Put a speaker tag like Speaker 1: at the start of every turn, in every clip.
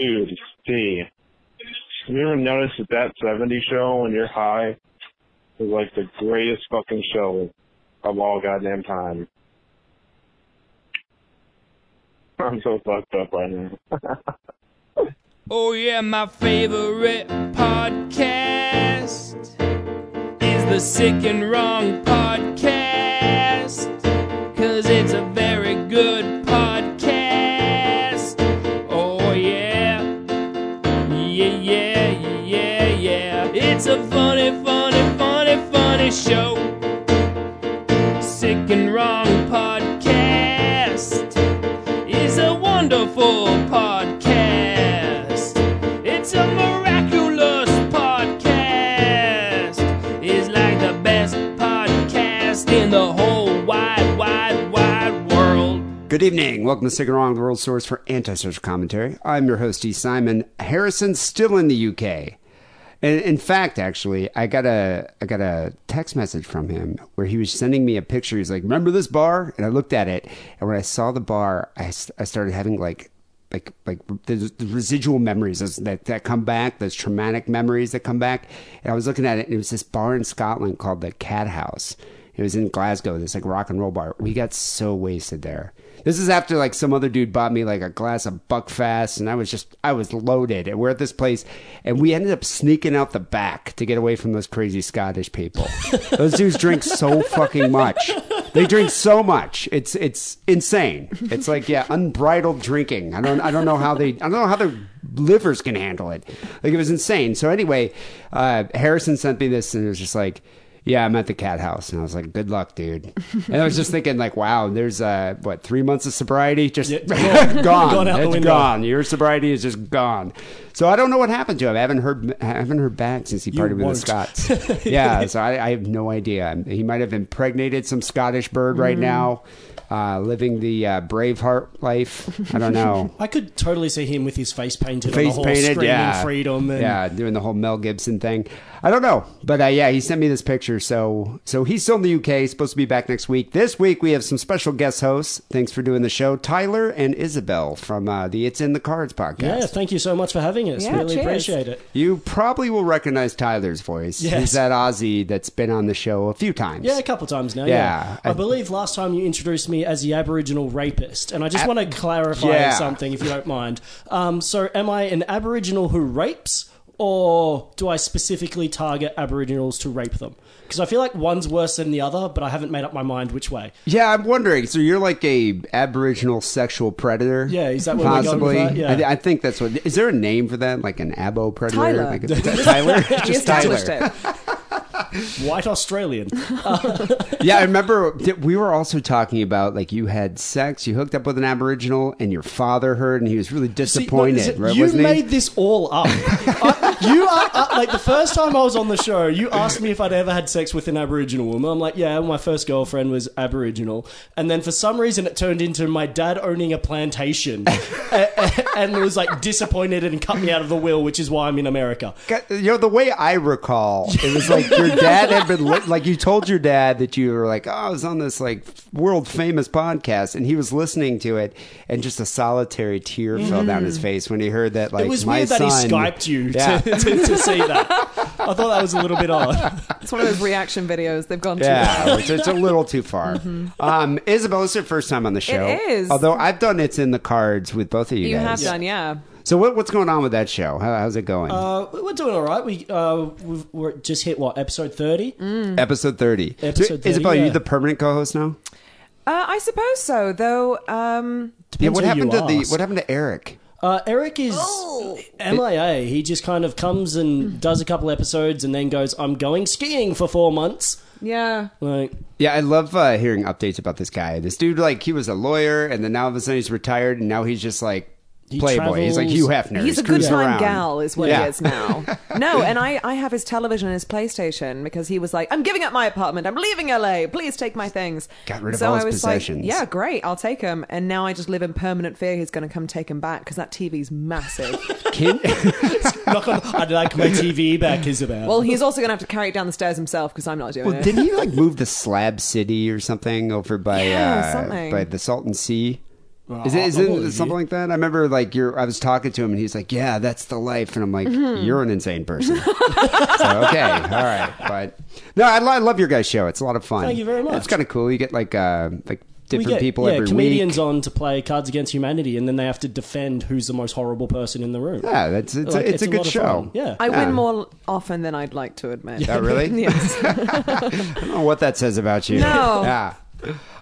Speaker 1: Dude, see. Have you ever noticed that that 70 show when you're high is like the greatest fucking show of all goddamn time? I'm so fucked up right now.
Speaker 2: oh yeah, my favorite podcast is the Sick and Wrong podcast. Cause it's a very good podcast. Oh yeah. Yeah, yeah, yeah, yeah. It's a funny, funny, funny, funny show. Sick and Wrong podcast is a wonderful podcast. It's a miraculous podcast. It's like the best podcast in the whole wide, wide, wide world.
Speaker 3: Good evening. Welcome to Sick and Wrong, the world source for antisocial commentary. I'm your host, E. Simon. Harrison's still in the UK. And in fact, actually, I got a I got a text message from him where he was sending me a picture. He's like, "Remember this bar?" And I looked at it, and when I saw the bar, I, s- I started having like like like the, the residual memories those- that that come back, those traumatic memories that come back. And I was looking at it, and it was this bar in Scotland called the Cat House. It was in Glasgow, this like rock and roll bar. We got so wasted there. This is after like some other dude bought me like a glass of Buckfast, and I was just I was loaded. And we're at this place, and we ended up sneaking out the back to get away from those crazy Scottish people. those dudes drink so fucking much. They drink so much. It's it's insane. It's like yeah, unbridled drinking. I don't I don't know how they I don't know how their livers can handle it. Like it was insane. So anyway, uh, Harrison sent me this, and it was just like yeah, I'm at the cat house, and I was like, "Good luck, dude." And I was just thinking, like, "Wow, there's uh, what three months of sobriety just gone.
Speaker 4: Gone out the
Speaker 3: It's
Speaker 4: window.
Speaker 3: gone. Your sobriety is just gone." So I don't know what happened to him. I haven't heard. I haven't heard back since he partied with the
Speaker 4: won't.
Speaker 3: Scots. yeah, so I, I have no idea. He might have impregnated some Scottish bird
Speaker 4: Mm-hmm.
Speaker 3: right now, uh, living the uh, Braveheart life. I don't know.
Speaker 4: I could totally see him with his face painted on the
Speaker 3: face
Speaker 4: horse,
Speaker 3: painted,
Speaker 4: screaming
Speaker 3: yeah,
Speaker 4: freedom. And
Speaker 3: yeah, doing the whole Mel Gibson thing. I don't know, but uh, yeah, he sent me this picture. So, so he's still in the UK. He's supposed to be back next week. This week we have some special guest hosts. Thanks for doing the show, Tyler and Isabel from uh, the It's in the Cards podcast.
Speaker 4: Yeah, thank you so much for having us.
Speaker 5: Yeah,
Speaker 4: really
Speaker 5: cheers.
Speaker 4: appreciate it.
Speaker 3: you probably will recognize Tyler's voice.
Speaker 4: Yes.
Speaker 3: He's that Aussie that's been on the show a few times.
Speaker 4: Yeah, a couple times now.
Speaker 3: Yeah,
Speaker 4: Yeah. I,
Speaker 3: I-
Speaker 4: believe last time you introduced me as the Aboriginal rapist, and I just want to clarify
Speaker 3: yeah.
Speaker 4: something, if you don't mind. Um, so, am I an Aboriginal who rapes, or do I specifically target Aboriginals to rape them? Because I feel like one's worse than the other, but I haven't made up my mind which way.
Speaker 3: Yeah, I'm wondering. So you're like a Aboriginal sexual predator?
Speaker 4: Yeah, is that what we're going
Speaker 3: possibly?
Speaker 4: with that? Yeah.
Speaker 3: I, th- I think that's what. Is there a name for that? Like an abo predator?
Speaker 5: Tyler.
Speaker 3: Like, is that Tyler?
Speaker 5: We
Speaker 3: Just
Speaker 5: established
Speaker 3: Tyler.
Speaker 5: it.
Speaker 4: White Australian.
Speaker 3: Yeah, I remember that we were also talking about like you had sex, you hooked up with an Aboriginal, and your father heard, and he was really disappointed,
Speaker 4: See, but
Speaker 3: right?
Speaker 4: You
Speaker 3: wasn't
Speaker 4: made
Speaker 3: he?
Speaker 4: this all up. I- you are uh, like the first time I was on the show. You asked me if I'd ever had sex with an Aboriginal woman. I'm like, yeah, my first girlfriend was Aboriginal, and then for some reason it turned into my dad owning a plantation, A- a- and was like disappointed and cut me out of the will, which is why I'm in America.
Speaker 3: God, You know, the way I recall, it was like your dad had been li- like you told your dad that you were like, oh, I was on this like world famous podcast, and he was listening to it, and just a solitary tear fell down his face when he heard that. Like
Speaker 4: Mm. It was
Speaker 3: my
Speaker 4: weird that
Speaker 3: son-
Speaker 4: he skyped you to-
Speaker 3: Yeah.
Speaker 4: to, to see that. I thought that was a little bit odd.
Speaker 5: It's one of those reaction videos. They've gone too far.
Speaker 3: Yeah, it's, it's a little too far.
Speaker 4: Mm-hmm.
Speaker 3: Um, Isabel, it's your first time on the show.
Speaker 5: is.
Speaker 3: Although I've done it's in the cards with both of you,
Speaker 5: You
Speaker 3: guys.
Speaker 5: have done, yeah.
Speaker 3: So what, what's going on with that show? How, how's it going?
Speaker 4: Uh, we're doing all right. We uh, we've, we're just hit what episode thirty.
Speaker 3: episode thirty.
Speaker 4: Episode
Speaker 3: So,
Speaker 4: 30,
Speaker 3: Isabel, are you
Speaker 4: yeah.
Speaker 3: the permanent co-host now?
Speaker 5: Uh, I suppose so, though. Um,
Speaker 3: Yeah. What
Speaker 4: who you
Speaker 3: happened to the
Speaker 4: ask.
Speaker 3: What happened to Eric?
Speaker 4: Uh, Eric is
Speaker 5: Oh.
Speaker 4: MIA. He just kind of comes and does a couple episodes and then goes, I'm going skiing for four months.
Speaker 5: yeah.
Speaker 4: Like,
Speaker 3: Yeah, I love uh, hearing updates about this guy. This dude, like, he was a lawyer, and then now all of a sudden he's retired, and now he's just like
Speaker 4: He
Speaker 3: playboy. He's like Hugh
Speaker 4: travels.
Speaker 3: Hefner.
Speaker 5: He's a good
Speaker 3: cruising
Speaker 5: time
Speaker 3: around.
Speaker 5: gal, is what
Speaker 3: Yeah.
Speaker 5: he is now. no, and I, I have his television and his PlayStation because he was like, I'm giving up my apartment. I'm leaving LA. Please take my things.
Speaker 3: Got rid of
Speaker 5: so
Speaker 3: all
Speaker 5: I
Speaker 3: his
Speaker 5: was
Speaker 3: possessions.
Speaker 5: Like, yeah, great. I'll take him. And now I just live in permanent fear he's going to come take him back because that TV's massive.
Speaker 3: Can-
Speaker 4: knock on, I'd like my TV back, Isabel.
Speaker 5: well, he's also going to have to carry it down the stairs himself because I'm not doing
Speaker 3: well,
Speaker 5: it.
Speaker 3: didn't he like move to Slab City or something over by
Speaker 5: Yeah,
Speaker 3: uh,
Speaker 5: something.
Speaker 3: by the Salton Sea? Is it, isn't
Speaker 4: believe
Speaker 3: it
Speaker 4: you.
Speaker 3: something like that? I remember like you're, I was talking to him and he's like, "Yeah, that's the life," and I'm like,
Speaker 5: Mm-hmm.
Speaker 3: "You're an insane person." so okay, all right, but no, I, lo- I love your guys' show. It's a lot of fun.
Speaker 4: Thank you very much.
Speaker 3: It's kind of cool. You get like uh, like
Speaker 4: We
Speaker 3: different
Speaker 4: get,
Speaker 3: people
Speaker 4: yeah,
Speaker 3: every
Speaker 4: comedians
Speaker 3: week.
Speaker 4: on to play Cards Against Humanity, and then they have to defend who's the most horrible person in the room.
Speaker 3: Yeah, that's it's,
Speaker 4: Like,
Speaker 3: a, it's, a, good
Speaker 4: lot of
Speaker 3: show.
Speaker 4: fun. Yeah,
Speaker 5: I win more often than I'd like to admit.
Speaker 3: Oh, really?
Speaker 5: yes.
Speaker 3: I don't know what that says about you.
Speaker 5: No.
Speaker 3: Yeah.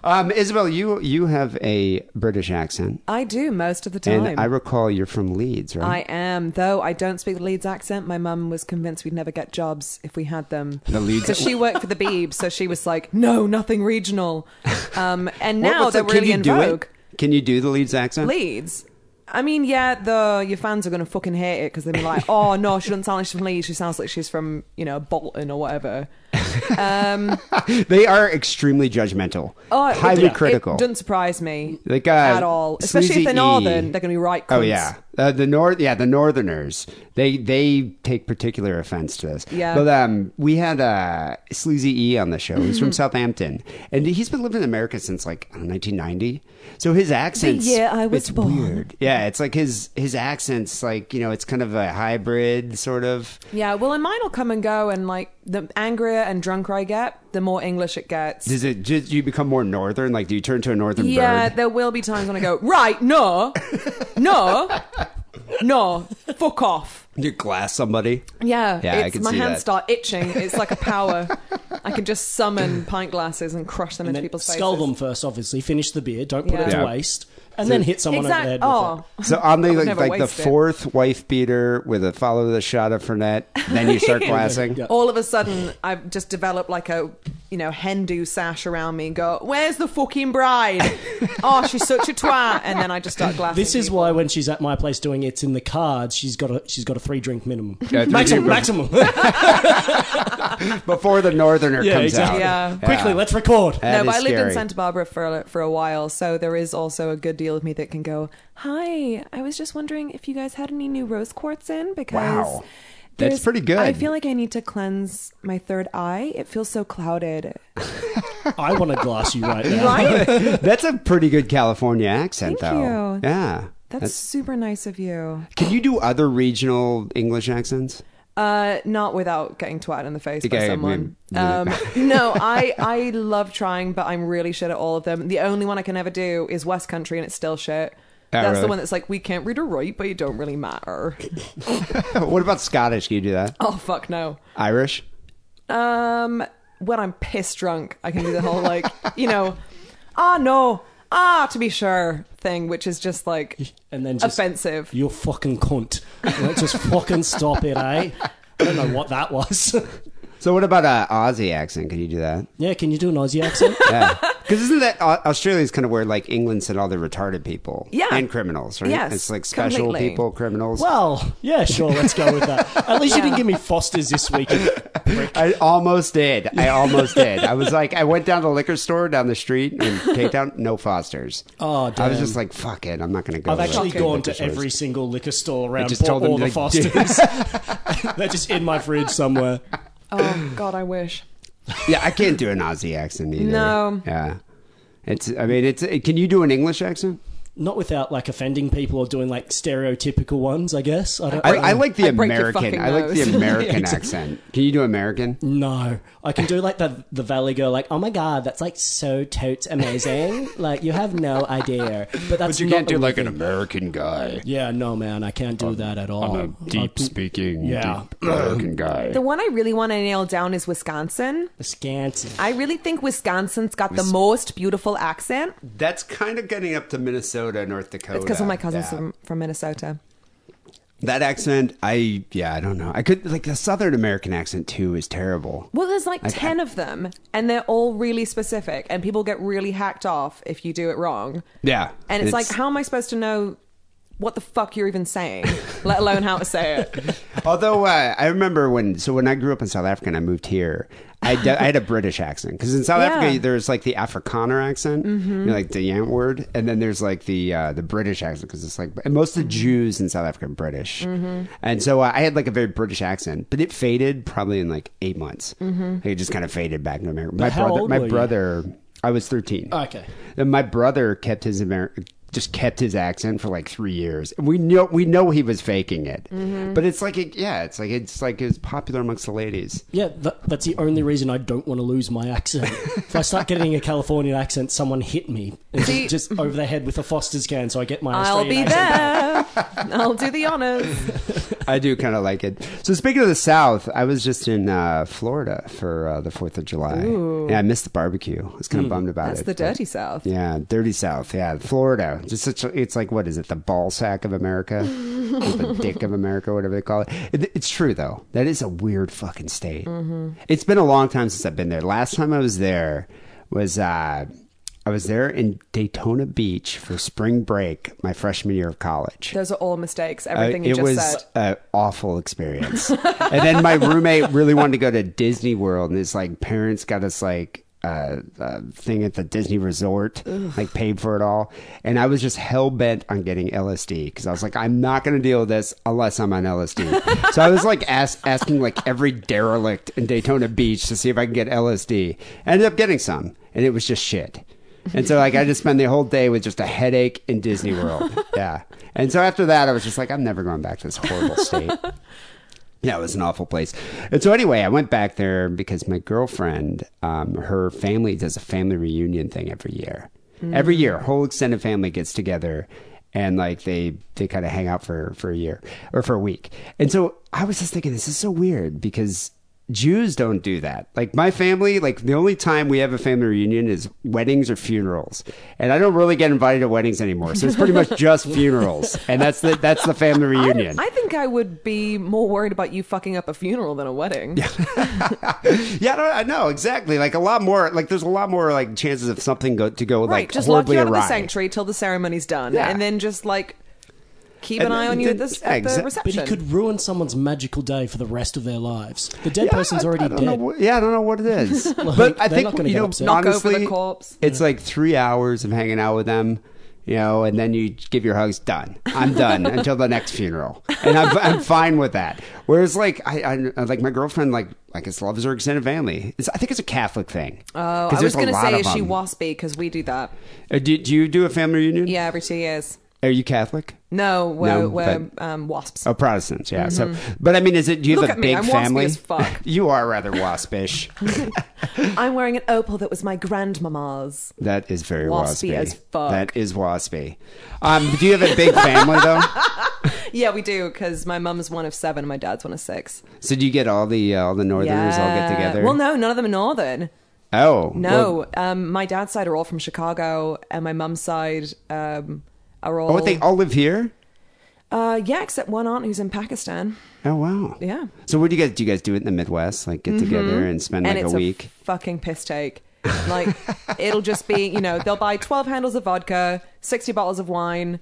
Speaker 3: Um, Isabel, you you have a British accent,
Speaker 5: I do most of the time.
Speaker 3: and I recall you're from Leeds,
Speaker 5: I
Speaker 3: right?
Speaker 5: am, though I don't speak the Leeds accent. My mum was convinced we'd never get jobs if we had them.
Speaker 3: The Leeds-
Speaker 5: So she worked for the Beebs, so she was like, no, nothing regional. Um, and
Speaker 3: What-
Speaker 5: now
Speaker 3: what's
Speaker 5: they're
Speaker 3: up? Can
Speaker 5: really
Speaker 3: you
Speaker 5: in
Speaker 3: do
Speaker 5: vogue.
Speaker 3: It? Can you do the Leeds accent?
Speaker 5: Leeds. I mean, yeah, the your fans are gonna fucking hate it because they're like, "Oh no, she doesn't sound like she's from Leeds. She sounds like she's from you know Bolton or whatever." Um,
Speaker 3: They are extremely judgmental,
Speaker 5: oh, it-
Speaker 3: highly
Speaker 5: it-
Speaker 3: critical.
Speaker 5: It doesn't surprise me
Speaker 3: Like, uh,
Speaker 5: at all, especially if
Speaker 3: Sleazy
Speaker 5: they're
Speaker 3: E.
Speaker 5: northern. They're gonna be right.
Speaker 3: Oh
Speaker 5: cunts.
Speaker 3: yeah, uh, the north. Yeah, the Northerners. They they take particular offense to this.
Speaker 5: Yeah.
Speaker 3: But um, we had uh, Sleazy E on the show. He's
Speaker 5: Mm-hmm.
Speaker 3: from Southampton, and he's been living in America since like I don't know, 1990. So his accent.
Speaker 5: year I was
Speaker 3: it's
Speaker 5: born.
Speaker 3: Weird. Yeah, it's like his his accent's like you know it's kind of a hybrid sort of.
Speaker 5: yeah. Well, and mine will come and go, and like the angrier and drunker I get, the more English it gets.
Speaker 3: Does it do you become more northern? Like do you turn to a northern
Speaker 5: Yeah,
Speaker 3: bird?
Speaker 5: there will be times when I go, "Right, no, no, no, fuck off."
Speaker 3: You glass somebody.
Speaker 5: Yeah,
Speaker 3: Yeah, I
Speaker 5: it's,
Speaker 3: can
Speaker 5: my
Speaker 3: see
Speaker 5: hands
Speaker 3: that.
Speaker 5: start itching. It's like a power. I can just summon pint glasses and crush them
Speaker 4: and
Speaker 5: into
Speaker 4: then
Speaker 5: people's
Speaker 4: skull
Speaker 5: faces.
Speaker 4: them first, obviously. Finish the beer. Don't put it
Speaker 5: Yeah.
Speaker 4: to
Speaker 3: Yeah.
Speaker 4: waste, and then hit someone
Speaker 5: Exact-
Speaker 4: over the head with
Speaker 5: Oh,
Speaker 3: So on the
Speaker 5: I'll
Speaker 3: like,
Speaker 5: never
Speaker 3: like the
Speaker 5: waste it.
Speaker 3: fourth wife beater with a follow the shot of Fernet, then you start glassing.
Speaker 4: Yeah.
Speaker 5: all of a sudden I've just developed like a you know Hindu sash around me and go, "Where's the fucking bride? oh, she's such a twat!" And then I just start glassing.
Speaker 4: it. This is
Speaker 5: people.
Speaker 4: why when she's at my place doing it's in the cards, she's got a she's got a three drink minimum,
Speaker 3: Yeah, three
Speaker 4: maximum,
Speaker 3: drink
Speaker 4: maximum.
Speaker 3: before the northerner
Speaker 4: yeah,
Speaker 3: comes
Speaker 4: exactly.
Speaker 5: Yeah.
Speaker 3: out.
Speaker 4: Quickly, let's record.
Speaker 3: That
Speaker 5: no, but
Speaker 3: is
Speaker 5: I lived
Speaker 3: scary.
Speaker 5: in Santa Barbara for for a while, so there is also a good deal of me that can go. Hi, I was just wondering if you guys had any new rose quartz in because
Speaker 3: Wow.
Speaker 5: there's-
Speaker 3: That's pretty good.
Speaker 5: I feel like I need to cleanse my third eye. It feels so clouded.
Speaker 4: I want to glass you right now.
Speaker 5: Right?
Speaker 3: That's a pretty good California accent,
Speaker 5: Thank
Speaker 3: though.
Speaker 5: you.
Speaker 3: Yeah.
Speaker 5: That's, super nice of you.
Speaker 3: Can you do other regional English accents?
Speaker 5: Uh, not without getting twat in the face
Speaker 3: Okay,
Speaker 5: by
Speaker 3: I
Speaker 5: someone.
Speaker 3: mean,
Speaker 5: Um, no, I I love trying, but I'm really shit at all of them. The only one I can ever do is West Country, and it's still shit. that's
Speaker 3: Oh, really?
Speaker 5: the one that's like we can't read or write, but you don't really matter.
Speaker 3: what about Scottish? Can you do that?
Speaker 5: oh fuck no.
Speaker 3: Irish?
Speaker 5: Um, when I'm pissed drunk, I can do the whole like, you know, ah no, ah to be sure thing, which is just like
Speaker 4: And then just
Speaker 5: offensive.
Speaker 4: You're fucking cunt. Like, just fucking stop it, eh? I don't know what that was.
Speaker 3: So what about an Aussie accent? Can you do that?
Speaker 4: yeah, can you do an Aussie accent?
Speaker 3: Yeah. Because isn't that Au- Australia's kind of where like England sent all the retarded people?
Speaker 5: Yeah.
Speaker 3: And criminals, right?
Speaker 5: Yes,
Speaker 3: It's like special
Speaker 5: completely.
Speaker 3: people, criminals.
Speaker 4: Well, yeah, sure, let's go with that. At least you
Speaker 5: Yeah.
Speaker 4: didn't give me Foster's this week.
Speaker 3: I almost did. I almost did. I was like, I went down to the liquor store down the street and take down no Fosters.
Speaker 4: Oh,
Speaker 3: I was
Speaker 4: damn.
Speaker 3: just like, fuck it. I'm not going to go.
Speaker 4: I've
Speaker 3: to
Speaker 4: actually
Speaker 3: the
Speaker 4: gone
Speaker 3: liquor
Speaker 4: to
Speaker 3: stores.
Speaker 4: every single liquor store around
Speaker 3: just told
Speaker 4: Port- all
Speaker 3: them
Speaker 4: the
Speaker 3: to, like,
Speaker 4: Fosters. They're just in my fridge somewhere.
Speaker 5: Oh god, I wish.
Speaker 3: Yeah, I can't do an Aussie accent either.
Speaker 5: No.
Speaker 3: Yeah. It's. I mean, it's. uh, Can you do an English accent?
Speaker 4: Not without like offending people or doing like stereotypical ones, I guess. I don't
Speaker 3: I,
Speaker 4: know.
Speaker 3: I like the
Speaker 5: I break your
Speaker 3: American.
Speaker 5: fucking
Speaker 3: I like the
Speaker 5: nose.
Speaker 3: American
Speaker 4: Yeah,
Speaker 3: accent. Can you do American?
Speaker 4: No, I can do like the the valley girl, like oh my god, that's like so totes amazing. like you have no idea, but that's not the way to-
Speaker 3: American guy.
Speaker 4: Yeah, no, man, I can't do that at all. I can-
Speaker 3: speaking,
Speaker 4: Yeah.
Speaker 3: American guy.
Speaker 5: The one I really want to nail down is Wisconsin.
Speaker 4: Wisconsin.
Speaker 5: I really think Wisconsin's got the most beautiful accent.
Speaker 3: That's kind of getting up to Minnesota, North Dakota.
Speaker 5: It's because all my cousins
Speaker 3: Yeah.
Speaker 5: from, from Minnesota.
Speaker 3: That accent, I yeah, I don't know. I could like the Southern American accent too is terrible.
Speaker 5: Well, there's like 10 of them, and they're all really specific, and people get really hacked off if you do it wrong.
Speaker 3: Yeah,
Speaker 5: And it's, like, how am I supposed to know what the fuck you're even saying, let alone how to say it?
Speaker 3: Although uh, I remember when, so when I grew up in South Africa and I moved here, I, d- I had a British accent because in South
Speaker 5: Yeah.
Speaker 3: Africa there's like the Afrikaner accent, you know, like the Yant word, and then there's like the uh, the British accent because it's like and most of the Jews in South Africa are British, and so uh, I had like a very British accent, but it faded probably in like eight months. It just kind of faded back to America. My
Speaker 4: how
Speaker 3: brother,
Speaker 4: old Ah,
Speaker 3: my
Speaker 4: were you?
Speaker 3: brother, I was thirteen.
Speaker 4: Okay.
Speaker 3: And my brother kept his Amer- just kept his accent for like three years. We know we know he was faking it,
Speaker 5: Mm-hmm.
Speaker 3: but it's like it, yeah, it's like it's like it's popular amongst the ladies.
Speaker 4: Yeah, that, that's the only reason I don't want to lose my accent. if I start getting a Californian accent, someone hit me and
Speaker 5: See-
Speaker 4: just
Speaker 3: mm-hmm.
Speaker 4: over the head with a Foster's can, so I get my
Speaker 5: I'll
Speaker 4: Australian
Speaker 5: be
Speaker 4: accent.
Speaker 5: there. I'll do the honors.
Speaker 3: I do kind of like it. So speaking of the South, I was just in uh, Florida for uh, the Fourth of July, and I missed the barbecue. I was kind of bummed
Speaker 5: Hmm.
Speaker 3: about
Speaker 5: That's
Speaker 3: it.
Speaker 5: the
Speaker 3: but-
Speaker 5: dirty South.
Speaker 3: Yeah, dirty South. Yeah, Florida. Just such. A, it's like what is it? The ball sack of America, Or the dick of America, whatever they call it. It- It's true though. That is a weird fucking state. It's been a long time since I've been there. Last time I was there was. Uh, I was there in Daytona Beach for spring break, my freshman year of college.
Speaker 5: Those are all mistakes.
Speaker 3: Uh,
Speaker 5: Everything you
Speaker 3: it
Speaker 5: just
Speaker 3: was
Speaker 5: said.
Speaker 3: an awful experience. and then my roommate really wanted to go to Disney World, and his like parents got us like uh, uh, thing at the Disney Resort, like paid for it all. And I was just hell bent on getting LSD because I was like, I'm not going to deal with this unless I'm on LSD. so I was like ask, asking like every derelict in Daytona Beach to see if I could get LSD. I ended up getting some, and it was just shit. And so, like, I just spent the whole day with just a headache in Disney World. Yeah. And so after that, I was just like, I'm never going back to this horrible state. Yeah, it was an awful place. And so, anyway, I went back there because my girlfriend, um, her family does a family reunion thing every year. Every year, whole extended family gets together and like they they kind of hang out for for a year or for a week. And so I was just thinking, this is so weird because Jews don't do that. Like my family, like the only time we have a family reunion is weddings or funerals, and I don't really get invited to weddings anymore. So it's pretty much just funerals, and that's the that's the family reunion.
Speaker 5: I think I would be more worried about you fucking up a funeral than a wedding.
Speaker 3: Yeah, no, I know exactly. Like a lot more. Like there's a lot more like chances of something go, to go
Speaker 5: right,
Speaker 3: like
Speaker 5: just lock
Speaker 3: horribly
Speaker 5: you out of the
Speaker 3: awry.
Speaker 5: sanctuary till the ceremony's done,
Speaker 3: Yeah.
Speaker 5: and then just like keep
Speaker 3: And
Speaker 5: an eye on you at,
Speaker 3: then-
Speaker 5: this, at the
Speaker 3: exa- but he
Speaker 4: But
Speaker 5: reception.
Speaker 4: he could ruin someone's magical day for the rest of their lives. The dead
Speaker 3: Yeah,
Speaker 4: person's
Speaker 3: I-
Speaker 4: already
Speaker 3: I don't know
Speaker 4: dead.
Speaker 3: what- yeah, I don't know what it is, but I
Speaker 4: they're
Speaker 3: think
Speaker 4: not gonna
Speaker 3: you
Speaker 4: get
Speaker 3: know
Speaker 4: upset.
Speaker 5: Knock over the
Speaker 3: honestly,
Speaker 5: corpse.
Speaker 3: it's like three hours of hanging out with them. You know, and then you give your hugs. Done. I'm done until the next funeral, and I'm, I'm fine with that. Whereas, like, I, I like my girlfriend, like, I guess loves her extended family. It's, I think it's a Catholic thing.
Speaker 5: Oh,
Speaker 3: 'Cause
Speaker 5: I
Speaker 3: there's
Speaker 5: was
Speaker 3: a
Speaker 5: going to
Speaker 3: lot
Speaker 5: say,
Speaker 3: of
Speaker 5: is she
Speaker 3: them.
Speaker 5: waspy? Because we do that.
Speaker 3: Uh, do, do you do a family reunion?
Speaker 5: Yeah, every two years.
Speaker 3: Are you Catholic?
Speaker 5: No, we're,
Speaker 3: No,
Speaker 5: we're
Speaker 3: but-
Speaker 5: um, wasps.
Speaker 3: Oh, Protestants, yeah. So, but I mean, is it? Do you
Speaker 5: Mm-hmm. Look
Speaker 3: have a
Speaker 5: at me,
Speaker 3: big
Speaker 5: I'm waspy
Speaker 3: family?
Speaker 5: as fuck.
Speaker 3: you are rather waspish.
Speaker 5: I'm wearing an opal that was my grandmama's.
Speaker 3: that is very waspy,
Speaker 5: Waspy as fuck.
Speaker 3: That is waspy. Um, do you have a big family though?
Speaker 5: Yeah, we do, because my mum's one of seven and my dad's one of six.
Speaker 3: So do you get all the uh, all the Northerners all get
Speaker 5: Yeah.
Speaker 3: together?
Speaker 5: Well, no, none of them are northern.
Speaker 3: Oh
Speaker 5: No,
Speaker 3: well,
Speaker 5: um, my dad's side are all from Chicago, and my mum's side um, are all.
Speaker 3: oh, what, they all live here.
Speaker 5: Uh, yeah, except one aunt who's in Pakistan.
Speaker 3: Oh wow.
Speaker 5: Yeah. Mm-hmm.
Speaker 3: So what do you guys do? You guys do it in the Midwest, like get together and spend like
Speaker 5: and it's
Speaker 3: a week.
Speaker 5: fucking piss take. Like it'll just be, you know, they'll buy twelve handles of vodka, sixty bottles of wine,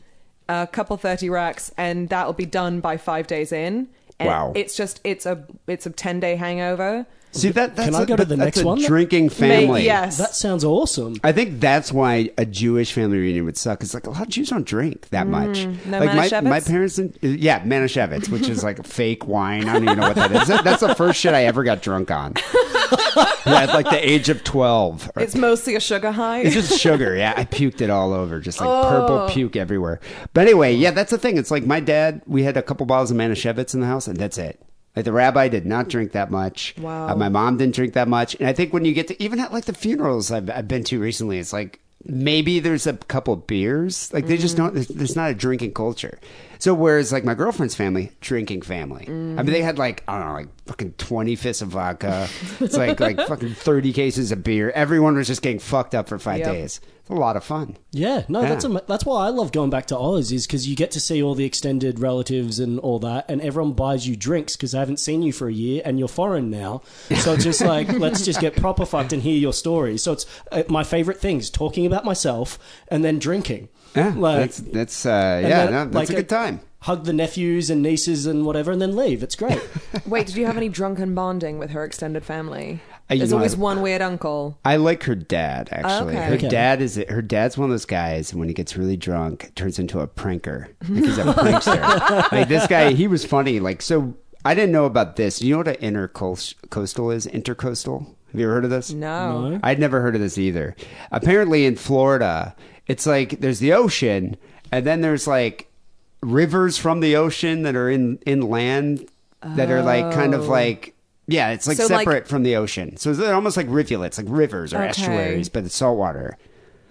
Speaker 5: a couple thirty racks, and that'll be done by five days in. And
Speaker 3: Wow.
Speaker 5: It's just it's a it's a ten day hangover.
Speaker 3: See that? That's
Speaker 4: I
Speaker 3: a-
Speaker 4: go to the
Speaker 3: that's
Speaker 4: next
Speaker 3: a
Speaker 4: one?
Speaker 3: Drinking
Speaker 5: May-
Speaker 3: family.
Speaker 5: yes.
Speaker 4: That sounds awesome.
Speaker 3: I think that's why a Jewish family reunion would suck. It's like a lot of Jews don't drink that much.
Speaker 5: Mm. no
Speaker 3: like my,
Speaker 5: Manischewitz?
Speaker 3: my parents, didn't- yeah, Manischewitz, which is like fake wine. I don't even know what that is. That's the first shit I ever got drunk on. yeah, at like the age of twelve. or-
Speaker 5: It's mostly a sugar high.
Speaker 3: it's just sugar. Yeah, I puked it all over, just like
Speaker 5: Oh.
Speaker 3: purple puke everywhere. But anyway, yeah, that's the thing. It's like my dad. We had a couple bottles of Manischewitz in the house, and that's it. Like the rabbi did not drink that much.
Speaker 5: Wow.
Speaker 3: Uh, my mom didn't drink that much, and I think when you get to even at like the funerals I've, I've been to recently, it's like maybe there's a couple beers. Like they just don't. There's, there's not a drinking culture. So whereas like my girlfriend's family, drinking family. I mean, they had like I don't know, like fucking twenty fists of vodka. it's like like fucking thirty cases of beer. Everyone was just getting fucked up for five
Speaker 5: Yep.
Speaker 3: days. It's a lot of fun.
Speaker 4: Yeah, no, that's
Speaker 3: Yeah.
Speaker 4: ama- that's why I love going back to Oz is because you get to see all the extended relatives and all that, and everyone buys you drinks because they haven't seen you for a year and you're foreign now. So it's just like let's just get proper fucked and hear your stories. So it's uh, my favorite things: talking about myself and then drinking.
Speaker 3: Yeah,
Speaker 4: Like-
Speaker 3: that's that's uh,
Speaker 4: and
Speaker 3: yeah,
Speaker 4: then,
Speaker 3: no, that's
Speaker 4: like,
Speaker 3: a good time.
Speaker 4: Hug the nephews and nieces and whatever, and then leave. It's great.
Speaker 5: Wait, did you have any drunken bonding with her extended family?
Speaker 3: Uh, you
Speaker 5: There's
Speaker 3: know,
Speaker 5: always
Speaker 3: I-
Speaker 5: one weird uncle.
Speaker 3: I like her dad actually.
Speaker 5: Okay.
Speaker 3: Her
Speaker 5: Okay.
Speaker 3: dad is her dad's one of those guys when he gets really drunk turns into a pranker. Like he's a prankster. like this guy, he was funny. Like so, I didn't know about this. You know what an intercoastal is? Intercoastal. Have you ever heard of this?
Speaker 5: No.
Speaker 3: I'd never heard of this either. Apparently, in Florida, It's like there's the ocean, and then there's like rivers from the ocean that are in inland that are like kind of like yeah, it's like
Speaker 5: Oh. So, like-
Speaker 3: separate from the ocean. So they're almost like rivulets, like rivers or
Speaker 5: Okay.
Speaker 3: estuaries, but it's saltwater.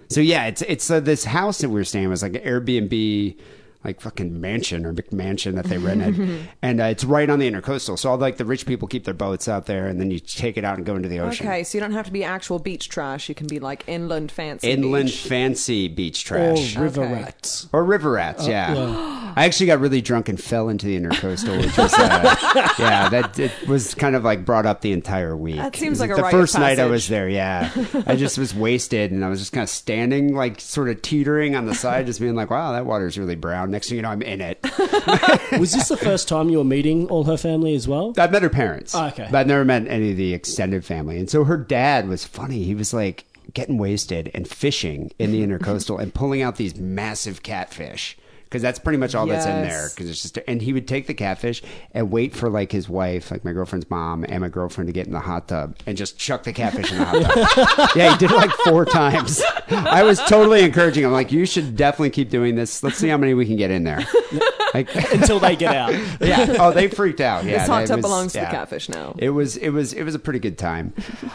Speaker 3: So yeah, it's it's uh, this house that we were staying in was like an Airbnb, like fucking mansion or McMansion that they rented, and uh, it's right on the intercoastal. So all like the rich people keep their boats out there, and then you take it out and go into the ocean.
Speaker 5: Okay, so you don't have to be actual beach trash. You can be like inland fancy.
Speaker 3: Inland
Speaker 5: beach. Oh.
Speaker 3: fancy beach
Speaker 4: Or
Speaker 3: trash
Speaker 4: river
Speaker 5: Okay.
Speaker 4: rats.
Speaker 3: or river
Speaker 5: Uh,
Speaker 3: rats. yeah, I actually got really drunk and fell into the intercoastal, which was uh, yeah, that it was kind of like brought up the entire week.
Speaker 5: That
Speaker 3: It
Speaker 5: seems
Speaker 3: was
Speaker 5: like a
Speaker 3: the
Speaker 5: rite of
Speaker 3: first night I
Speaker 5: passage.
Speaker 3: was there. Yeah, I just was wasted and I was just kind of standing like sort of teetering on the side, just being like, wow, that water's really brown. Next thing you know, I'm in it.
Speaker 4: Was this the first time you were meeting all her family as well?
Speaker 3: I've met her parents.
Speaker 4: Oh, okay.
Speaker 3: But I've never met any of the extended family. And so her dad was funny. He was like getting wasted and fishing in the intercoastal and pulling out these massive catfish. Because that's pretty much all that's in there.
Speaker 5: Yes.
Speaker 3: Because it's just, and he would take the catfish and wait for like his wife, like my girlfriend's mom and my girlfriend to get in the hot tub and just chuck the catfish in the hot tub. yeah, he did it like four times. I was totally encouraging him. Like, you should definitely keep doing this. Let's see how many we can get in there. Like,
Speaker 4: Until they get out.
Speaker 3: yeah. Oh, they freaked out. Yeah,
Speaker 5: This hot
Speaker 3: that
Speaker 5: tub
Speaker 3: was-
Speaker 5: belongs to
Speaker 3: yeah.
Speaker 5: the catfish now.
Speaker 3: It was it was it was a pretty good time.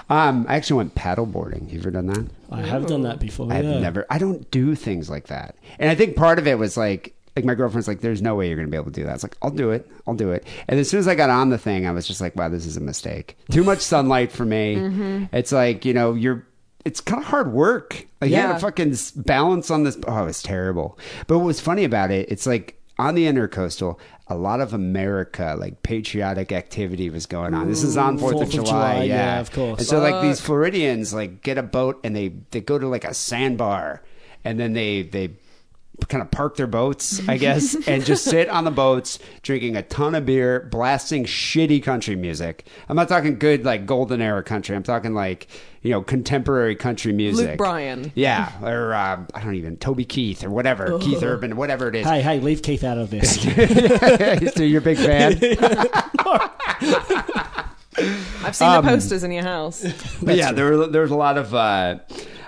Speaker 3: Um, I actually went paddleboarding. You ever done that?
Speaker 4: I have done that before.
Speaker 3: I've
Speaker 4: yeah.
Speaker 3: never. I don't do things like that. And I think part of it was like like my girlfriend's like, "There's no way you're gonna be able to do that." It's like, "I'll do it. I'll do it." And as soon as I got on the thing, I was just like, "Wow, this is a mistake. Too much sunlight for me." It's like you know you're. It's kind of hard work. Like you
Speaker 5: Yeah.
Speaker 3: gotta fucking s- balance on this. Oh, it's terrible. But what was funny about it? It's like on the intercoastal, a lot of America, like patriotic activity was going on. This is on Fourth of,
Speaker 4: Fourth of
Speaker 3: July,
Speaker 4: July,
Speaker 3: yeah.
Speaker 4: yeah, of course.
Speaker 3: And so like these Floridians like get a boat and they they go to like a sandbar and then they they kind of park their boats, I guess, and just sit on the boats drinking a ton of beer, blasting shitty country music. I'm not talking good like golden era country. I'm talking like, you know, contemporary country music.
Speaker 5: Bryan.
Speaker 3: Yeah, or um, I don't even Toby Keith or whatever, Keith Urban, whatever it is.
Speaker 4: Hey, hey, leave Keith out of this.
Speaker 3: so you're a big fan.
Speaker 5: I've seen
Speaker 3: Um,
Speaker 5: the posters in your house.
Speaker 3: But yeah, there were there was a lot of uh,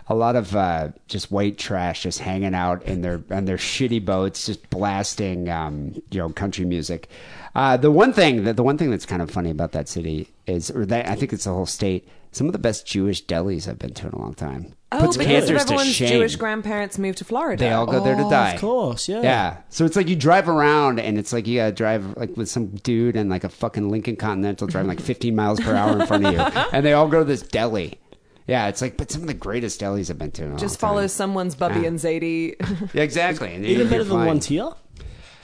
Speaker 3: a lot of uh, just white trash just hanging out in their on their shitty boats, just blasting um, you know country music. Uh, the one thing that the one thing that's kind of funny about that city is, or that I think it's the whole state. Some of the best Jewish delis I've been to in a long time.
Speaker 5: Oh, because of
Speaker 3: cancers
Speaker 5: everyone's Jewish grandparents moved to Florida.
Speaker 3: They all go there to
Speaker 4: Oh,
Speaker 3: die.
Speaker 4: Of course, yeah.
Speaker 3: Yeah. So it's like you drive around and it's like you gotta drive like with some dude and like a fucking Lincoln Continental driving like 15 miles per hour in front of you. And they all go to this deli. Yeah, it's like, but some of the greatest delis I've been to. in a
Speaker 5: just
Speaker 3: long time.
Speaker 5: follow someone's Bubby
Speaker 3: Yeah.
Speaker 5: and Zadie.
Speaker 3: Yeah, exactly. And
Speaker 4: Even
Speaker 3: you're
Speaker 4: better than
Speaker 3: fine.
Speaker 4: one tier.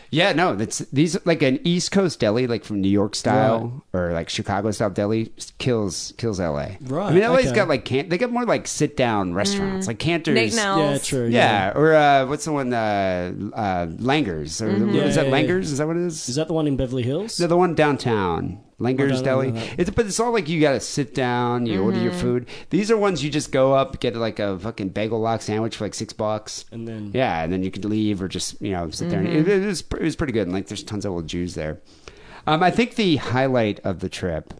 Speaker 3: Yeah, no, that's these like an East Coast deli, like from New York style or like Chicago style deli, kills kills LA.
Speaker 4: Right,
Speaker 3: I mean,
Speaker 4: okay.
Speaker 3: LA's
Speaker 4: Mm.
Speaker 3: got like can they got more like sit down restaurants, like Cantor's.
Speaker 5: Nate Nels.
Speaker 4: Yeah, true.
Speaker 3: Yeah, or uh, what's the one? Uh, uh, Langers. Or, what is
Speaker 4: Mm-hmm. Yeah,
Speaker 3: that
Speaker 4: yeah,
Speaker 3: Langers?
Speaker 4: yeah.
Speaker 3: Is that what it is?
Speaker 4: Is that the one in Beverly Hills?
Speaker 3: No, the one downtown, Langer's
Speaker 4: Oh, no, no,
Speaker 3: Deli.
Speaker 4: no, no.
Speaker 3: It's, but it's all like you got to sit down, you order your food. These are ones you just go up, get like a fucking bagel lock sandwich for like six bucks.
Speaker 4: And then-
Speaker 3: Yeah, and then you could leave or just, you know, sit there. And it, it, was, it was pretty good. And like there's tons of old Jews there. Um, I think the highlight of the trip,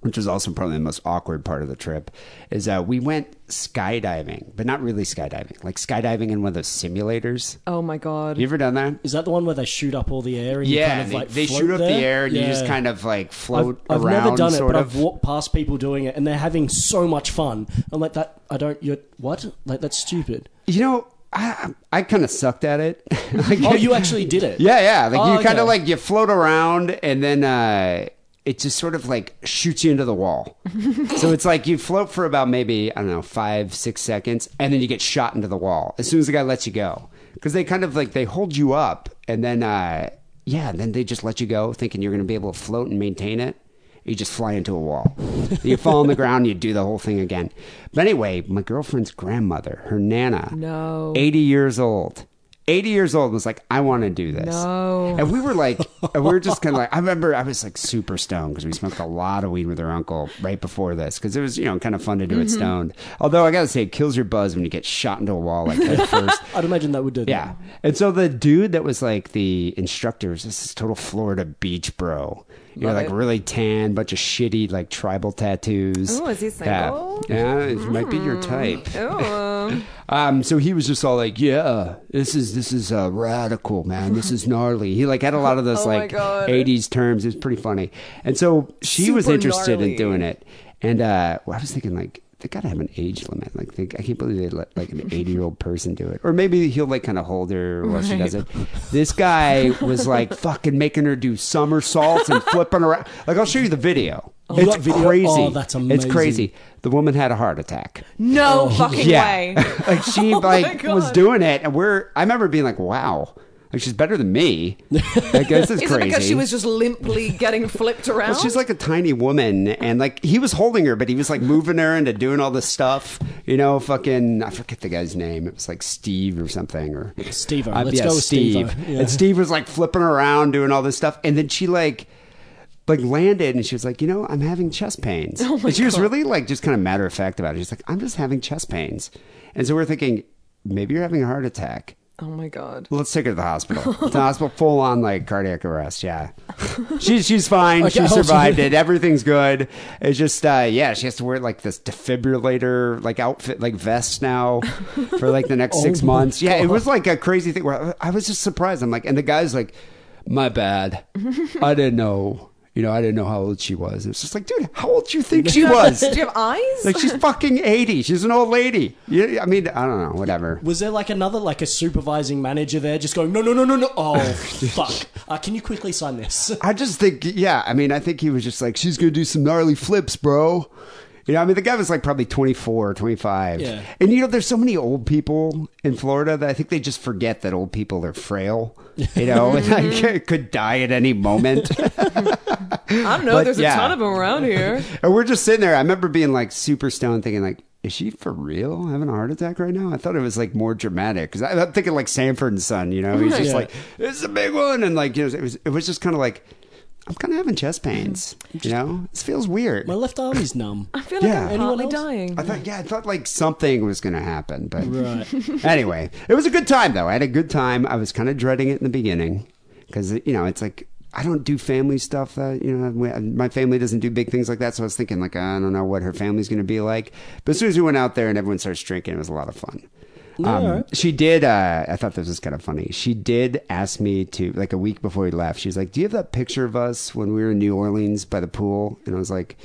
Speaker 3: which was also probably the most awkward part of the trip, is uh, we went skydiving, but not really skydiving, like skydiving in one of those simulators.
Speaker 5: Oh my god.
Speaker 3: You ever done that?
Speaker 4: Is that the one where they shoot up all the air and you
Speaker 3: Yeah,
Speaker 4: kind of
Speaker 3: they,
Speaker 4: like
Speaker 3: they
Speaker 4: float
Speaker 3: shoot up the
Speaker 4: there?
Speaker 3: air and you just
Speaker 4: Yeah.
Speaker 3: kind of like float
Speaker 4: I've, I've
Speaker 3: around.
Speaker 4: never done it,
Speaker 3: sort
Speaker 4: but
Speaker 3: of.
Speaker 4: I've walked past people doing it, and they're having so much fun. I'm like, that. I don't. You're what? Like that's stupid.
Speaker 3: you know, I I kind of sucked at it. Like,
Speaker 4: Oh, you actually did it.
Speaker 3: Yeah, yeah. Like
Speaker 4: Oh,
Speaker 3: you
Speaker 4: okay.
Speaker 3: kind of like you float around and then uh, it just sort of like shoots you into the wall. so it's like you float for about maybe I don't know five six seconds and then you get shot into the wall as soon as the guy lets you go because they kind of like they hold you up and then uh, yeah then they just let you go thinking you're going to be able to float and maintain it. You just fly into a wall. you fall on the ground. You do the whole thing again. But anyway, my girlfriend's grandmother, her nana,
Speaker 5: No.
Speaker 3: 80 years old. 80 years old was like, I want to do this.
Speaker 5: No.
Speaker 3: And we were like, and we were just kind of like, I remember I was like super stoned because we smoked a lot of weed with her uncle right before this because it was, you know, kind of fun to do
Speaker 5: Mm-hmm.
Speaker 3: it stoned. Although I got to say, it kills your buzz when you get shot into a wall like that first.
Speaker 4: I'd imagine that would do. that.
Speaker 3: Yeah. And so the dude that was like the instructor was just this total Florida beach bro. You know,
Speaker 5: Love
Speaker 3: like
Speaker 5: it.
Speaker 3: really tan, bunch of shitty like tribal tattoos.
Speaker 5: Ooh, Oh, is he
Speaker 3: Yeah.
Speaker 5: single? Hmm.
Speaker 3: Yeah, it might be your type.
Speaker 5: Oh,
Speaker 3: Um, so he was just all like, "Yeah, this is this is uh, radical, man. This is gnarly." He like had a lot of those
Speaker 5: Oh my
Speaker 3: like
Speaker 5: God.
Speaker 3: '80s terms. It was pretty funny. And so she was
Speaker 5: Super
Speaker 3: interested
Speaker 5: gnarly.
Speaker 3: in doing it. And uh, well, I was thinking like they gotta have an age limit. Like they, I can't believe they let like an 80 year old person do it. Or maybe he'll like kind of hold her while she does it. This guy was like fucking making her do somersaults and flipping around. Like I'll show you the video.
Speaker 4: Oh,
Speaker 3: it's
Speaker 4: that video?
Speaker 3: crazy.
Speaker 4: Oh, that's
Speaker 3: It's
Speaker 4: amazing.
Speaker 3: crazy. The woman had a heart attack
Speaker 5: No fucking
Speaker 3: yeah.
Speaker 5: way. Oh
Speaker 3: like she
Speaker 5: my
Speaker 3: like
Speaker 5: God.
Speaker 3: was doing it, and we're. I remember being like, "Wow, like she's better than me." Like this is
Speaker 5: Is
Speaker 3: crazy.
Speaker 5: it because she was just limply getting flipped around?
Speaker 3: Well, she's like a tiny woman, and like he was holding her, but he was like moving her into doing all this stuff. You know, fucking I forget the guy's name. It was like Steve or something, or
Speaker 4: Steve-o.
Speaker 3: Uh,
Speaker 4: Let's
Speaker 3: yeah,
Speaker 4: go with
Speaker 3: Steve.
Speaker 4: Steve-o. Yeah.
Speaker 3: And Steve was like flipping around, doing all this stuff, and then she like. Like landed and she was like, you know, I'm having chest pains.
Speaker 4: Oh
Speaker 3: and she was really like just kind of matter of fact about it. She's like, I'm just having chest pains. And so we're thinking, maybe you're having a heart attack.
Speaker 5: oh my god.
Speaker 3: Let's take her to the hospital. To the hospital, full on like cardiac arrest. Yeah, she's she's fine.
Speaker 4: Okay,
Speaker 3: she
Speaker 4: I hope she
Speaker 3: survived
Speaker 4: did.
Speaker 3: it. Everything's good. It's just uh, yeah, she has to wear like this defibrillator like outfit like vest now for like the next six
Speaker 4: Oh my
Speaker 3: months. Yeah, it
Speaker 4: God.
Speaker 3: was like a crazy thing. Where I I was just surprised. I'm like, and the guy's like, my bad. I didn't know. You know, I didn't know how old she was. It's just like, dude, how old do you think she was?
Speaker 5: Do you have eyes?
Speaker 3: Like she's fucking eighty. She's an old lady. Yeah, I mean, I don't know. Whatever.
Speaker 4: Was there like another like a supervising manager there just going no no no no no oh fuck uh, can you quickly sign this
Speaker 3: I just think, yeah. I mean, I think he was just like, she's going to do some gnarly flips, bro. You know, I mean, the guy was like probably 24, 25.
Speaker 4: Yeah.
Speaker 3: And, you know, there's so many old people in Florida that I think they just forget that old people are frail, you know, and like, could die at any moment.
Speaker 5: I don't know.
Speaker 3: But,
Speaker 5: There's
Speaker 3: yeah.
Speaker 5: a ton of them around here.
Speaker 3: and we're just sitting there. I remember being like super stoned thinking, like, is she for real having a heart attack right now? I thought it was like more dramatic because I'm thinking like Sanford and Son, you know, he's just
Speaker 4: Yeah.
Speaker 3: like, it's a big one. And like, you know, it was, it was just kind of like, I'm kind of having chest pains, you know, this feels weird.
Speaker 4: my left arm is numb
Speaker 5: I feel like
Speaker 3: Yeah.
Speaker 5: I'm
Speaker 3: Anyone
Speaker 5: partly
Speaker 4: else?
Speaker 5: dying.
Speaker 3: I thought, yeah, I thought like something was going to happen, but
Speaker 4: right
Speaker 3: anyway, it was a good time though. I had a good time. I was kind of dreading it in the beginning because you know it's like I don't do family stuff. That you know we- my family doesn't do big things like that. So I was thinking like I don't know what her family's going to be like. But as soon as we went out there and everyone starts drinking, it was a lot of fun. Um, she did. Uh, I thought this was kind of funny. She did ask me to like a week before we left. She's like, "Do you have that picture of us when we were in New Orleans by the pool?" And I was like,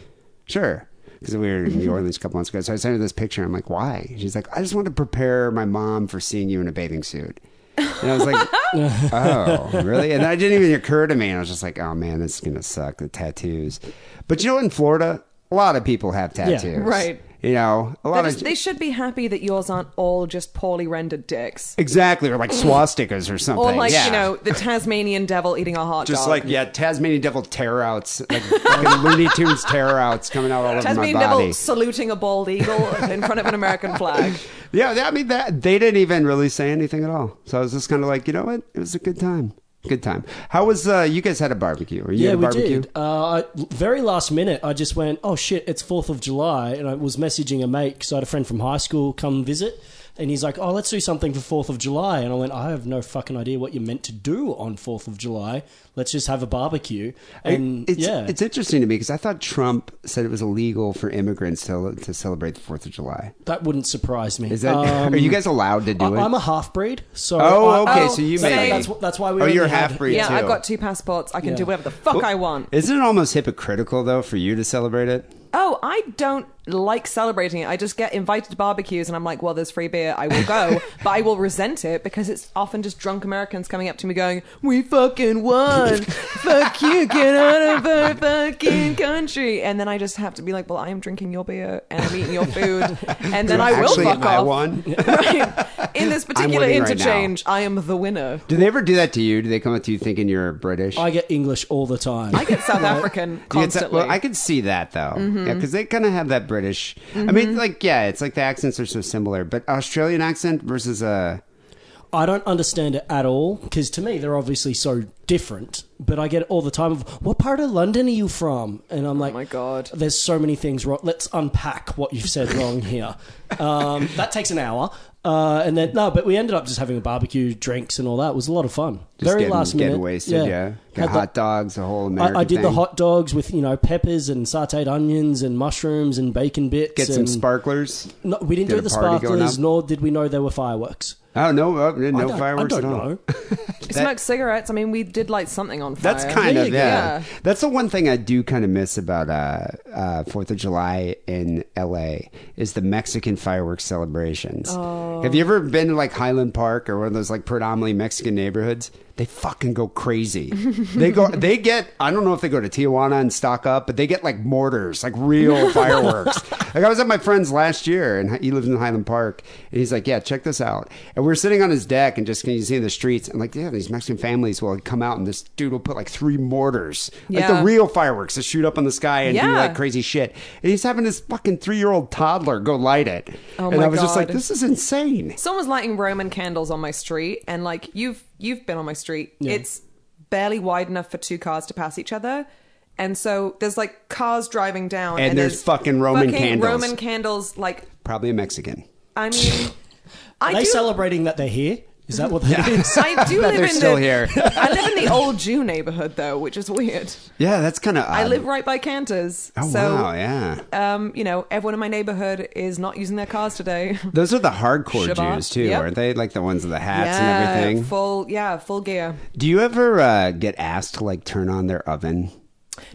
Speaker 3: "Sure." because we were in New Orleans a couple months ago. So I sent her this picture. I'm like, why? She's like, I just want to prepare my mom for seeing you in a bathing suit. And I was like, oh, really? And that didn't even occur to me. And I was just like, oh man, this is going to suck, the tattoos. But you know, what? in Florida, a lot of people have tattoos.
Speaker 5: Right.
Speaker 3: You know, a lot
Speaker 5: They're just-
Speaker 3: of.
Speaker 5: they should be happy that yours aren't all just poorly rendered dicks.
Speaker 3: Exactly, or like swastikas or something.
Speaker 5: Or like,
Speaker 3: yeah.
Speaker 5: you know, the Tasmanian devil eating a hot
Speaker 3: Just
Speaker 5: dog.
Speaker 3: like, yeah, Tasmanian Devil tear outs, like fucking Looney Tunes tear outs coming out all over my
Speaker 5: Tasmanian
Speaker 3: body.
Speaker 5: devil saluting a bald eagle in front of an American flag.
Speaker 3: Yeah, that- I mean that they didn't even really say anything at all. So I was just kind of like, you know what? It was a good time. Good time. How was uh you guys had a barbecue? Or you
Speaker 4: yeah
Speaker 3: had a
Speaker 4: we
Speaker 3: barbecue?
Speaker 4: did uh, I, very last minute I just went oh shit it's Fourth of July and I was messaging a mate because I had a friend from high school come visit and he's like oh let's do something for Fourth of July and I went I have no fucking idea what you're meant to do on Fourth of July let's just have a barbecue and
Speaker 3: it's,
Speaker 4: Mm, yeah
Speaker 3: it's interesting to me because I thought Trump said it was illegal for immigrants to to celebrate the Fourth of July.
Speaker 4: that wouldn't surprise me
Speaker 3: Is that?
Speaker 4: Um,
Speaker 3: are you guys allowed to do it?
Speaker 4: I, I'm a half breed, so
Speaker 3: oh,
Speaker 4: I-
Speaker 3: okay.
Speaker 5: Oh,
Speaker 3: so you
Speaker 5: so
Speaker 3: may.
Speaker 4: that's wh- that's why we
Speaker 3: Oh,
Speaker 4: only
Speaker 3: you're
Speaker 4: had-
Speaker 3: half breed
Speaker 5: Yeah,
Speaker 3: too.
Speaker 5: I've got two passports. I can do whatever the fuck I want.
Speaker 3: Isn't it almost hypocritical though for you to celebrate it?
Speaker 5: Oh, I don't like celebrating it. I just get invited to barbecues and I'm like, well, there's free beer. I will go. but I will resent it because it's often just drunk Americans coming up to me going, we fucking won. Fuck you. Get out of our fucking country. And then I just have to be like, well, I am drinking your beer and I'm eating your food. And then I will
Speaker 3: Actually,
Speaker 5: fuck
Speaker 3: I
Speaker 5: off.
Speaker 3: won.
Speaker 5: Right. In this particular
Speaker 3: winning right now.
Speaker 5: interchange, I am the winner.
Speaker 3: Do they ever do that to you? Do they come up to you thinking you're British?
Speaker 4: I get English all the time.
Speaker 5: I get South African
Speaker 3: Yeah, it's-
Speaker 5: constantly.
Speaker 3: well, I could see that though,
Speaker 4: Mm-hmm.
Speaker 3: yeah, because they kind of have that British. uh, I mean, like, yeah, it's like the accents are so similar, but Australian accent versus a
Speaker 4: I don't understand it at all because to me they're obviously so different. But I get it all the time of what part of London are you from? And I'm like,
Speaker 5: Oh my God.
Speaker 4: there's so many things wrong. Let's unpack what you've said wrong here. Um, that takes an hour. Uh, and then no, but we ended up just having a barbecue, drinks, and all that. It was a lot of fun.
Speaker 3: Just
Speaker 4: Very
Speaker 3: getting,
Speaker 4: last minute,
Speaker 3: getting wasted, yeah.
Speaker 4: Had
Speaker 3: Got
Speaker 4: the-
Speaker 3: hot dogs, the whole American
Speaker 4: I, I did the
Speaker 3: thing.
Speaker 4: hot dogs with you know peppers and sautéed onions and mushrooms and bacon bits.
Speaker 3: Get some
Speaker 4: and-
Speaker 3: sparklers.
Speaker 4: No, we didn't
Speaker 3: Did
Speaker 4: do
Speaker 3: a
Speaker 4: the
Speaker 3: party going
Speaker 4: sparklers,
Speaker 3: up?
Speaker 4: nor did we know there were fireworks.
Speaker 3: Oh no, oh, no
Speaker 4: I
Speaker 3: no
Speaker 4: don't-
Speaker 3: fireworks
Speaker 4: I don't
Speaker 3: at all.
Speaker 4: know.
Speaker 5: We smoked cigarettes. I mean, we did light something on fire.
Speaker 3: That's kind
Speaker 4: There
Speaker 3: of
Speaker 4: you
Speaker 3: yeah.
Speaker 4: go.
Speaker 5: Yeah.
Speaker 3: That's the one thing I do kind of miss about uh, uh, Fourth of July in L.A. is the Mexican fireworks celebrations.
Speaker 4: Oh.
Speaker 3: Have you ever been to like Highland Park or one of those like predominantly Mexican neighborhoods? They fucking go crazy. they go. They get. I don't know if they go to Tijuana and stock up, but they get like mortars, like real fireworks. like I was at my friend's last year, and he lives in Highland Park, and he's like, "Yeah, check this out." And we're sitting on his deck, and just can you see the streets? And like, yeah, these Mexican families will like, come out, and this dude will put like three mortars, like
Speaker 5: Yeah.
Speaker 3: the real fireworks that shoot up in the sky and do
Speaker 5: Yeah.
Speaker 3: like crazy shit. And he's having his fucking three-year-old toddler go light it,
Speaker 5: Oh
Speaker 3: and
Speaker 5: my
Speaker 3: I was just
Speaker 5: God.
Speaker 3: like, "This is insane."
Speaker 5: Someone's lighting Roman candles on my street, and like you've you've been on my street. It's barely wide enough for two cars to pass each other. And so there's like cars driving down,
Speaker 3: And there's fucking Roman
Speaker 5: fucking
Speaker 3: candles.
Speaker 5: Roman candles, like
Speaker 3: Probably a Mexican.
Speaker 5: I mean, I
Speaker 4: Are they
Speaker 5: do.
Speaker 4: celebrating that they're here? Is that what that is?
Speaker 5: I do live
Speaker 3: they're
Speaker 5: in
Speaker 3: still
Speaker 5: the,
Speaker 3: here.
Speaker 5: I live in the old Jew neighborhood though, which is weird.
Speaker 3: Yeah, that's kind of.
Speaker 5: I live right by Cantor's,
Speaker 3: Um, Oh
Speaker 5: so
Speaker 3: wow! Yeah.
Speaker 5: um, you know everyone in my neighborhood is not using their cars today.
Speaker 3: Those are the hardcore
Speaker 5: Shabbat,
Speaker 3: Jews too,
Speaker 5: yep.
Speaker 3: aren't they? Like the ones with the hats
Speaker 5: yeah,
Speaker 3: and everything.
Speaker 5: full yeah, full gear.
Speaker 3: Do you ever uh, get asked to like turn on their oven,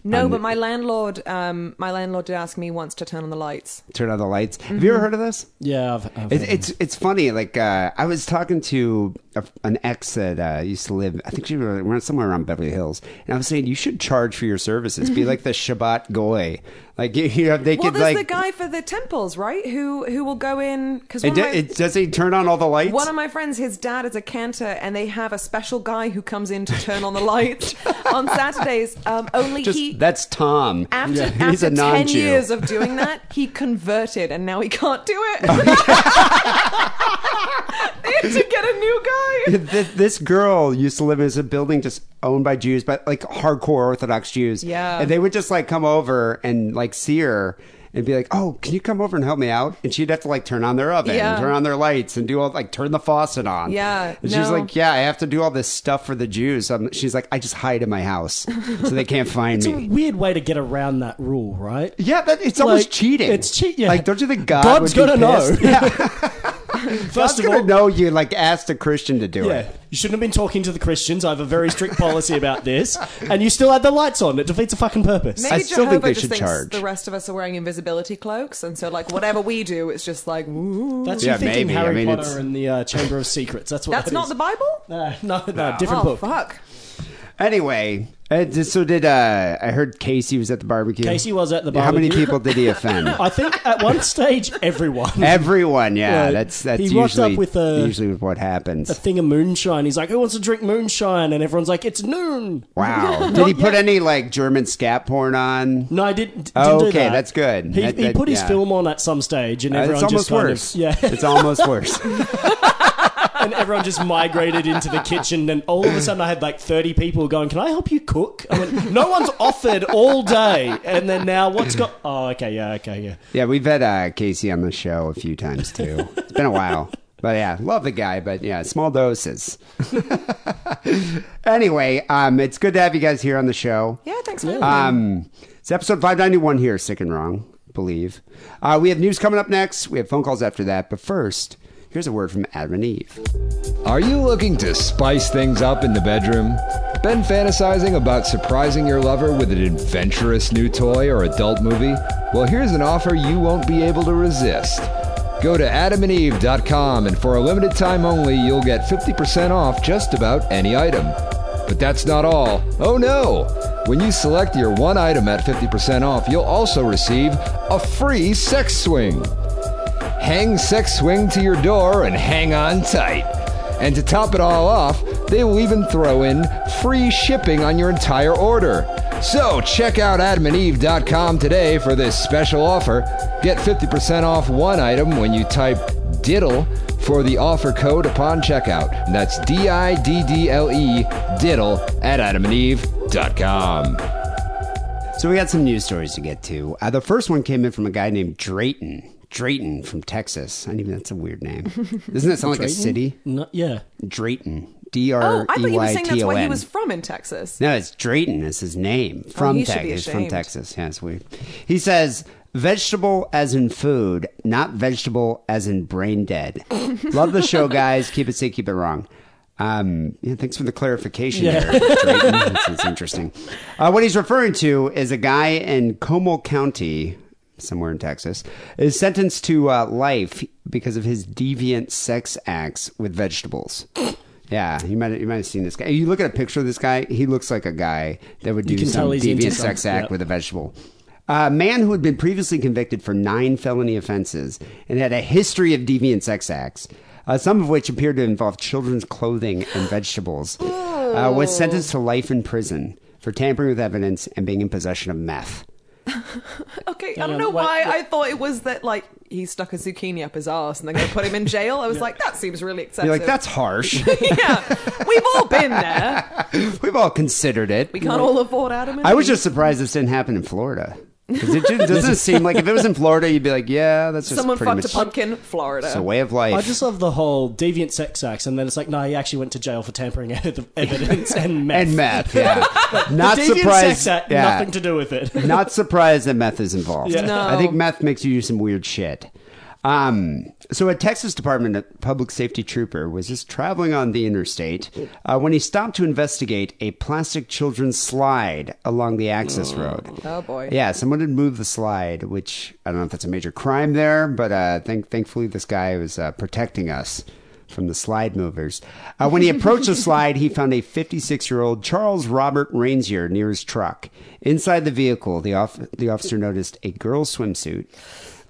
Speaker 5: No, but my landlord, um, my landlord did ask me once to turn on the lights.
Speaker 3: turn on the lights? Have
Speaker 5: Mm-hmm.
Speaker 3: you ever heard of this?
Speaker 4: yeah, I've, I've,
Speaker 3: It, it's it's funny. Like uh, I was talking to a, an ex that uh, used to live. I think she was around- somewhere around Beverly Hills, and I was saying you should charge for your services. Be like the Shabbat goy. Like you, you have they
Speaker 5: Well,
Speaker 3: could
Speaker 5: there's
Speaker 3: like.
Speaker 5: the guy for the temples, right? Who who will go in because
Speaker 3: it,
Speaker 5: one,
Speaker 3: do-
Speaker 5: of my-
Speaker 3: it does he turn on all the lights?
Speaker 5: one of my friends, his dad is a cantor, and they have a special guy who comes in to turn on the lights on Saturdays. Um, only
Speaker 3: Just
Speaker 5: he
Speaker 3: that's Tom.
Speaker 5: after,
Speaker 3: Yeah. He's
Speaker 5: after
Speaker 3: a
Speaker 5: ten
Speaker 3: non-Jew.
Speaker 5: years of doing that, he converted, and now he can't do it. they had to get a new guy.
Speaker 3: Th- this girl used to live in a building just owned by Jews, but like hardcore Orthodox Jews.
Speaker 5: Yeah.
Speaker 3: And they would just like come over and like see her and be like, oh, can you come over and help me out? And she'd have to like turn on their oven,
Speaker 5: Yeah.
Speaker 3: and turn on their lights, and do all like turn the faucet on.
Speaker 5: Yeah,
Speaker 3: And she's
Speaker 5: no.
Speaker 3: like, yeah, I have to do all this stuff for the Jews. Um, she's like, I just hide in my house so they can't find
Speaker 4: it's a
Speaker 3: me.
Speaker 4: weird way to get around that rule, right?
Speaker 3: Yeah, that, it's almost
Speaker 4: Like,
Speaker 3: cheating.
Speaker 4: it's cheat- yeah.
Speaker 3: Like, don't you think God
Speaker 4: God's
Speaker 3: would be
Speaker 4: gonna know.
Speaker 3: pissed? Yeah,
Speaker 4: First
Speaker 3: God's
Speaker 4: of
Speaker 3: gonna
Speaker 4: all,
Speaker 3: know you like asked a Christian to do
Speaker 4: yeah,
Speaker 3: it.
Speaker 4: you shouldn't have been talking to the Christians. I have a very strict policy about this, and you still had the lights on. It defeats a fucking purpose.
Speaker 5: Maybe
Speaker 3: I still think
Speaker 5: Jehovah
Speaker 3: they
Speaker 5: just
Speaker 3: should
Speaker 5: thinks
Speaker 3: charge.
Speaker 5: The rest of us are wearing invisibility cloaks, and so like whatever we do, it's just like. Woo.
Speaker 4: That's
Speaker 3: Yeah,
Speaker 4: you thinking
Speaker 3: maybe. I
Speaker 4: Harry
Speaker 3: mean,
Speaker 4: Potter
Speaker 3: it's-
Speaker 4: and the uh, Chamber of Secrets. That's what
Speaker 5: That's
Speaker 4: that
Speaker 5: not
Speaker 4: is.
Speaker 5: the Bible.
Speaker 4: Nah, no, no, different
Speaker 5: oh
Speaker 4: book.
Speaker 5: fuck!
Speaker 3: Anyway, uh, d- so did uh, I heard Casey was at the barbecue.
Speaker 4: Casey was at the
Speaker 3: How many
Speaker 4: barbecue.
Speaker 3: people did he offend?
Speaker 4: I think at one stage, everyone.
Speaker 3: Everyone, yeah.
Speaker 4: Yeah,
Speaker 3: that's that's
Speaker 4: he walked
Speaker 3: usually
Speaker 4: up with a-
Speaker 3: usually with what happens.
Speaker 4: a thing of moonshine. He's like, "Who wants to drink moonshine?" And everyone's like, "It's noon."
Speaker 3: wow. Did he put any like German scat porn on?
Speaker 4: No, I didn't. didn't
Speaker 3: Oh,
Speaker 4: do
Speaker 3: okay,
Speaker 4: that.
Speaker 3: that's good.
Speaker 4: He,
Speaker 3: That-
Speaker 4: he
Speaker 3: that-
Speaker 4: put his
Speaker 3: yeah.
Speaker 4: film on at some stage, and
Speaker 3: Uh,
Speaker 4: everyone just
Speaker 3: it's almost
Speaker 4: kind
Speaker 3: worse.
Speaker 4: Of, yeah,
Speaker 3: It's almost worse.
Speaker 4: and everyone just migrated into the kitchen. And all of a sudden, I had like thirty people going, "Can I help you cook?" I went, "No one's offered all day." And then now, what's got? Oh, okay, yeah, okay, yeah.
Speaker 3: yeah, we've had uh, Casey on the show a few times too. It's been a while. But yeah, love the guy, but yeah, small doses. anyway, um, it's good to have you guys here on the show.
Speaker 5: Yeah, thanks for having me.
Speaker 3: Um, it's episode 591 here, Sick and Wrong, I believe. Uh, we have news coming up next. We have phone calls after that. But first, here's a word from Adam and Eve.
Speaker 6: Are you looking to spice things up in the bedroom? Been fantasizing about surprising your lover with an adventurous new toy or adult movie? Well, here's an offer you won't be able to resist. Go to adamandeve.com and for a limited time only, you'll get 50% off just about any item. But that's not all. Oh no! When you select your one item at 50% off, you'll also receive a free sex swing. Hang sex swing to your door and hang on tight. And to top it all off, they will even throw in free shipping on your entire order. So check out adamandeve.com today for this special offer. Get 50% off one item when you type diddle for the offer code upon checkout. That's D I D D L E, diddle at adamandeve.com.
Speaker 3: So we got some news stories to get to. Uh, the first one came in from a guy named Drayton. Drayton from Texas. I don't even. That's a weird name. Doesn't that sound like a city?
Speaker 4: No, yeah.
Speaker 3: Drayton. D
Speaker 5: Oh,
Speaker 3: R
Speaker 5: I thought
Speaker 3: E
Speaker 5: you were
Speaker 3: Y
Speaker 5: saying
Speaker 3: T
Speaker 5: that's
Speaker 3: O
Speaker 5: where he
Speaker 3: N.
Speaker 5: was from in Texas.
Speaker 3: No, it's Drayton is his name from
Speaker 5: he should be
Speaker 3: Texas. He's From
Speaker 5: ashamed.
Speaker 3: Texas, yeah, it's weird. He says vegetable as in food, not vegetable as in brain dead. Love the show, guys. Keep it sick, keep it wrong. Um, yeah, thanks for the clarification there, Drayton. That's, that's interesting. Uh, what he's referring to is a guy in Como County, somewhere in Texas, is sentenced to uh, life because of his deviant sex acts with vegetables. Yeah, you might you might have seen this guy. You look at a picture of this guy; he looks like a guy that would do
Speaker 4: can
Speaker 3: some
Speaker 4: tell he's into
Speaker 3: deviant
Speaker 4: something,
Speaker 3: sex act
Speaker 4: yeah.
Speaker 3: with a vegetable. A man who had been previously convicted for nine felony offenses and had a history of deviant sex acts, uh, some of which appeared to involve children's clothing and vegetables, uh, was sentenced to life in prison for tampering with evidence and being in possession of meth.
Speaker 5: Okay, I
Speaker 4: on,
Speaker 5: don't know
Speaker 4: what-
Speaker 5: why I thought it was that like he stuck a zucchini up his ass and they're going to put him in jail. I was like, that seems really excessive.
Speaker 3: You're like, that's harsh.
Speaker 5: yeah, we've all been there.
Speaker 3: We've all considered it.
Speaker 5: We can't all afford Adam. And
Speaker 3: I was
Speaker 5: Eve.
Speaker 3: just surprised this didn't happen in Florida. 'Cause it just doesn't seem like if it was in Florida, you'd be like, yeah, that's just
Speaker 5: someone
Speaker 3: pretty
Speaker 5: fucked a
Speaker 3: much
Speaker 5: pumpkin, Florida.
Speaker 3: It's a way of life.
Speaker 4: I just love the whole deviant sex acts, and then it's like, nah, he actually went to jail for tampering with evidence and meth.
Speaker 3: and meth, yeah. Not
Speaker 4: The deviant
Speaker 3: surprised.
Speaker 4: sex act,
Speaker 3: yeah.
Speaker 4: nothing to do with it.
Speaker 3: Not surprised that meth is involved.
Speaker 5: No.
Speaker 3: I think meth makes you do some weird shit. Um, so a Texas Department of Public Safety trooper was just traveling on the interstate uh, when he stopped to investigate a plastic children's slide along the access road.
Speaker 5: Oh boy.
Speaker 3: Yeah, someone had moved the slide, which I don't know if that's a major crime there, but uh, thank- thankfully this guy was uh, protecting us from the slide movers. Uh, when he approached the slide, he found a 56 year old Charles Robert Rainsier near his truck. Inside the vehicle, the, off- the officer noticed a girl's swimsuit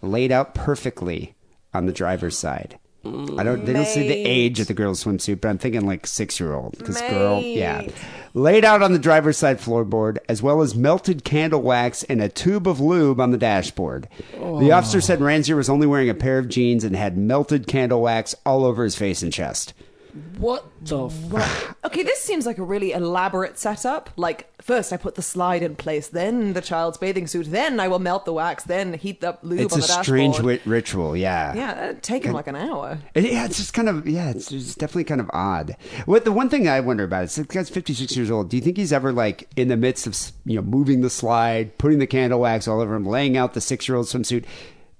Speaker 3: laid out perfectly on the driver's side. I don't. They don't see the age of the girl's swimsuit, but I'm thinking like six year old. Because girl, yeah, laid out on the driver's side floorboard, as well as melted candle wax and a tube of lube on the dashboard.
Speaker 5: Oh.
Speaker 3: The officer said Ranzier was only wearing a pair of jeans and had melted candle wax all over his face and chest.
Speaker 4: What the fuck?
Speaker 5: Okay, this seems like a really elaborate setup. Like, first I put the slide in place, then the child's bathing suit, then I will melt the wax, then heat the lube
Speaker 3: It's
Speaker 5: on
Speaker 3: a
Speaker 5: the
Speaker 3: strange
Speaker 5: dashboard.
Speaker 3: wi- ritual, yeah.
Speaker 5: Yeah, that'd take him like an hour.
Speaker 3: And, yeah, it's just kind of yeah, it's, it's definitely kind of odd. What the one thing I wonder about is this guy's fifty six years old. Do you think he's ever like in the midst of s- you know moving the slide, putting the candle wax all over him, laying out the six year old swimsuit?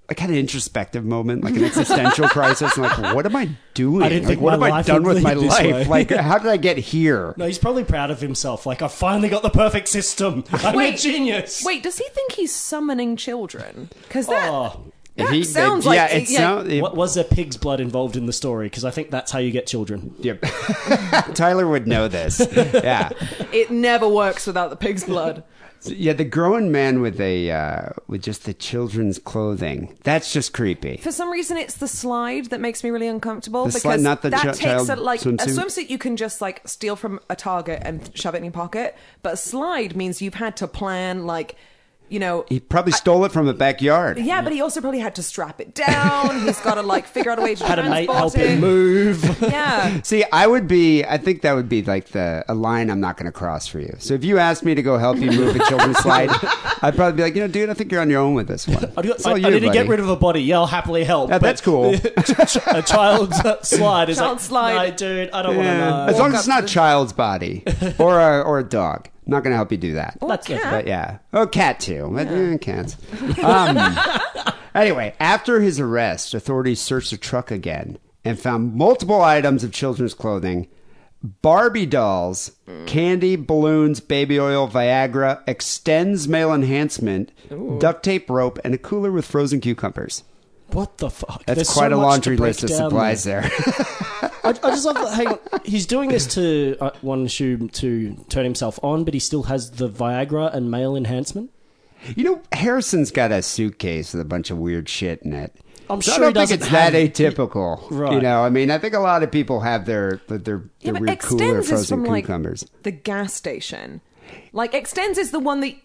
Speaker 3: A kind of introspective moment, like an existential crisis, and like, what am I doing?
Speaker 4: I didn't
Speaker 3: Like,
Speaker 4: think
Speaker 3: what
Speaker 4: my
Speaker 3: have I
Speaker 4: life
Speaker 3: done
Speaker 4: would
Speaker 3: with my
Speaker 4: lead this
Speaker 3: life?
Speaker 4: way.
Speaker 3: Like, how did I get here?
Speaker 4: No, he's probably proud of himself. Like, I finally got the perfect system. I'm a
Speaker 5: Wait.
Speaker 4: genius.
Speaker 5: Wait, does he think he's summoning children? Because that,
Speaker 4: Oh.
Speaker 5: that
Speaker 3: He-
Speaker 5: sounds
Speaker 3: yeah,
Speaker 5: like
Speaker 3: it sound- it-
Speaker 4: What was there pig's blood involved in the story? Because I think that's how you get children.
Speaker 3: yep. Tyler would know this. Yeah.
Speaker 5: it never works without the pig's blood.
Speaker 3: Yeah, the grown man with a uh, with just the children's clothing. That's just creepy.
Speaker 5: For some reason, it's the slide that makes me really uncomfortable
Speaker 3: The
Speaker 5: because
Speaker 3: slide, not the
Speaker 5: that
Speaker 3: chi-
Speaker 5: takes
Speaker 3: child
Speaker 5: a, like a
Speaker 3: swimsuit?
Speaker 5: swimsuit you can just like steal from a target and shove it in your pocket, but a slide means you've had to plan like, you know,
Speaker 3: He probably stole it from a backyard.
Speaker 5: Yeah, but he also probably had to strap it down. He's got to like figure out a way to
Speaker 4: Had a mate
Speaker 5: transport
Speaker 4: help
Speaker 5: it.
Speaker 4: him move.
Speaker 5: Yeah.
Speaker 3: See, I would be. I think that would be like the a line I'm not going to cross for you. So if you asked me to go help you move a children's slide, I'd probably be like, you know, dude, I think you're on your own with this one.
Speaker 4: I,
Speaker 3: It's all
Speaker 4: I
Speaker 3: you,
Speaker 4: need to get
Speaker 3: buddy.
Speaker 4: rid of a body. Yeah, I'll happily help.
Speaker 3: Yeah,
Speaker 4: but
Speaker 3: that's cool.
Speaker 4: a child's uh, slide is
Speaker 5: Child's
Speaker 4: like, No,
Speaker 5: slide.
Speaker 4: dude, I don't
Speaker 3: Yeah.
Speaker 4: want
Speaker 3: As
Speaker 4: to know.
Speaker 3: long as it's not a child's body or a, or a dog, I'm not going to help you do that.
Speaker 4: That's good.
Speaker 3: But yeah. Oh, cat too. But, eh, cats. Um, anyway, after his arrest, authorities searched the truck again and found multiple items of children's clothing, Barbie dolls,
Speaker 4: Mm.
Speaker 3: candy, balloons, baby oil, Viagra, extends male enhancement, duct tape rope, and a cooler with frozen cucumbers.
Speaker 4: What the fuck?
Speaker 3: That's
Speaker 4: There's so
Speaker 3: quite a
Speaker 4: much to
Speaker 3: laundry
Speaker 4: break
Speaker 3: list of
Speaker 4: down
Speaker 3: supplies
Speaker 4: there.
Speaker 3: there.
Speaker 4: I, I just love that. Hang on, he's doing this to uh, one assume to turn himself on, but he still has the Viagra and male enhancement.
Speaker 3: You know, Harrison's got a suitcase with a bunch of weird shit in it.
Speaker 4: I'm
Speaker 3: So
Speaker 4: sure
Speaker 3: I
Speaker 4: he
Speaker 3: don't think
Speaker 4: doesn't
Speaker 3: it's that
Speaker 4: have-
Speaker 3: atypical.
Speaker 4: Right.
Speaker 3: You know, I mean, I think a lot of people have their their their
Speaker 5: Yeah, but
Speaker 3: weird
Speaker 5: extends
Speaker 3: cooler
Speaker 5: is from
Speaker 3: frozen
Speaker 5: like
Speaker 3: cucumbers.
Speaker 5: the gas station. Like extends is the one that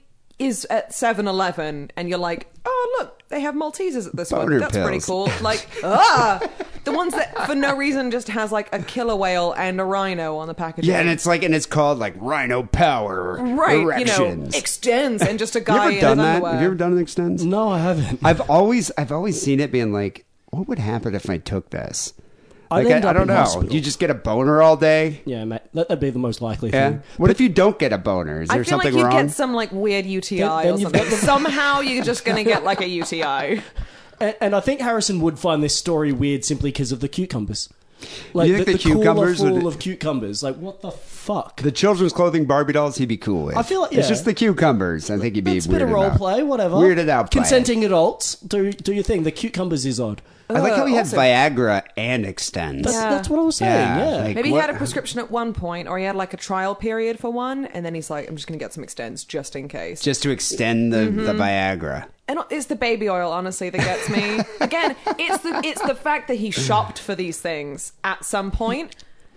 Speaker 5: is at 7-Eleven, and you're like, oh look, they have Maltesers at this
Speaker 3: Boner
Speaker 5: one. That's
Speaker 3: pills.
Speaker 5: pretty cool. Like, ah, The ones that, for no reason, just has like a killer whale and a rhino on the packaging.
Speaker 3: Yeah, and it's like, and it's called like Rhino Power
Speaker 5: right, you know,
Speaker 3: Erections.
Speaker 5: extends and just a
Speaker 3: You
Speaker 5: guy
Speaker 3: ever
Speaker 5: in his
Speaker 3: done that?
Speaker 5: underwear.
Speaker 3: Have you ever done an extends?
Speaker 4: No, I haven't.
Speaker 3: I've always, I've always seen it being like, what would happen if I took this?
Speaker 4: I'd
Speaker 3: Like,
Speaker 4: end
Speaker 3: I, I
Speaker 4: up
Speaker 3: don't
Speaker 4: in
Speaker 3: know.
Speaker 4: hospital.
Speaker 3: You just get a boner all day.
Speaker 4: Yeah, mate, that, that'd be the most likely
Speaker 3: Yeah.
Speaker 4: thing.
Speaker 3: What if you don't get a boner? Is
Speaker 5: Hmm. I
Speaker 3: there
Speaker 5: feel
Speaker 3: something
Speaker 5: like you
Speaker 3: wrong?
Speaker 5: get some like weird UTI
Speaker 4: Then- then
Speaker 5: or
Speaker 4: you've
Speaker 5: something.
Speaker 4: got the-
Speaker 5: Somehow you're just going to get like a UTI.
Speaker 4: And, and I think Harrison would find this story weird simply because of the cucumbers. Like
Speaker 3: You think
Speaker 4: the, cooler
Speaker 3: the cucumbers would-
Speaker 4: full of cucumbers. Like what the fuck?
Speaker 3: the children's clothing Barbie dolls, he'd be cool with.
Speaker 4: I feel like-
Speaker 3: it's
Speaker 4: yeah.
Speaker 3: just the cucumbers. I think he'd be
Speaker 4: It's a bit of
Speaker 3: weirded
Speaker 4: role
Speaker 3: out.
Speaker 4: play, whatever.
Speaker 3: Weirded out. by it.
Speaker 4: Consenting adults, do do your thing. The cucumbers is odd.
Speaker 3: I like
Speaker 4: Uh,
Speaker 3: how he had
Speaker 5: Also-
Speaker 3: Viagra and extends.
Speaker 4: That's,
Speaker 5: Yeah.
Speaker 4: that's what I was saying.
Speaker 3: Yeah,
Speaker 4: Yeah,
Speaker 3: like-
Speaker 5: Maybe he
Speaker 3: What-
Speaker 5: had a prescription at one point, or he had like a trial period for one, and then he's like, "I'm just going to get some extends just in case."
Speaker 3: Just to extend the,
Speaker 4: Mm-hmm.
Speaker 3: the Viagra.
Speaker 5: And it's the baby oil, honestly, that gets me. Again, it's the it's the fact that he shopped for these things at some point.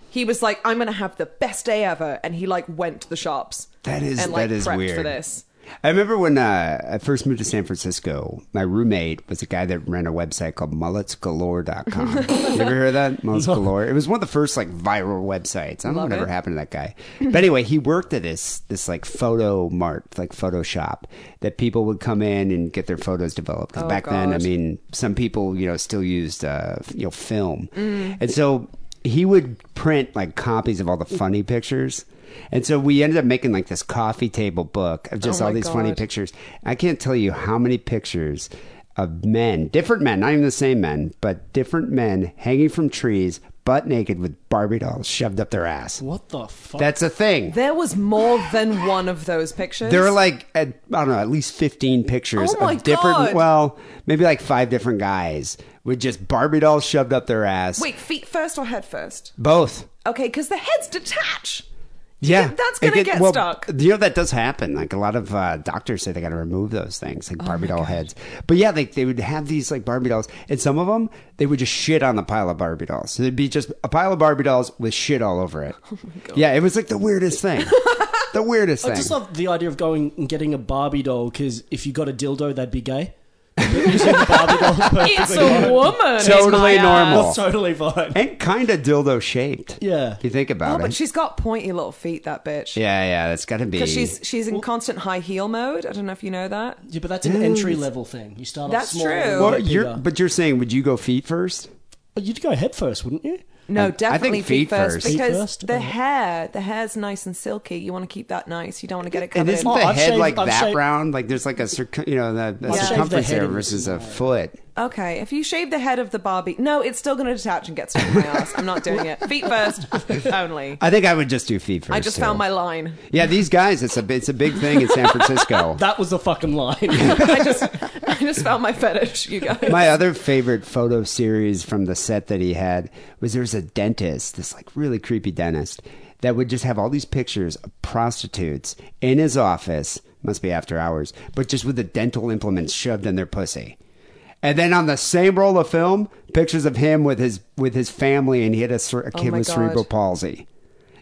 Speaker 5: He was like, "I'm going to have the best day ever," and he like went to the shops.
Speaker 3: That is-
Speaker 5: and, like,
Speaker 3: that is
Speaker 5: prepped for
Speaker 3: weird.
Speaker 5: this.
Speaker 3: I remember when uh, I first moved to San Francisco, my roommate was a guy that ran a website called mulletsgalore.com. you ever hear of that? Mullets Galore. It was one of the first like viral websites. I don't know
Speaker 5: Love
Speaker 3: what ever
Speaker 5: it.
Speaker 3: happened to that guy. But anyway, he worked at this this like photo mart, like Photoshop, that people would come in and get their photos developed. 'Cause
Speaker 5: Oh,
Speaker 3: back then, I
Speaker 5: God.
Speaker 3: mean, some people, you know, still used uh, you know, film.
Speaker 5: Mm.
Speaker 3: And so he would print like copies of all the funny pictures. And so we ended up making like this coffee table book of just
Speaker 5: Oh
Speaker 3: all
Speaker 5: my
Speaker 3: these funny
Speaker 5: God.
Speaker 3: pictures. I can't tell you how many pictures of men, different men, not even the same men, but different men hanging from trees, butt naked with Barbie dolls shoved up their ass.
Speaker 4: What the fuck?
Speaker 3: That's a thing.
Speaker 5: There was more than one of those pictures.
Speaker 3: There were like at, I don't know, at least fifteen pictures
Speaker 5: Oh my
Speaker 3: of different.
Speaker 5: God.
Speaker 3: Well, maybe like five different guys with just Barbie dolls shoved up their ass.
Speaker 5: wait, feet first or head first?
Speaker 3: both.
Speaker 5: Okay, because the heads detach.
Speaker 3: Yeah,
Speaker 5: get- that's
Speaker 3: It
Speaker 5: gonna get stuck.
Speaker 3: You know that does happen. Like a lot of uh, doctors say they got to remove those things,
Speaker 5: Oh
Speaker 3: like Barbie doll heads. But yeah, like they would have these like Barbie dolls, and some of them they would just shit on the pile of Barbie dolls. So there'd be just a pile of Barbie dolls with shit all over it.
Speaker 5: Oh
Speaker 3: Yeah, it was like the weirdest thing. the weirdest
Speaker 4: I
Speaker 3: thing.
Speaker 4: just love the idea of going and getting a Barbie doll because if you got a dildo, that'd be gay.
Speaker 5: It's a woman. in
Speaker 3: Totally
Speaker 5: my
Speaker 3: normal.
Speaker 4: That's
Speaker 5: ass.
Speaker 4: totally fine.
Speaker 3: and kind of dildo shaped.
Speaker 4: Yeah.
Speaker 3: If you think about
Speaker 5: Oh,
Speaker 3: it.
Speaker 5: but she's got pointy little feet, that bitch.
Speaker 3: yeah, yeah, that's got to be.
Speaker 5: Because she's she's in constant high heel mode. I don't know if you know that.
Speaker 4: Yeah, but that's an entry level thing. You start
Speaker 5: That's
Speaker 4: off small.
Speaker 5: true.
Speaker 4: and
Speaker 3: Well,
Speaker 4: get
Speaker 3: Mm. you're,
Speaker 4: bigger.
Speaker 3: but you're saying, would you go feet first?
Speaker 4: But you'd go head first, wouldn't you?
Speaker 5: No,
Speaker 3: think
Speaker 5: definitely
Speaker 3: feet first. Feet
Speaker 5: because
Speaker 4: first?
Speaker 5: the
Speaker 4: Okay.
Speaker 5: hair, the hair's nice and silky. You want to keep that nice. You don't want to get it
Speaker 3: And
Speaker 5: covered.
Speaker 3: isn't
Speaker 5: in.
Speaker 4: Oh,
Speaker 3: the
Speaker 4: I've
Speaker 3: head
Speaker 4: shaved-
Speaker 3: like
Speaker 4: I've
Speaker 3: that
Speaker 4: shaved-
Speaker 3: round? Like there's like a circ- you know the, the
Speaker 4: I've shaved
Speaker 3: circumference
Speaker 4: the head
Speaker 3: there
Speaker 4: in-
Speaker 3: versus a foot.
Speaker 5: Okay, if you shave the head of the Barbie, no, it's still going to detach and get stuck in my ass. I'm not doing it. Feet first only.
Speaker 3: I think I would just do feet first.
Speaker 5: I just
Speaker 3: too.
Speaker 5: found my line.
Speaker 3: yeah. These guys, it's a it's a big thing in San Francisco.
Speaker 4: That was the fucking line.
Speaker 5: I just I just found my fetish. You guys.
Speaker 3: my other favorite photo series from the set that he had was there was a dentist, this like really creepy dentist, that would just have all these pictures of prostitutes in his office, must be after hours, but just with the dental implements shoved in their pussy. And then on the same roll of film, pictures of him with his with his family, and he had a, cer- a kid
Speaker 5: Oh my
Speaker 3: with
Speaker 5: God.
Speaker 3: cerebral palsy.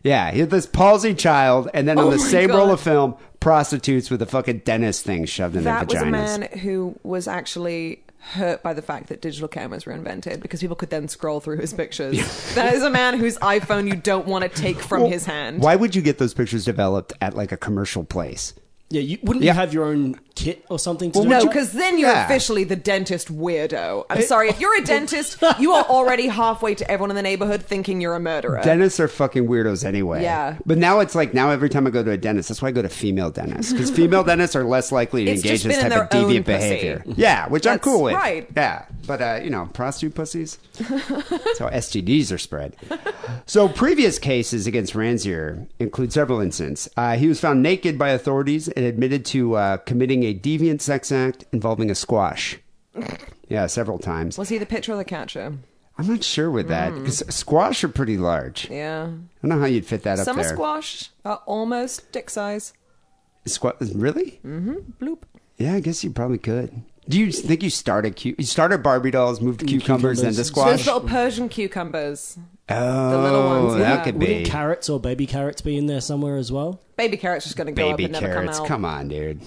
Speaker 3: Yeah, he had this palsy child, and then on
Speaker 5: Oh
Speaker 3: the
Speaker 5: my
Speaker 3: same roll
Speaker 5: God.
Speaker 3: of film, prostitutes with a fucking dentist thing shoved in
Speaker 5: that
Speaker 3: their
Speaker 5: was
Speaker 3: vaginas.
Speaker 5: a man who was actually hurt by the fact that digital cameras were invented because people could then scroll through his pictures. that is a man whose iPhone you don't want to take from
Speaker 3: Well,
Speaker 5: his hand.
Speaker 3: Why would you get those pictures developed at like a commercial place?
Speaker 4: yeah, you wouldn't
Speaker 3: Yeah.
Speaker 4: you have your own kit or something to do
Speaker 5: No,
Speaker 4: it?
Speaker 5: because then you're
Speaker 3: Yeah.
Speaker 5: officially the dentist weirdo. I'm sorry, if you're a dentist, you are already halfway to everyone in the neighborhood thinking you're a murderer.
Speaker 3: Dentists are fucking weirdos anyway.
Speaker 5: Yeah.
Speaker 3: But now it's like now every time I go to a dentist, that's why I go to female dentists because female dentists are less likely to
Speaker 5: It's
Speaker 3: engage
Speaker 5: just
Speaker 3: in this
Speaker 5: been in
Speaker 3: type of
Speaker 5: their own
Speaker 3: deviant
Speaker 5: pussy.
Speaker 3: behavior. Yeah, which I'm
Speaker 5: That's
Speaker 3: cool with.
Speaker 5: right.
Speaker 3: Yeah, but uh, you know, prostitute pussies. that's how STDs are spread. So previous cases against Ranzier include several incidents. Uh, he was found naked by authorities and admitted to uh, committing a deviant sex act involving a squash. Yeah, several times.
Speaker 5: was he the pitcher or the catcher?
Speaker 3: I'm not sure with that
Speaker 5: Hmm.
Speaker 3: because squash are pretty large. I
Speaker 5: Yeah.
Speaker 3: don't know how you'd fit that up
Speaker 5: Summer
Speaker 3: there.
Speaker 5: squash are almost dick size.
Speaker 3: Squat, really?
Speaker 5: Hmm. Bloop.
Speaker 3: Yeah, I guess you probably could. Do you think you started cu- you started Barbie dolls, moved to cucumbers, then to
Speaker 4: cucumbers.
Speaker 3: squash?
Speaker 5: Those little Persian cucumbers.
Speaker 3: oh,
Speaker 5: little ones,
Speaker 3: that
Speaker 5: yeah.
Speaker 3: could
Speaker 4: Wouldn't
Speaker 3: be
Speaker 4: carrots or baby carrots be in there somewhere as well?
Speaker 5: Baby carrot's just going to go up
Speaker 3: baby
Speaker 5: and never
Speaker 3: carrots.
Speaker 5: come out.
Speaker 3: Come on, dude.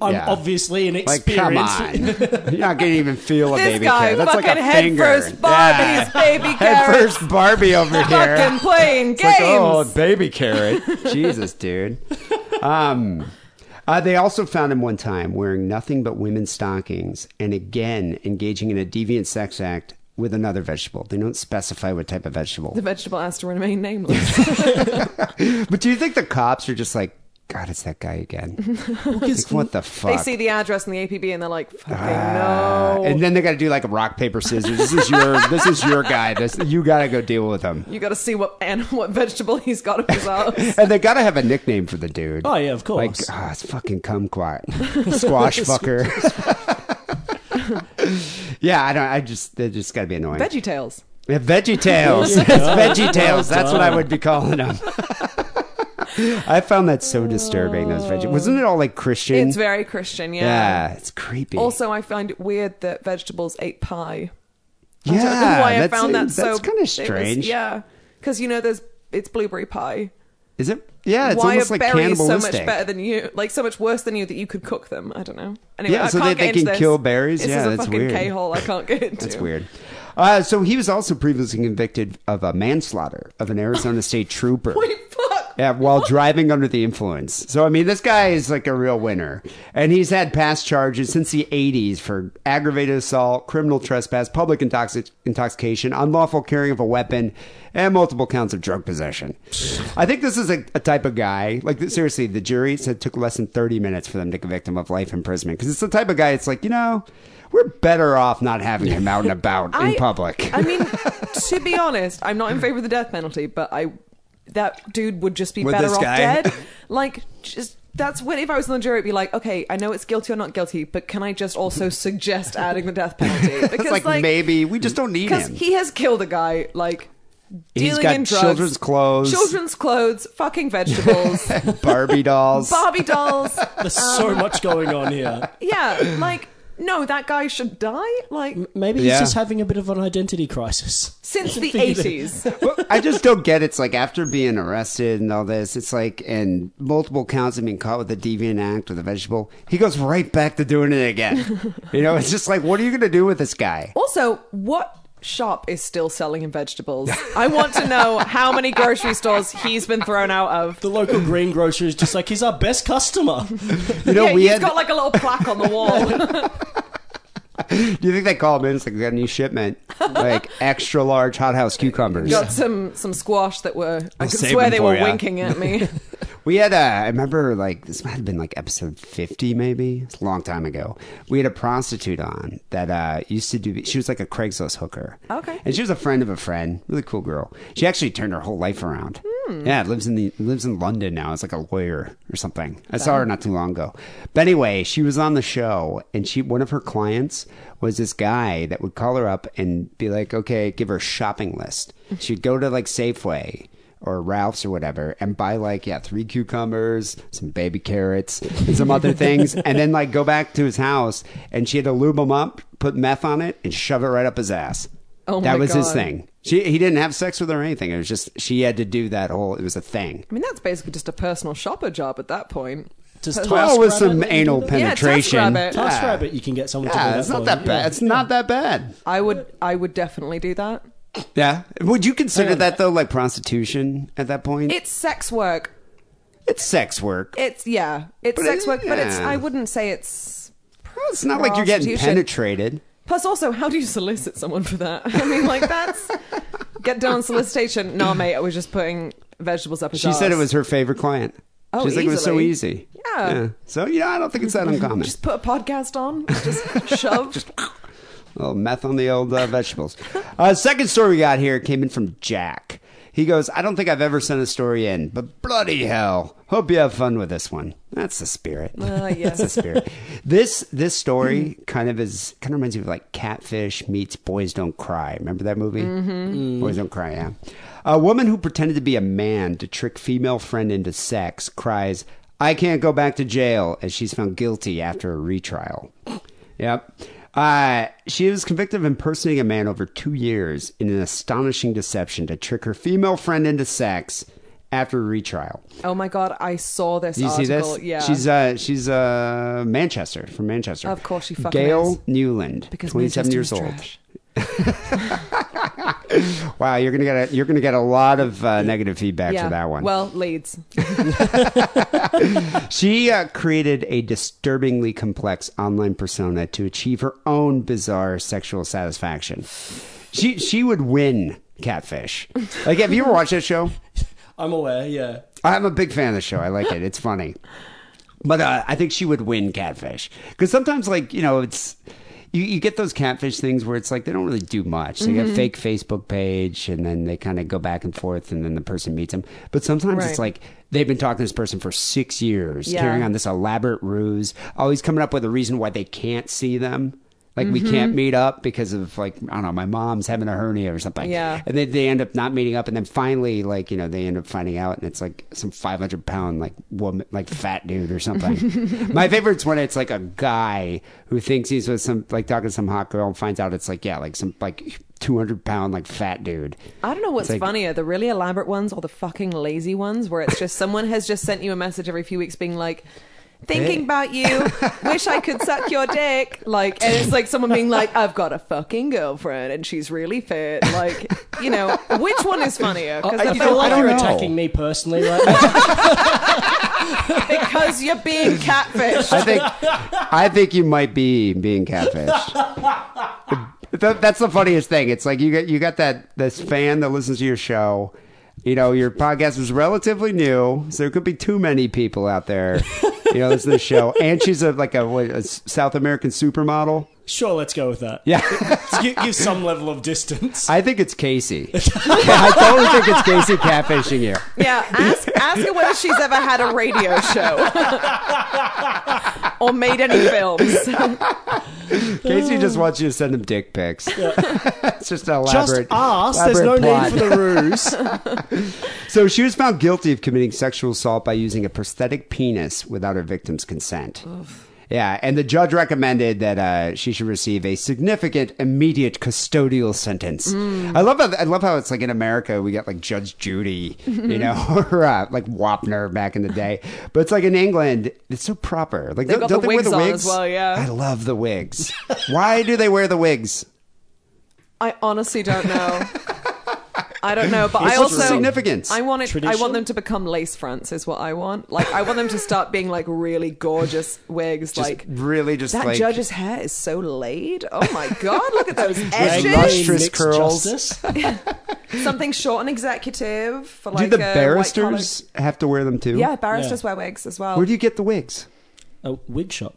Speaker 4: I'm
Speaker 3: Yeah.
Speaker 4: obviously an
Speaker 3: Like,
Speaker 4: experienced.
Speaker 3: come on. You're not going to even feel a
Speaker 5: This
Speaker 3: baby
Speaker 5: guy
Speaker 3: carrot. That's like
Speaker 5: fucking
Speaker 3: a
Speaker 5: head
Speaker 3: finger.
Speaker 5: first Barbie's baby
Speaker 3: Head
Speaker 5: carrot.
Speaker 3: first Barbie over here.
Speaker 5: Fucking playing
Speaker 3: It's
Speaker 5: games.
Speaker 3: Like, oh, baby carrot. Jesus, dude. Um, uh, they also found him one time wearing nothing but women's stockings and again engaging in a deviant sex act with another vegetable. They don't specify what type of vegetable.
Speaker 5: The vegetable has to remain nameless.
Speaker 3: But do you think the cops are just like, God, it's that guy again? Like, what the fuck?
Speaker 5: they see the address in the APB and they're like, fucking
Speaker 3: Uh,
Speaker 5: no.
Speaker 3: and then they got to do like rock paper scissors. This is your this is your guy. This you got to go deal with him.
Speaker 5: you got to see what and what vegetable he's got up his ass.
Speaker 3: And they got to have a nickname for the dude.
Speaker 4: Oh, yeah, of
Speaker 3: Like,
Speaker 4: course.
Speaker 3: ah, it's fucking kumquat, squash fucker. yeah, I don't. I just they just got to be annoying.
Speaker 5: Veggie Tales.
Speaker 3: Yeah, veggie tails. Yes, veggie tails. That's what I would be calling them. I found that so disturbing. Those veggie. Wasn't it all like Christian?
Speaker 5: It's very Christian, yeah.
Speaker 3: yeah, it's creepy.
Speaker 5: Also, I find it weird that vegetables ate pie.
Speaker 3: yeah,
Speaker 5: I don't know why I
Speaker 3: that's,
Speaker 5: found that so
Speaker 3: that's kind of
Speaker 5: it
Speaker 3: strange.
Speaker 5: Was, yeah, because you know there's it's blueberry pie.
Speaker 3: Is it? Yeah, it's
Speaker 5: why
Speaker 3: almost
Speaker 5: are
Speaker 3: like
Speaker 5: berries so much
Speaker 3: cannibalistic.
Speaker 5: better than you? Like so much worse than you that you could cook them. I don't know. Anyway,
Speaker 3: Yeah,
Speaker 5: I
Speaker 3: so
Speaker 5: can't
Speaker 3: they- they
Speaker 5: get into
Speaker 3: can
Speaker 5: this.
Speaker 3: kill berries?
Speaker 5: This
Speaker 3: Yeah,
Speaker 5: is a
Speaker 3: that's
Speaker 5: fucking
Speaker 3: weird.
Speaker 5: K-hole I can't get into.
Speaker 3: That's weird. Uh, so he was also previously convicted of a manslaughter of an Arizona state trooper.
Speaker 5: Fuck.
Speaker 3: Yeah, while driving under the influence. So I mean, this guy is like a real winner, and he's had past charges since the '80s for aggravated assault, criminal trespass, public intoxic- intoxication, unlawful carrying of a weapon, and multiple counts of drug possession. I think this is a, a type of guy. Like seriously, the jury said it took less than 30 minutes for them to convict him of life imprisonment because it's the type of guy. It's like you know, we're better off not having him out and about in
Speaker 5: I-
Speaker 3: public.
Speaker 5: I mean, to be honest, I'm not in favor of the death penalty, but I that dude would just be
Speaker 3: With
Speaker 5: better
Speaker 3: this
Speaker 5: off
Speaker 3: guy?
Speaker 5: dead. Like, just that's when if I was on the jury, it'd be like, okay, I know it's guilty or not guilty, but can I just also suggest adding the death penalty? Because
Speaker 3: it's like, maybe we just don't need
Speaker 5: because
Speaker 3: him.
Speaker 5: he has killed a guy like.
Speaker 3: He's
Speaker 5: dealing
Speaker 3: got
Speaker 5: in drugs,
Speaker 3: children's clothes.
Speaker 5: children's clothes, fucking vegetables,
Speaker 3: Barbie dolls.
Speaker 5: Barbie dolls.
Speaker 4: There's so much going on here.
Speaker 5: Yeah, like no, that guy should die. Like
Speaker 4: Maybe he's
Speaker 3: Yeah.
Speaker 4: just having a bit of an identity crisis.
Speaker 5: since the
Speaker 4: Think that-
Speaker 5: eighties.
Speaker 3: Well, I just don't get it. It's like after being arrested and all this, it's like and multiple counts of being caught with a deviant act with a vegetable. He goes right back to doing it again. you know, it's just like, what are you going to do with this guy?
Speaker 5: Also, what shop is still selling him vegetables? I want to know how many grocery stores he's been thrown out of.
Speaker 4: The local green grocer is just like, he's our best customer.
Speaker 3: You know,
Speaker 5: yeah,
Speaker 3: we
Speaker 5: he's
Speaker 3: had.
Speaker 5: got like a little plaque on the wall.
Speaker 3: do you think they call him in? It's like we got a new shipment, like extra large hot house cucumbers.
Speaker 5: got some some squash that were I could
Speaker 3: save
Speaker 5: swear
Speaker 3: them
Speaker 5: they
Speaker 3: for
Speaker 5: were
Speaker 3: ya.
Speaker 5: winking at me.
Speaker 3: We had a, I remember like this might have been like episode 50 maybe, it's a long time ago. We had a prostitute on that uh, used to do, she was like a Craigslist hooker.
Speaker 5: Okay.
Speaker 3: And she was a friend of a friend, really cool girl. She actually turned her whole life around. Yeah, lives in the lives in London now. It's like a lawyer or something. I saw her not too long ago. But anyway, she was on the show and she one of her clients was this guy that would call her up and be like, "Okay, give her a shopping list." She'd go to like Safeway or Ralph's or whatever and buy like yeah three cucumbers, some baby carrots, and some other things, and then like go back to his house and she had to lube him up, put meth on it, and shove it right up his ass.
Speaker 5: Oh
Speaker 3: that
Speaker 5: my
Speaker 3: was his
Speaker 5: God.
Speaker 3: thing. She he didn't have sex with her or anything. It was just she had to do that whole. It was a thing.
Speaker 5: I mean, that's basically just a personal shopper job at that point.
Speaker 4: Does
Speaker 5: Well,
Speaker 4: Task
Speaker 3: Well, with some
Speaker 4: Rabbit let you
Speaker 3: anal
Speaker 4: do that?
Speaker 5: Yeah,
Speaker 3: penetration.
Speaker 5: Task Rabbit.
Speaker 4: Task
Speaker 3: Yeah.
Speaker 4: Rabbit, you can get someone to do
Speaker 3: Yeah,
Speaker 4: that.
Speaker 3: it's
Speaker 4: for
Speaker 3: not that
Speaker 4: you, yeah.
Speaker 3: bad. It's not that bad.
Speaker 5: I would I would definitely do that.
Speaker 3: Yeah. Would you consider that though, like prostitution at that point?
Speaker 5: It's sex work.
Speaker 3: it's sex work.
Speaker 5: It's yeah, it's
Speaker 3: But
Speaker 5: sex
Speaker 3: it-
Speaker 5: work, but it's
Speaker 3: yeah.
Speaker 5: I wouldn't say it's.
Speaker 3: It's not like you're getting
Speaker 5: prostitution.
Speaker 3: penetrated.
Speaker 5: Plus, also, how do you solicit someone for that? I mean, like that's get down on solicitation. Nah, mate, I was just putting vegetables up. His
Speaker 3: She said it
Speaker 5: arse.
Speaker 3: was her favorite client.
Speaker 5: Oh,
Speaker 3: She's like, it was so
Speaker 5: easily.
Speaker 3: easy.
Speaker 5: Yeah.
Speaker 3: So, you know, I don't think it's that uncommon.
Speaker 5: just put a podcast on, just shove.
Speaker 3: A little meth on the old uh, vegetables. uh, second story we got here came in from Jack. He goes, I don't think I've ever sent a story in, but bloody hell. Hope you have fun with this one. That's the spirit.
Speaker 5: Uh, yeah.
Speaker 3: That's the spirit. Hmm. This this story kind of is kind of reminds me of like Catfish meets Boys Don't Cry. Remember that movie? Boys Don't Cry. Yeah. A woman who pretended to be a man to trick female friend into sex cries, "I can't go back to jail," as she's found guilty after a retrial. Yep. Uh, she was convicted of impersonating a man over two years in an astonishing deception to trick her female friend into sex after retrial.
Speaker 5: Oh my god, I saw this.
Speaker 3: Do you see
Speaker 5: article.
Speaker 3: this?
Speaker 5: Yeah.
Speaker 3: She's uh she's uh Manchester from Manchester.
Speaker 5: Of course she fucking
Speaker 3: Gail
Speaker 5: is.
Speaker 3: Newland,
Speaker 5: because
Speaker 3: twenty seven
Speaker 5: Manchester
Speaker 3: years
Speaker 5: is
Speaker 3: old.
Speaker 5: trash.
Speaker 3: Wow, you're gonna get a, you're gonna get a lot of uh, negative feedback
Speaker 5: Yeah.
Speaker 3: for that one.
Speaker 5: Well, Leeds.
Speaker 3: She uh, created a disturbingly complex online persona to achieve her own bizarre sexual satisfaction. She she would win catfish. Like, have you ever watched that show?
Speaker 4: I'm aware, yeah.
Speaker 3: I'm a big fan of the show. I like it. It's funny. But uh, I think she would win catfish because sometimes, like you know, it's you, you get those catfish things where it's like they don't really do much. They
Speaker 5: Mm-hmm.
Speaker 3: get a fake Facebook page, and then they kind of go back and forth, and then the person meets them. But sometimes it's
Speaker 5: Right.
Speaker 3: like they've been talking to this person for six years,
Speaker 5: Yeah.
Speaker 3: carrying on this elaborate ruse, always coming up with a reason why they can't see them. Like we
Speaker 5: Mm-hmm.
Speaker 3: can't meet up because of like I don't know, my mom's having a hernia or something.
Speaker 5: Yeah.
Speaker 3: And then they end up not meeting up, and then finally, like you know, they end up finding out, and it's like some five hundred pound like woman, like fat dude or something. My favorite's when it's like a guy who thinks he's with some like talking to some hot girl, and finds out it's like yeah, like some like two hundred pound like fat dude.
Speaker 5: I don't know what's
Speaker 3: It's like-
Speaker 5: funnier, the really elaborate ones or the fucking lazy ones where it's just someone has just sent you a message every few weeks being like, thinking
Speaker 3: Hey.
Speaker 5: about you, wish I could suck your dick. Like, and it's like someone being like, I've got a fucking girlfriend and she's really fit. Like, you know, which one is funnier?
Speaker 3: Oh,
Speaker 5: Because
Speaker 4: I,
Speaker 5: I,
Speaker 4: you
Speaker 5: feel
Speaker 4: feel like
Speaker 5: like
Speaker 4: you're
Speaker 3: know.
Speaker 4: attacking me personally right now.
Speaker 5: because you're being catfish.
Speaker 3: I think I think you might be being catfished. Th- That's the funniest thing. It's like you got you got that this fan that listens to your show. You know, your podcast was relatively new, so there could be too many people out there. You know, listen to the show, and she's a like a, what, a S- South American supermodel.
Speaker 4: sure, let's go with that.
Speaker 3: Yeah,
Speaker 4: To gi- give some level of distance.
Speaker 3: I think it's Casey. Yeah, I totally think it's Casey catfishing you.
Speaker 5: Yeah, ask, ask her whether she's ever had a radio show or made any films.
Speaker 3: Casey just wants you to send him dick pics. it's just an
Speaker 4: Just
Speaker 3: elaborate.
Speaker 4: ask. There's no
Speaker 3: elaborate plot.
Speaker 4: need for the ruse.
Speaker 3: So she was found guilty of committing sexual assault by using a prosthetic penis without her victim's consent. Yeah, and the judge recommended that uh, she should receive a significant, immediate custodial sentence.
Speaker 5: Mm.
Speaker 3: I love how I love how it's like in America we got like Judge Judy, you know, or uh, like Wapner back in the day. But it's like in England, it's so proper. Like
Speaker 5: They've
Speaker 3: don't,
Speaker 5: got
Speaker 3: don't
Speaker 5: the
Speaker 3: they wear
Speaker 5: wigs
Speaker 3: the
Speaker 5: on as
Speaker 3: wigs?
Speaker 5: well, yeah.
Speaker 3: I love the wigs. Why do they wear the wigs?
Speaker 5: I honestly don't know. I don't know, but I
Speaker 3: What's
Speaker 5: also
Speaker 3: the significance?
Speaker 5: I want it. I
Speaker 4: Tradition?
Speaker 5: want them to become lace fronts. Is what I want. Like I want them to start being like really gorgeous wigs.
Speaker 3: Just
Speaker 5: like
Speaker 3: really just
Speaker 5: that
Speaker 3: like
Speaker 5: judge's hair is so laid. Oh my god! Look at those
Speaker 3: lustrous
Speaker 5: edges.
Speaker 3: lustrous
Speaker 4: Mixed
Speaker 3: curls.
Speaker 4: justice.
Speaker 5: Something short and executive for
Speaker 3: do
Speaker 5: like
Speaker 3: the
Speaker 5: a white
Speaker 3: barristers have to wear them too?
Speaker 5: collar- Yeah, barristers
Speaker 4: Yeah.
Speaker 5: wear wigs as well.
Speaker 3: Where do you get the wigs?
Speaker 4: A wig shop.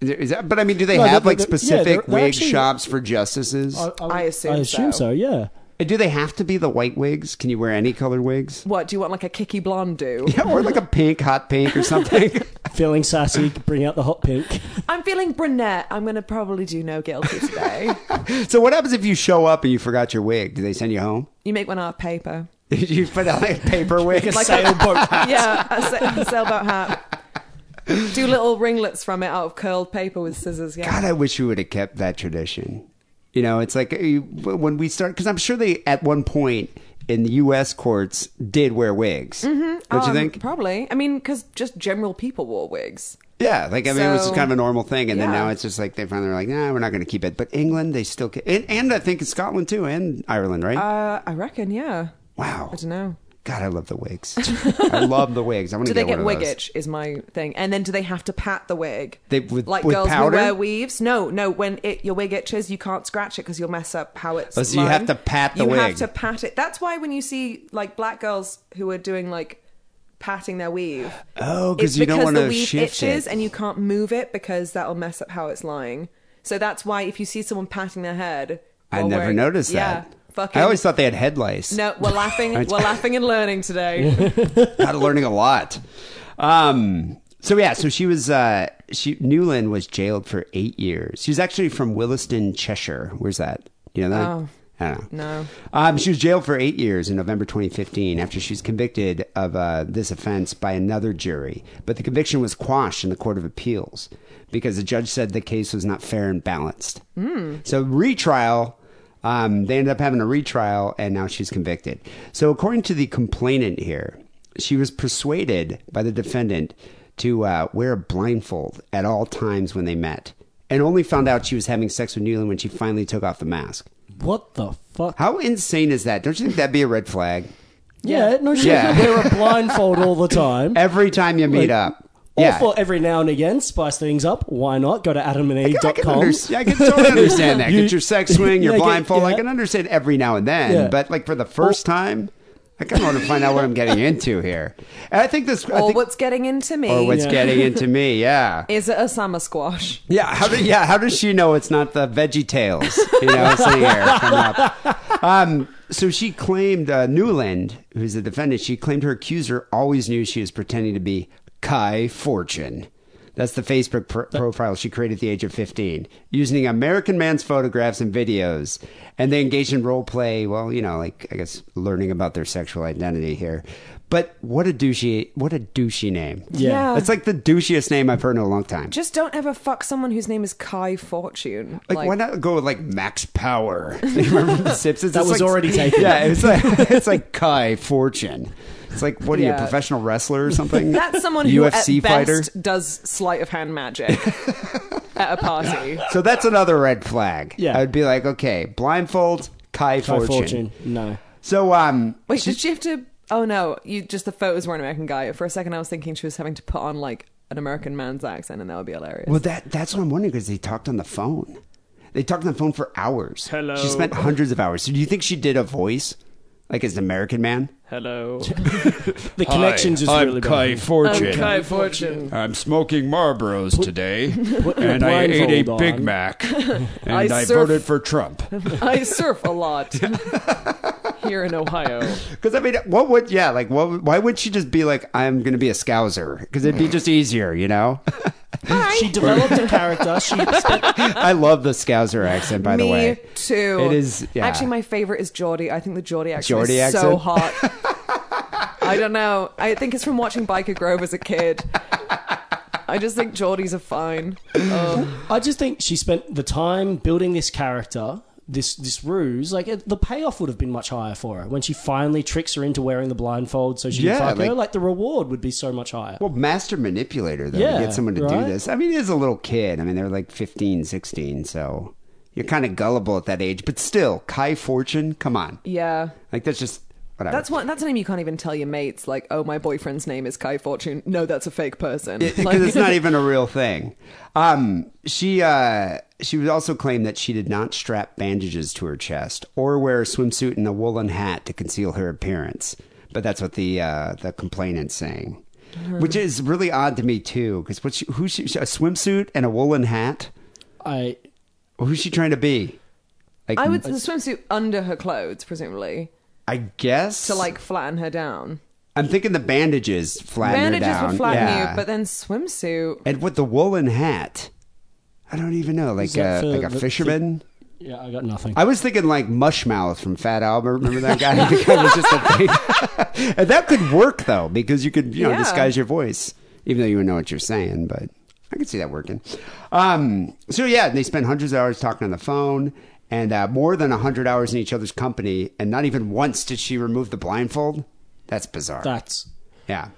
Speaker 3: Is there- is that, but I mean, do they
Speaker 4: No,
Speaker 3: have
Speaker 4: they're-
Speaker 3: like
Speaker 4: they're- yeah,
Speaker 3: specific
Speaker 4: they're- they're
Speaker 3: wig
Speaker 4: actually-
Speaker 3: shops for justices?
Speaker 5: I assume
Speaker 4: I assume so.
Speaker 5: so.
Speaker 4: yeah.
Speaker 3: And do they have to be the white wigs? Can you wear any colored wigs?
Speaker 5: what do you want? Like a kicky blonde do?
Speaker 3: Yeah, or like a pink, hot pink or something.
Speaker 4: Feeling sassy, bring out the hot pink.
Speaker 5: I'm feeling brunette. I'm gonna probably do no guilty today.
Speaker 3: so what happens if you show up and you forgot your wig? Do they send you home?
Speaker 5: you make one out of paper.
Speaker 3: you put out like a paper wig?
Speaker 5: Like a-
Speaker 4: Sailboat.
Speaker 5: yeah, a, sa- a sailboat hat. Do little ringlets from it out of curled paper with scissors. Yeah.
Speaker 3: God, I wish we would have kept that tradition. You know, it's like eh, when we start, because I'm sure they at one point in the U.S. courts did wear wigs. Mm-hmm. Don't you
Speaker 5: Um,
Speaker 3: think?
Speaker 5: Probably. I mean, because just general people wore wigs.
Speaker 3: Yeah, like I mean, it was just
Speaker 5: So-
Speaker 3: kind of a normal thing, and then
Speaker 5: yeah.
Speaker 3: now it's just like they finally were like, nah, we're not going to keep it. But England, they still, ca- and, and I think in Scotland too, and Ireland, right?
Speaker 5: Uh, I reckon, yeah.
Speaker 3: wow,
Speaker 5: I don't know.
Speaker 3: God, I love the wigs. I love the wigs. I want
Speaker 5: Do
Speaker 3: to
Speaker 5: they
Speaker 3: get,
Speaker 5: get
Speaker 3: one of those.
Speaker 5: wigage? Is my thing. And then do they have to pat the wig?
Speaker 3: They- with-
Speaker 5: like
Speaker 3: with
Speaker 5: girls
Speaker 3: powder?
Speaker 5: who wear weaves. No, no. When it your wig itches, you can't scratch it because you'll mess up how it's.
Speaker 3: Oh, so you have
Speaker 5: lined.
Speaker 3: to pat the
Speaker 5: You
Speaker 3: wig.
Speaker 5: have to pat it. That's why when you see like black girls who are doing like patting their weave,
Speaker 3: Oh,
Speaker 5: It's
Speaker 3: because you don't want
Speaker 5: the
Speaker 3: to
Speaker 5: weave
Speaker 3: shift
Speaker 5: itches
Speaker 3: it.
Speaker 5: and you can't move it because that'll mess up how it's lying. So that's why if you see someone patting their head,
Speaker 3: I
Speaker 5: while
Speaker 3: never
Speaker 5: wearing-
Speaker 3: noticed
Speaker 5: yeah,
Speaker 3: that.
Speaker 5: Fucking,
Speaker 3: I always thought they had head lice.
Speaker 5: no. We're laughing.
Speaker 3: I-
Speaker 5: we're laughing and learning today.
Speaker 3: God, learning a lot. Um, so yeah, so she was uh, she Newland was jailed for eight years. She's actually from Williston, Cheshire. Where's that? You know that?
Speaker 5: Oh.
Speaker 3: I don't know.
Speaker 5: No.
Speaker 3: Um, she was jailed for eight years in November 2015 after she was convicted of uh, this offense by another jury. But the conviction was quashed in the Court of Appeals because the judge said the case was not fair and balanced. So retrial. Um, they ended up having a retrial, and now she's convicted. So according to the complainant here, she was persuaded by the defendant to uh, wear a blindfold at all times when they met, and only found out she was having sex with Newland when she finally took off the mask.
Speaker 4: What the fuck?
Speaker 3: How insane is that? Don't you think that'd be a red flag?
Speaker 4: Yeah, no shit.
Speaker 3: Yeah.
Speaker 4: You wear a blindfold all the time.
Speaker 3: Every time you meet
Speaker 4: Like,
Speaker 3: up.
Speaker 4: Or
Speaker 3: Yeah.
Speaker 4: for every now and again, spice things up. Why not? Go to
Speaker 3: I can,
Speaker 4: adamandeve.com.
Speaker 3: under- I can totally understand that.
Speaker 4: You-
Speaker 3: Get your sex swing, your
Speaker 4: Yeah, I get-
Speaker 3: blindfold. I
Speaker 4: yeah.
Speaker 3: can understand every now and then,
Speaker 4: Yeah.
Speaker 3: but like for the first time, I kind of want to find out what I'm getting into here. And I think this. I
Speaker 5: Or
Speaker 3: think,
Speaker 5: what's getting into me?
Speaker 3: or what's
Speaker 4: Yeah.
Speaker 3: getting into me? Yeah.
Speaker 5: is it a summer squash?
Speaker 3: Yeah, how do, yeah, how does she know it's not the Veggie Tales? You know, it's the air coming up. Um, so she claimed uh, Newland, who's the defendant, she claimed her accuser always knew she was pretending to be Kai Fortune. That's the Facebook pr- profile she created at the age of 15, using American man's photographs and videos. And they engaged in role play, well, you know, like, I guess, learning about their sexual identity here. But what a douchey, what a douchey name.
Speaker 4: Yeah.
Speaker 3: It's like the douchiest name I've heard in a long time.
Speaker 5: Just don't ever fuck someone whose name is Kai Fortune.
Speaker 3: Like, why not go with like Max Power? You remember the Simpsons?
Speaker 4: That
Speaker 3: It's
Speaker 4: was
Speaker 3: like-
Speaker 4: already taken.
Speaker 3: Yeah, it's like it's like Kai Fortune. It's like what are you, a
Speaker 5: Yeah.
Speaker 3: professional wrestler or something?
Speaker 5: That's someone who
Speaker 3: UFC
Speaker 5: at
Speaker 3: fighter.
Speaker 5: best does sleight of hand magic at a party.
Speaker 3: So that's another red flag.
Speaker 4: Yeah.
Speaker 3: I would be like, okay, blindfold, Kai,
Speaker 4: Try
Speaker 3: Fortune.
Speaker 4: fortune. No.
Speaker 3: So um,
Speaker 5: Wait, did she have to? Oh no, you just the photos were an American guy. For a second, I was thinking she was having to put on like an American man's accent, and that would be hilarious.
Speaker 3: well, that that's what I'm wondering because they talked on the phone. They talked on the phone for hours.
Speaker 2: Hello.
Speaker 3: She spent hundreds of hours. So do you think she did a voice like as an American man?
Speaker 2: Hello.
Speaker 4: The connections is really bad.
Speaker 6: Fortune.
Speaker 2: Kai Fortune.
Speaker 6: I'm smoking Marlboros today,
Speaker 4: your
Speaker 6: and I ate a
Speaker 4: blindfold
Speaker 6: Big
Speaker 4: on.
Speaker 6: Mac, and I,
Speaker 5: I surf-
Speaker 6: voted for Trump.
Speaker 5: I surf a lot here in Ohio.
Speaker 3: Because I mean, what would yeah like what? would- Why would she just be like, I'm going to be a scouser? Because it'd be just easier, you know.
Speaker 4: She developed a character. She spent
Speaker 3: I love the scouser accent, by
Speaker 5: Me
Speaker 3: the way.
Speaker 5: too.
Speaker 3: It is- yeah.
Speaker 5: Actually, my favorite is Geordie. I think the Geordie accent
Speaker 3: Geordie
Speaker 5: is so
Speaker 3: accent?
Speaker 5: hot. I don't know. I think it's from watching Biker Grove as a kid. I just think Geordies are fine. Oh.
Speaker 4: I just think she spent the time building this character, this this ruse. Like it, the payoff would have been much higher for her when she finally tricks her into wearing the blindfold, so she
Speaker 3: Yeah,
Speaker 4: can fuck her.
Speaker 3: like-
Speaker 4: Like the reward would be so much higher.
Speaker 3: Well, master manipulator though
Speaker 4: Yeah,
Speaker 3: to get someone to
Speaker 4: right?
Speaker 3: do this. I mean, it is a little kid. I mean, they're like 15, 16, so you're kind of gullible at that age. But still, Kai Fortune, come on,
Speaker 5: Yeah.
Speaker 3: like that's just whatever.
Speaker 5: That's one. That's a name you can't even tell your mates. Like, oh, my boyfriend's name is Kai Fortune. No, that's a fake person. like,
Speaker 3: because it's not even a real thing. Um, she uh, she would also claim that she did not strap bandages to her chest or wear a swimsuit and a woolen hat to conceal her appearance. But that's what the uh, the complainant's saying,
Speaker 5: Uh-huh.
Speaker 3: which is really odd to me too. Because what she, who she, a swimsuit and a woolen hat?
Speaker 4: I
Speaker 3: Who's she trying to be? Like
Speaker 5: I would the swimsuit under her clothes, presumably,
Speaker 3: I guess
Speaker 5: to like flatten her down.
Speaker 3: I'm thinking the bandages flatten
Speaker 5: Bandages
Speaker 3: her down.
Speaker 5: would flatten
Speaker 3: yeah.
Speaker 5: you, but then swimsuit.
Speaker 3: and with the woolen hat, I don't even know, like
Speaker 4: that for
Speaker 3: a like a
Speaker 4: the-
Speaker 3: fisherman.
Speaker 4: yeah, I got nothing.
Speaker 3: I was thinking like Mushmouth from Fat Albert. Remember that guy? the guy was just a thing. and that could work though, because you could you know
Speaker 5: Yeah.
Speaker 3: disguise your voice, even though you would know what you're saying. But I could see that working. Um, so yeah, they spent hundreds of hours talking on the phone. And uh, more than hundred hours in each other's company, and not even once did she remove the blindfold. That's bizarre.
Speaker 4: That's
Speaker 3: Yeah.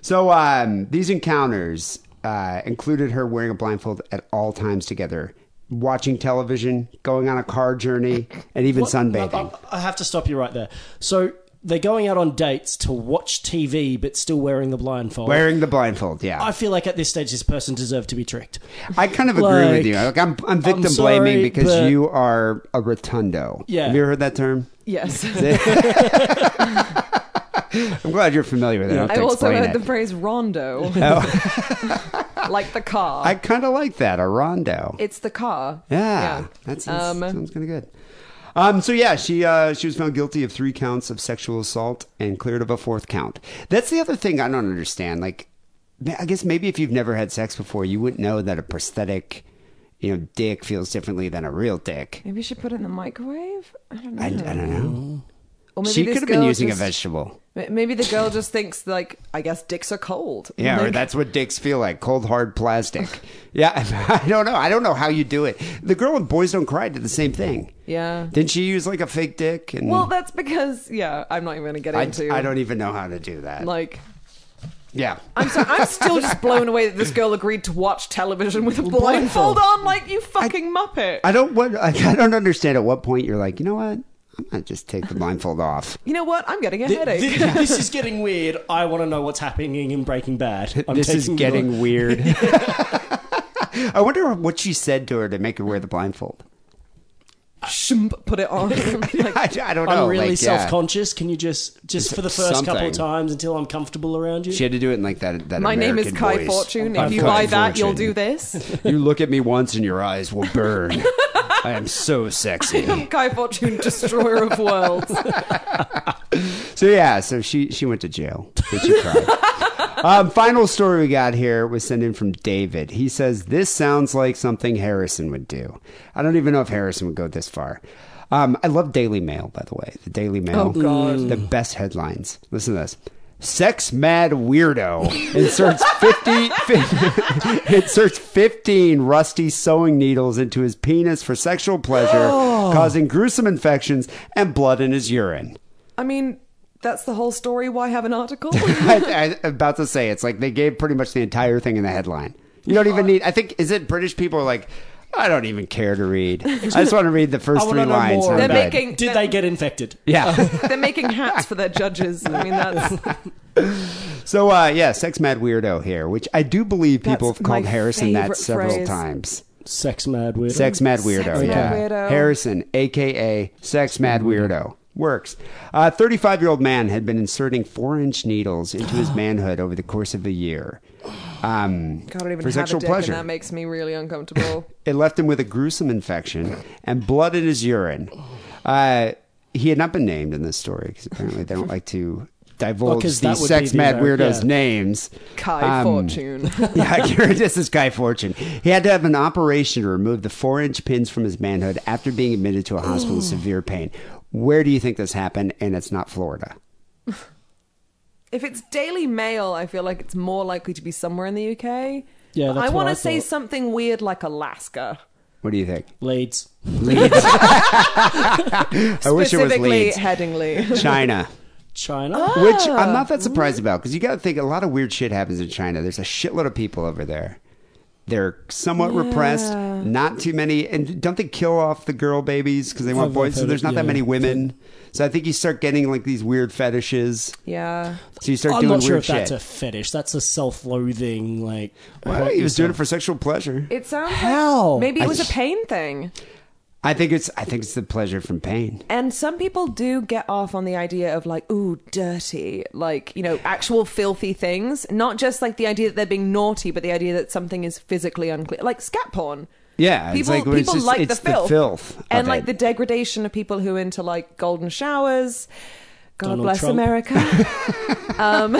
Speaker 3: So um, these encounters uh, included her wearing a blindfold at all times together, watching television, going on a car journey, and even sunbathing.
Speaker 4: I, I have to stop you right there. So they're going out on dates to watch TV, but still wearing the blindfold.
Speaker 3: Wearing the blindfold, yeah.
Speaker 4: I feel like at this stage, this person deserved to be tricked.
Speaker 3: I kind of agree with
Speaker 4: like,
Speaker 3: you. Like, I'm, I'm victim
Speaker 4: sorry,
Speaker 3: blaming because
Speaker 4: but-
Speaker 3: you are a rotundo.
Speaker 4: Yeah.
Speaker 3: Have you ever heard that term?
Speaker 5: Yes,
Speaker 3: I'm glad you're familiar with it. I, don't have
Speaker 5: I
Speaker 3: to
Speaker 5: also
Speaker 3: explain
Speaker 5: heard
Speaker 3: it. Oh.
Speaker 5: the phrase rondo, like the car.
Speaker 3: I kind of like that, a rondo.
Speaker 5: it's the car.
Speaker 3: Yeah, that sounds,
Speaker 5: Um,
Speaker 3: sounds kind of good. Um, so yeah, she uh, she was found guilty of three counts of sexual assault and cleared of a fourth count. That's the other thing I don't understand. Like, ma- I guess maybe if you've never had sex before, you wouldn't know that a prosthetic, you know, dick feels differently than a real dick.
Speaker 5: Maybe you should put it in the microwave. I don't know.
Speaker 3: I, I don't know.
Speaker 5: Or maybe
Speaker 3: she
Speaker 5: this
Speaker 3: could have been
Speaker 5: girl
Speaker 3: using
Speaker 5: just-
Speaker 3: a vegetable.
Speaker 5: ma- Maybe the girl just thinks like, I guess dicks are cold.
Speaker 3: Yeah, or
Speaker 5: Like,
Speaker 3: that's what dicks feel like cold, hard plastic. yeah, I don't know. I don't know how you do it. The girl in Boys Don't Cry did the same thing.
Speaker 5: Yeah.
Speaker 3: Didn't she use like a fake dick? And
Speaker 5: Well, that's because yeah, I'm not even gonna get
Speaker 3: I,
Speaker 5: into.
Speaker 3: I don't even know how to do that.
Speaker 5: like.
Speaker 3: yeah.
Speaker 5: I'm sorry, I'm still just blown away that this girl agreed to watch television with a blindfold on, like you fucking muppet.
Speaker 3: I don't what I, I don't understand at what point you're like, you know what? I'm gonna just take the blindfold off.
Speaker 5: you know what? I'm getting a
Speaker 4: Th-
Speaker 5: headache.
Speaker 4: th- this is getting weird. I want to know what's happening in Breaking Bad. I'm
Speaker 3: this is
Speaker 4: taking
Speaker 3: getting
Speaker 4: the-
Speaker 3: weird. I wonder what she said to her to make her wear the blindfold.
Speaker 5: Shump, put it on. Like,
Speaker 3: I, I don't know.
Speaker 4: I'm really
Speaker 3: like, yeah.
Speaker 4: self-conscious. Can you just just for the first couple
Speaker 3: something.
Speaker 4: of times until I'm comfortable around you?
Speaker 3: She had to do it in like that. that
Speaker 5: my name is
Speaker 3: American
Speaker 5: Kai
Speaker 3: voice.
Speaker 5: Fortune.
Speaker 3: I'm
Speaker 5: If you
Speaker 3: Kai
Speaker 5: buy that, you'll
Speaker 3: Fortune.
Speaker 5: do this.
Speaker 3: You look at me once and your eyes will burn. I am so sexy.
Speaker 5: I'm Kai Fortune, destroyer of worlds.
Speaker 3: So yeah, so she she went to jail. Did she cry? um, final story we got here was sent in from David. He says this sounds like something Harrison would do. I don't even know if Harrison would go this far. Um, I love Daily Mail, by the way. The Daily Mail,
Speaker 5: Oh, God.
Speaker 3: the best headlines. Listen to this. Sex mad weirdo inserts 50, inserts 15 rusty sewing needles into his penis for sexual pleasure,
Speaker 5: Oh.
Speaker 3: causing gruesome infections and blood in his urine.
Speaker 5: I mean, that's the whole story. Why have an article?
Speaker 3: I, I about to say it's like they gave pretty much the entire thing in the headline. You don't even need. I think is it British people are like, I don't even care to read. I just want to read the first
Speaker 4: I wanna
Speaker 3: three
Speaker 4: know
Speaker 3: lines.
Speaker 4: more.
Speaker 3: and I'm
Speaker 5: They're
Speaker 3: done."
Speaker 5: making
Speaker 4: Did they get infected?
Speaker 3: yeah.
Speaker 5: they're making hats for their judges. I mean, that's
Speaker 3: so uh, yeah, sex mad weirdo here, which I do believe people
Speaker 5: That's
Speaker 3: have called
Speaker 5: my
Speaker 3: Harrison that
Speaker 5: favorite
Speaker 3: several
Speaker 5: phrase.
Speaker 3: times.
Speaker 4: Sex mad weirdo.
Speaker 3: Sex mad weirdo.
Speaker 5: Sex mad
Speaker 3: yeah.
Speaker 5: weirdo. Mm-hmm.
Speaker 3: Harrison, aka sex mad weirdo. Works. A 35 year old man had been inserting four inch needles into his manhood over the course of a year. Um,
Speaker 5: God, I don't even
Speaker 3: for
Speaker 5: have
Speaker 3: sexual
Speaker 5: a dick,
Speaker 3: pleasure.
Speaker 5: and that makes me really uncomfortable.
Speaker 3: It left him with a gruesome infection and blood in his urine. Uh, he had not been named in this story because apparently they don't like to divulge
Speaker 4: 'cause
Speaker 3: the
Speaker 4: that would
Speaker 3: sex
Speaker 4: be the
Speaker 3: mad
Speaker 4: Ameri-
Speaker 3: weirdos'
Speaker 4: yeah.
Speaker 3: names.
Speaker 5: Kai
Speaker 3: Um,
Speaker 5: Fortune.
Speaker 3: yeah, Gary, this is Guy Fortune. He had to have an operation to remove the four inch pins from his manhood after being admitted to a hospital with severe pain. Where do you think this happened? And it's not Florida.
Speaker 5: If it's Daily Mail, I feel like it's more likely to be somewhere in the UK.
Speaker 4: Yeah,
Speaker 5: But
Speaker 4: that's
Speaker 5: I
Speaker 4: what
Speaker 5: wanna
Speaker 4: I
Speaker 5: say
Speaker 4: thought.
Speaker 5: something weird like Alaska.
Speaker 3: What do you think?
Speaker 4: Leads.
Speaker 3: I wish it was
Speaker 5: Specifically
Speaker 3: Leeds.
Speaker 5: Headingley.
Speaker 3: China.
Speaker 4: China.
Speaker 3: Which I'm not that surprised about because you got to think a lot of weird shit happens in China. There's a shitload of people over there. They're somewhat repressed, not too many, and don't they kill off the girl babies because they want
Speaker 4: I've
Speaker 3: boys? So
Speaker 4: heard
Speaker 3: there's
Speaker 4: it,
Speaker 3: not that
Speaker 4: yeah.
Speaker 3: many women. So I think you start getting like these weird fetishes.
Speaker 5: yeah.
Speaker 3: So you start
Speaker 4: I'm
Speaker 3: doing
Speaker 4: not sure
Speaker 3: weird
Speaker 4: if that's
Speaker 3: shit.
Speaker 4: a fetish. That's a self-loathing. Like
Speaker 3: Well, he was doing it for sexual pleasure.
Speaker 5: It sounds
Speaker 4: How?
Speaker 5: like maybe it
Speaker 4: I
Speaker 5: was a
Speaker 4: just-
Speaker 5: pain thing.
Speaker 3: I think it's I think it's the pleasure from pain.
Speaker 5: And some people do get off on the idea of like, ooh, dirty, like, you know, actual filthy things. Not just like the idea that they're being naughty, but the idea that something is physically unclean. Like scat porn.
Speaker 3: Yeah, it's
Speaker 5: People,
Speaker 3: like- it's
Speaker 5: people
Speaker 3: just-
Speaker 5: like
Speaker 3: it's
Speaker 5: the filth.
Speaker 3: the filth of
Speaker 5: and like
Speaker 3: it.
Speaker 5: the degradation of people who are into like golden showers. God
Speaker 4: Donald
Speaker 5: bless
Speaker 4: Trump.
Speaker 5: America. um,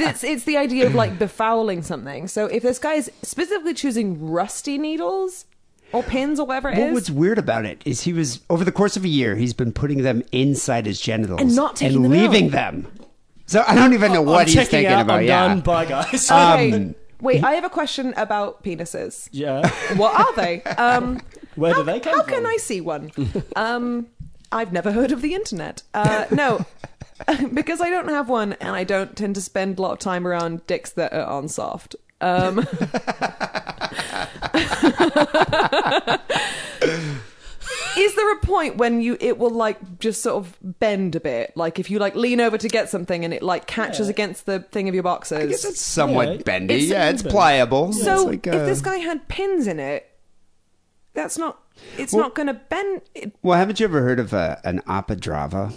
Speaker 5: it's, it's the idea of like befouling something. So if this guy is specifically choosing rusty needles or pins or whatever it is.
Speaker 3: Well, what's weird about it is he was over the course of a year he's been putting them inside his genitals
Speaker 5: And not taking
Speaker 3: and
Speaker 5: them
Speaker 3: leaving
Speaker 5: out.
Speaker 3: them. So I don't even know
Speaker 4: I'm
Speaker 3: what he's
Speaker 4: checking
Speaker 3: thinking
Speaker 4: out,
Speaker 3: about.
Speaker 4: I'm
Speaker 3: yeah, Uh,
Speaker 4: done. Bye guys.
Speaker 5: Okay. Wait, I have a question about penises.
Speaker 4: Um, yeah.
Speaker 5: What are they? Um,
Speaker 4: Where
Speaker 5: how,
Speaker 4: do they come
Speaker 5: How
Speaker 4: from?
Speaker 5: can I see one? Um, I've never heard of the internet. Uh, no, because I don't have one, and I don't tend to spend a lot of time around dicks that are on soft. Um, is there a point when you it will like just sort of bend a bit? Like if you like lean over to get something and it like catches against the thing of your boxers.
Speaker 3: I guess it's somewhat
Speaker 4: Yeah.
Speaker 3: bendy.
Speaker 5: It's-
Speaker 3: yeah, it's pliable.
Speaker 5: So
Speaker 3: It's like,
Speaker 5: if
Speaker 3: uh,
Speaker 5: this guy had pins in it, that's not. It's not going to bend. It,
Speaker 3: well, haven't you ever heard of uh, an apadrava?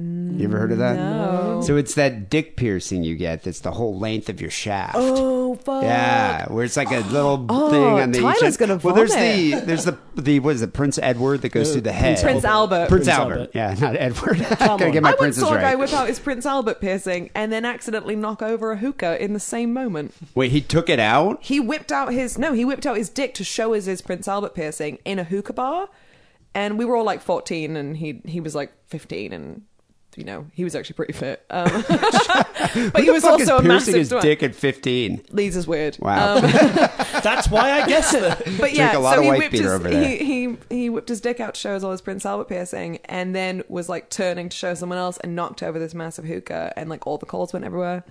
Speaker 3: You ever heard of that?
Speaker 5: Mm,
Speaker 3: No. So it's that dick piercing you get that's the whole length of your shaft.
Speaker 5: oh fuck!
Speaker 3: Yeah, where it's like a little thing on the.
Speaker 5: Oh, Tyler's gonna
Speaker 3: Well, there's the
Speaker 5: vomit.
Speaker 3: there's the the what is it Prince Edward that goes through the head.
Speaker 5: Prince Albert.
Speaker 3: Prince
Speaker 4: Prince
Speaker 3: Albert.
Speaker 4: Albert.
Speaker 3: Yeah, not Edward. I'm gonna
Speaker 4: on.
Speaker 3: get
Speaker 5: I
Speaker 3: my
Speaker 5: once
Speaker 3: princes
Speaker 5: saw a guy
Speaker 3: right.
Speaker 5: whip out his Prince Albert piercing and then accidentally knock over a hookah in the same moment.
Speaker 3: Wait, he took it out.
Speaker 5: He whipped out his no, he whipped out his dick to show us his Prince Albert piercing in a hookah bar, and we were all like fourteen, and he he was like fifteen, and you know, he was actually pretty fit. Um, but he
Speaker 3: Who the
Speaker 5: was
Speaker 3: fuck is
Speaker 5: also a
Speaker 3: piercing
Speaker 5: massive
Speaker 3: his
Speaker 5: twat.
Speaker 3: dick at 15.
Speaker 5: Lee's is weird.
Speaker 3: Wow.
Speaker 5: Um,
Speaker 4: That's why I guessed it.
Speaker 5: but yeah,
Speaker 3: a lot
Speaker 5: so
Speaker 3: of
Speaker 5: he
Speaker 3: white
Speaker 5: whipped
Speaker 3: beer
Speaker 5: his,
Speaker 3: over there.
Speaker 5: He, he he whipped his dick out to show us all his Prince Albert piercing, and then was like turning to show someone else and knocked over this massive hookah, and like all the coals went everywhere.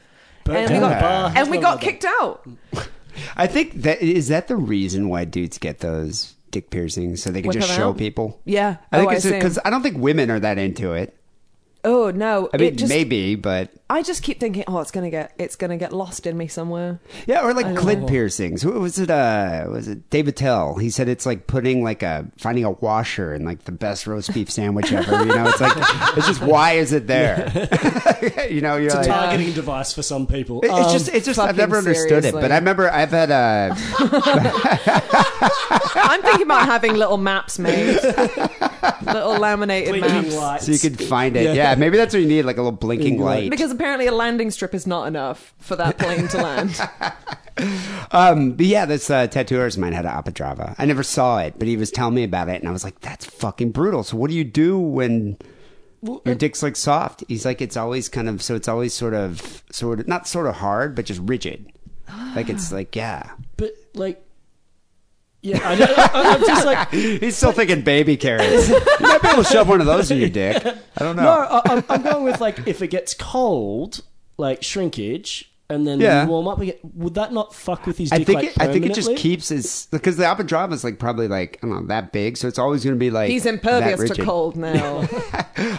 Speaker 5: and
Speaker 4: down
Speaker 5: we got
Speaker 4: the bar.
Speaker 5: and we
Speaker 4: Something
Speaker 5: got
Speaker 4: like that.
Speaker 5: kicked out.
Speaker 3: I think that is that the reason why dudes get those dick piercings so they can
Speaker 5: Whip
Speaker 3: just
Speaker 5: them
Speaker 3: show
Speaker 5: out?
Speaker 3: people.
Speaker 5: Yeah.
Speaker 3: I think
Speaker 5: Oh, I
Speaker 3: it's because
Speaker 5: assume.
Speaker 3: I don't think women are that into it.
Speaker 5: Oh no!
Speaker 3: I mean,
Speaker 5: it just,
Speaker 3: maybe, but
Speaker 5: I just keep thinking, oh, it's gonna get it's gonna get lost in me somewhere.
Speaker 3: yeah, or like
Speaker 5: I don't
Speaker 3: clit
Speaker 5: know.
Speaker 3: piercings. What was it? Uh, was it David Tell? He said it's like putting like a finding a washer in like the best roast beef sandwich ever. You know, it's like it's just why is it there? you know, you're
Speaker 4: It's a
Speaker 3: like,
Speaker 4: targeting device for some people.
Speaker 3: Oh, It- It's
Speaker 4: Um,
Speaker 3: just, it's just, I've
Speaker 5: fucking
Speaker 3: never understood it. But
Speaker 5: seriously.
Speaker 3: I remember I've had uh, a,
Speaker 5: I'm thinking about having little maps made, little laminated
Speaker 4: blinking
Speaker 5: maps.
Speaker 4: lights.
Speaker 3: so you could find it.
Speaker 4: Yeah.
Speaker 3: Yeah, maybe that's what you need, like a little blinking light.
Speaker 5: Because apparently a landing strip is not enough for that plane to land.
Speaker 3: Um, but yeah, this uh, tattoo artist of mine had an Apadrava. I never saw it, but he was telling me about it, and I was like, "That's fucking brutal." So what do you do when your
Speaker 4: uh,
Speaker 3: dick's like soft? He's like, it's always kind of so it's always sort of sort of not sort of hard, but just rigid. Like it's like yeah.
Speaker 4: but like, yeah, I, I, I'm just like,
Speaker 3: He's still thinking baby carrots. you might be able to shove one of those in your dick. I don't know.
Speaker 4: no, I, I'm, I'm going with like if it gets cold, like shrinkage, and then
Speaker 3: Yeah.
Speaker 4: you warm up again. Would that not fuck with his
Speaker 3: I
Speaker 4: dick?
Speaker 3: think
Speaker 4: like,
Speaker 3: it, I think it just
Speaker 4: permanently?
Speaker 3: keeps his because the Apadrava is like probably like I don't know that big, so it's always going to be like
Speaker 5: He's
Speaker 3: that
Speaker 5: impervious to
Speaker 3: rigid.
Speaker 5: cold now.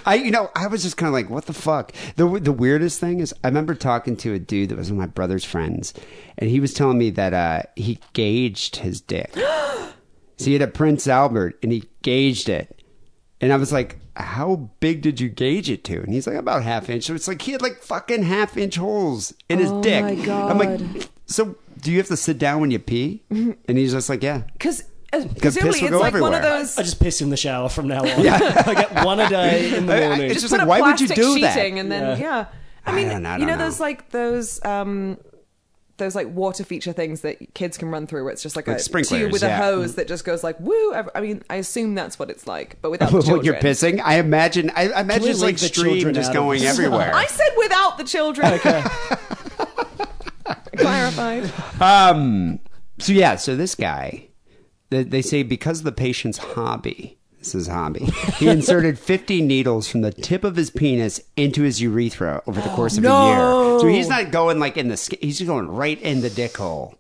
Speaker 3: I, you know, I was just kind of like, what the fuck? The, the weirdest thing is, I remember talking to a dude that was one of my brother's friends, and he was telling me that uh, he gauged his dick. so he had a Prince Albert, and he gauged it. And I was like, how big did you gauge it to? And he's like, about half inch. So it's like, he had like fucking half inch holes in his
Speaker 5: Oh
Speaker 3: dick.
Speaker 5: my
Speaker 3: I'm like, so do you have to sit down when you pee?
Speaker 5: Mm-hmm.
Speaker 3: and he's just like, yeah.
Speaker 5: Because
Speaker 3: piss will
Speaker 5: presumably uh, it's
Speaker 3: go
Speaker 5: like one
Speaker 3: everywhere.
Speaker 5: of those.
Speaker 4: I just piss in the shower from now on. I get one a day in the
Speaker 3: I- I-
Speaker 4: morning.
Speaker 3: it's just
Speaker 5: put
Speaker 3: like,
Speaker 5: a
Speaker 3: why would you
Speaker 5: plastic
Speaker 3: do that?
Speaker 5: sheeting And then yeah, I mean,
Speaker 3: don't know, I
Speaker 5: you know,
Speaker 3: don't know.
Speaker 5: those like those um those like water feature things that kids can run through. Where it's just like,
Speaker 3: Like
Speaker 5: a
Speaker 3: sprinklers,
Speaker 5: tube with
Speaker 3: yeah.
Speaker 5: a hose that just goes like woo. I, I mean, I assume that's what it's like, but without the
Speaker 3: when
Speaker 5: children.
Speaker 3: you're pissing, I imagine, I, I imagine
Speaker 4: we
Speaker 3: it's like
Speaker 4: leave the
Speaker 3: stream
Speaker 4: children
Speaker 3: just
Speaker 4: out of
Speaker 3: going
Speaker 4: this?
Speaker 3: everywhere.
Speaker 5: I said without the children. Okay. Clarified.
Speaker 3: Um. So yeah. So this guy, they, they say because of the patient's hobby. This is hobby. He inserted 50 needles from the tip of his penis into his urethra over the course of a year. So he's not going like in the skin. He's just going right in the dick hole.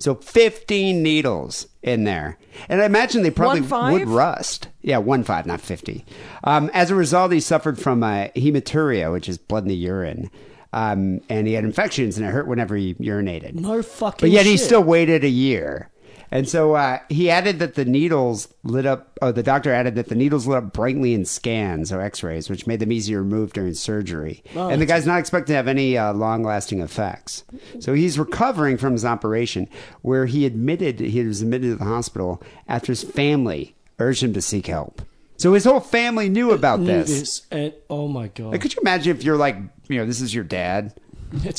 Speaker 3: So 15 needles in there. And I imagine they probably
Speaker 5: One five?
Speaker 3: would rust. Yeah, one five, not 50. Um, as a result, he suffered from uh, hematuria, which is blood in the urine. Um, and he had infections and it hurt whenever he urinated.
Speaker 4: no fucking.
Speaker 3: But yet he
Speaker 4: shit.
Speaker 3: still waited a year. And so uh, he added that the needles lit up, or the doctor added that the needles lit up brightly in scans or x rays, which made them easier to remove during surgery.
Speaker 4: Oh,
Speaker 3: and the guy's not expected to have any uh, long lasting effects. So he's recovering from his operation, where he admitted he was admitted to the hospital after his family urged him to seek help. So his whole family knew about
Speaker 4: knew
Speaker 3: this.
Speaker 4: this. And, oh my god.
Speaker 3: Like, could you imagine if you're like, you know, this is your dad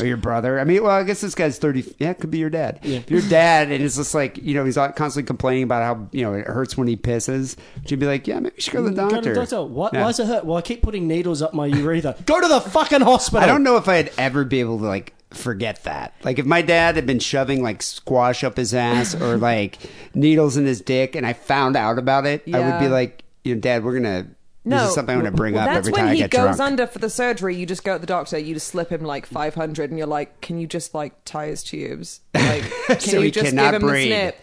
Speaker 3: or your brother? I mean, well, I guess this guy's 30. Yeah, it could be your dad. If your dad, and it's just like, you know, he's all- constantly complaining about how, you know, it hurts when he pisses. She'd be like, yeah, maybe you should go to the
Speaker 4: Go
Speaker 5: Mm,
Speaker 3: doctor.
Speaker 4: to the doctor. Why,
Speaker 3: Yeah.
Speaker 4: why is it hurt? Well, I keep putting needles up my urethra. Go to the fucking hospital.
Speaker 3: I don't know if I'd ever be able to, like, forget that. Like, if my dad had been shoving, like, squash up his ass or, like, needles in his dick and I found out about it, I would
Speaker 5: Yeah.
Speaker 3: be like, you know, dad, we're going to.
Speaker 5: No,
Speaker 3: this is something I'm going to bring
Speaker 5: Well,
Speaker 3: up
Speaker 5: that's
Speaker 3: every
Speaker 5: when
Speaker 3: time I
Speaker 5: he
Speaker 3: get
Speaker 5: goes
Speaker 3: drunk.
Speaker 5: under for the surgery. You just go at the doctor. You just slip him like five hundred, and you're like, "Can you just like tie his tubes? Like, can
Speaker 3: So
Speaker 5: you
Speaker 3: he
Speaker 5: just
Speaker 3: cannot
Speaker 5: give him
Speaker 3: breathe.
Speaker 5: the snip?"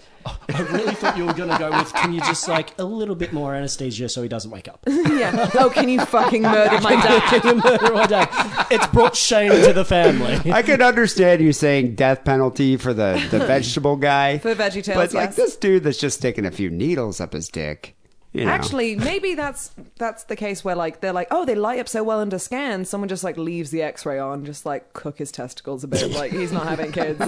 Speaker 4: I really thought you were going to go with. Can you just like a little bit more anesthesia so he doesn't wake up?
Speaker 5: Yeah. Oh, can you fucking murder my
Speaker 4: Can
Speaker 5: dad?
Speaker 4: you murder my dad? It's brought shame to the family.
Speaker 3: I could understand you saying death penalty for the, the vegetable guy.
Speaker 5: For veggie tails,
Speaker 3: But like
Speaker 5: yes.
Speaker 3: this dude that's just sticking a few needles up his dick. You know.
Speaker 5: Actually, maybe that's that's the case where like they're like, oh, they light up so well under scan. Someone just like leaves the X-ray on, just like cook his testicles a bit. Like he's not having kids.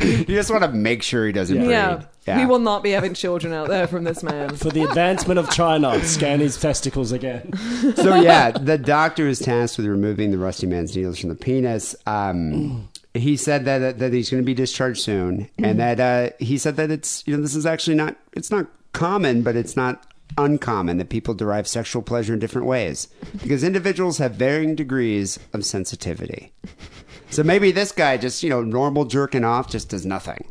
Speaker 3: you just want to make sure he doesn't breed.
Speaker 5: yeah.
Speaker 3: Yeah.
Speaker 5: we will not be having children out there from this man.
Speaker 4: For the advancement of China, scan his testicles again.
Speaker 3: so yeah, the doctor was tasked with removing the rusty man's needles from the penis. Um, he said that that he's going to be discharged soon, and that uh, he said that it's you know this is actually not it's not common, but it's not uncommon that people derive sexual pleasure in different ways because individuals have varying degrees of sensitivity. So maybe this guy just, you know, normal jerking off just does nothing.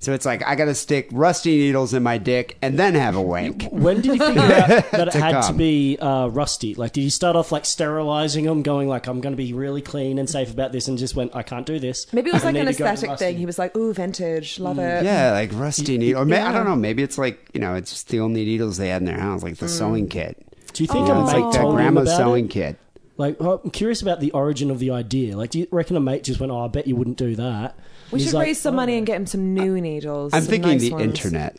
Speaker 3: So it's like I got to stick rusty needles in my dick and then have a wank.
Speaker 4: When did he figure out that it
Speaker 3: To
Speaker 4: had to
Speaker 3: come.
Speaker 4: be uh, rusty? Like, did he start off like sterilizing them, going like, "I'm going to be really clean and safe about this," and just went, "I can't do this."
Speaker 5: Maybe it was
Speaker 4: I
Speaker 5: like an
Speaker 4: need to go
Speaker 5: aesthetic
Speaker 4: rusty."
Speaker 5: thing. He was like, ooh, vintage, love it.
Speaker 3: Mm. Yeah, like rusty needle. Or may, I don't know. Maybe it's like you know, it's just the only needles they had in their house, like the sewing kit.
Speaker 4: Do you think
Speaker 3: You know,
Speaker 4: a
Speaker 3: it's
Speaker 4: mate
Speaker 3: like that
Speaker 4: told him
Speaker 3: grandma's
Speaker 4: about
Speaker 3: sewing
Speaker 4: it?
Speaker 3: kit.
Speaker 4: Like, well, I'm curious about the origin of the idea. Like, do you reckon a mate just went, "Oh, I bet you wouldn't do that."
Speaker 5: We
Speaker 4: He's
Speaker 5: should
Speaker 4: like,
Speaker 5: raise some
Speaker 4: "Oh."
Speaker 5: money and get him some new needles.
Speaker 3: I'm
Speaker 5: some
Speaker 3: thinking
Speaker 5: nice
Speaker 3: the
Speaker 5: ones.
Speaker 3: internet.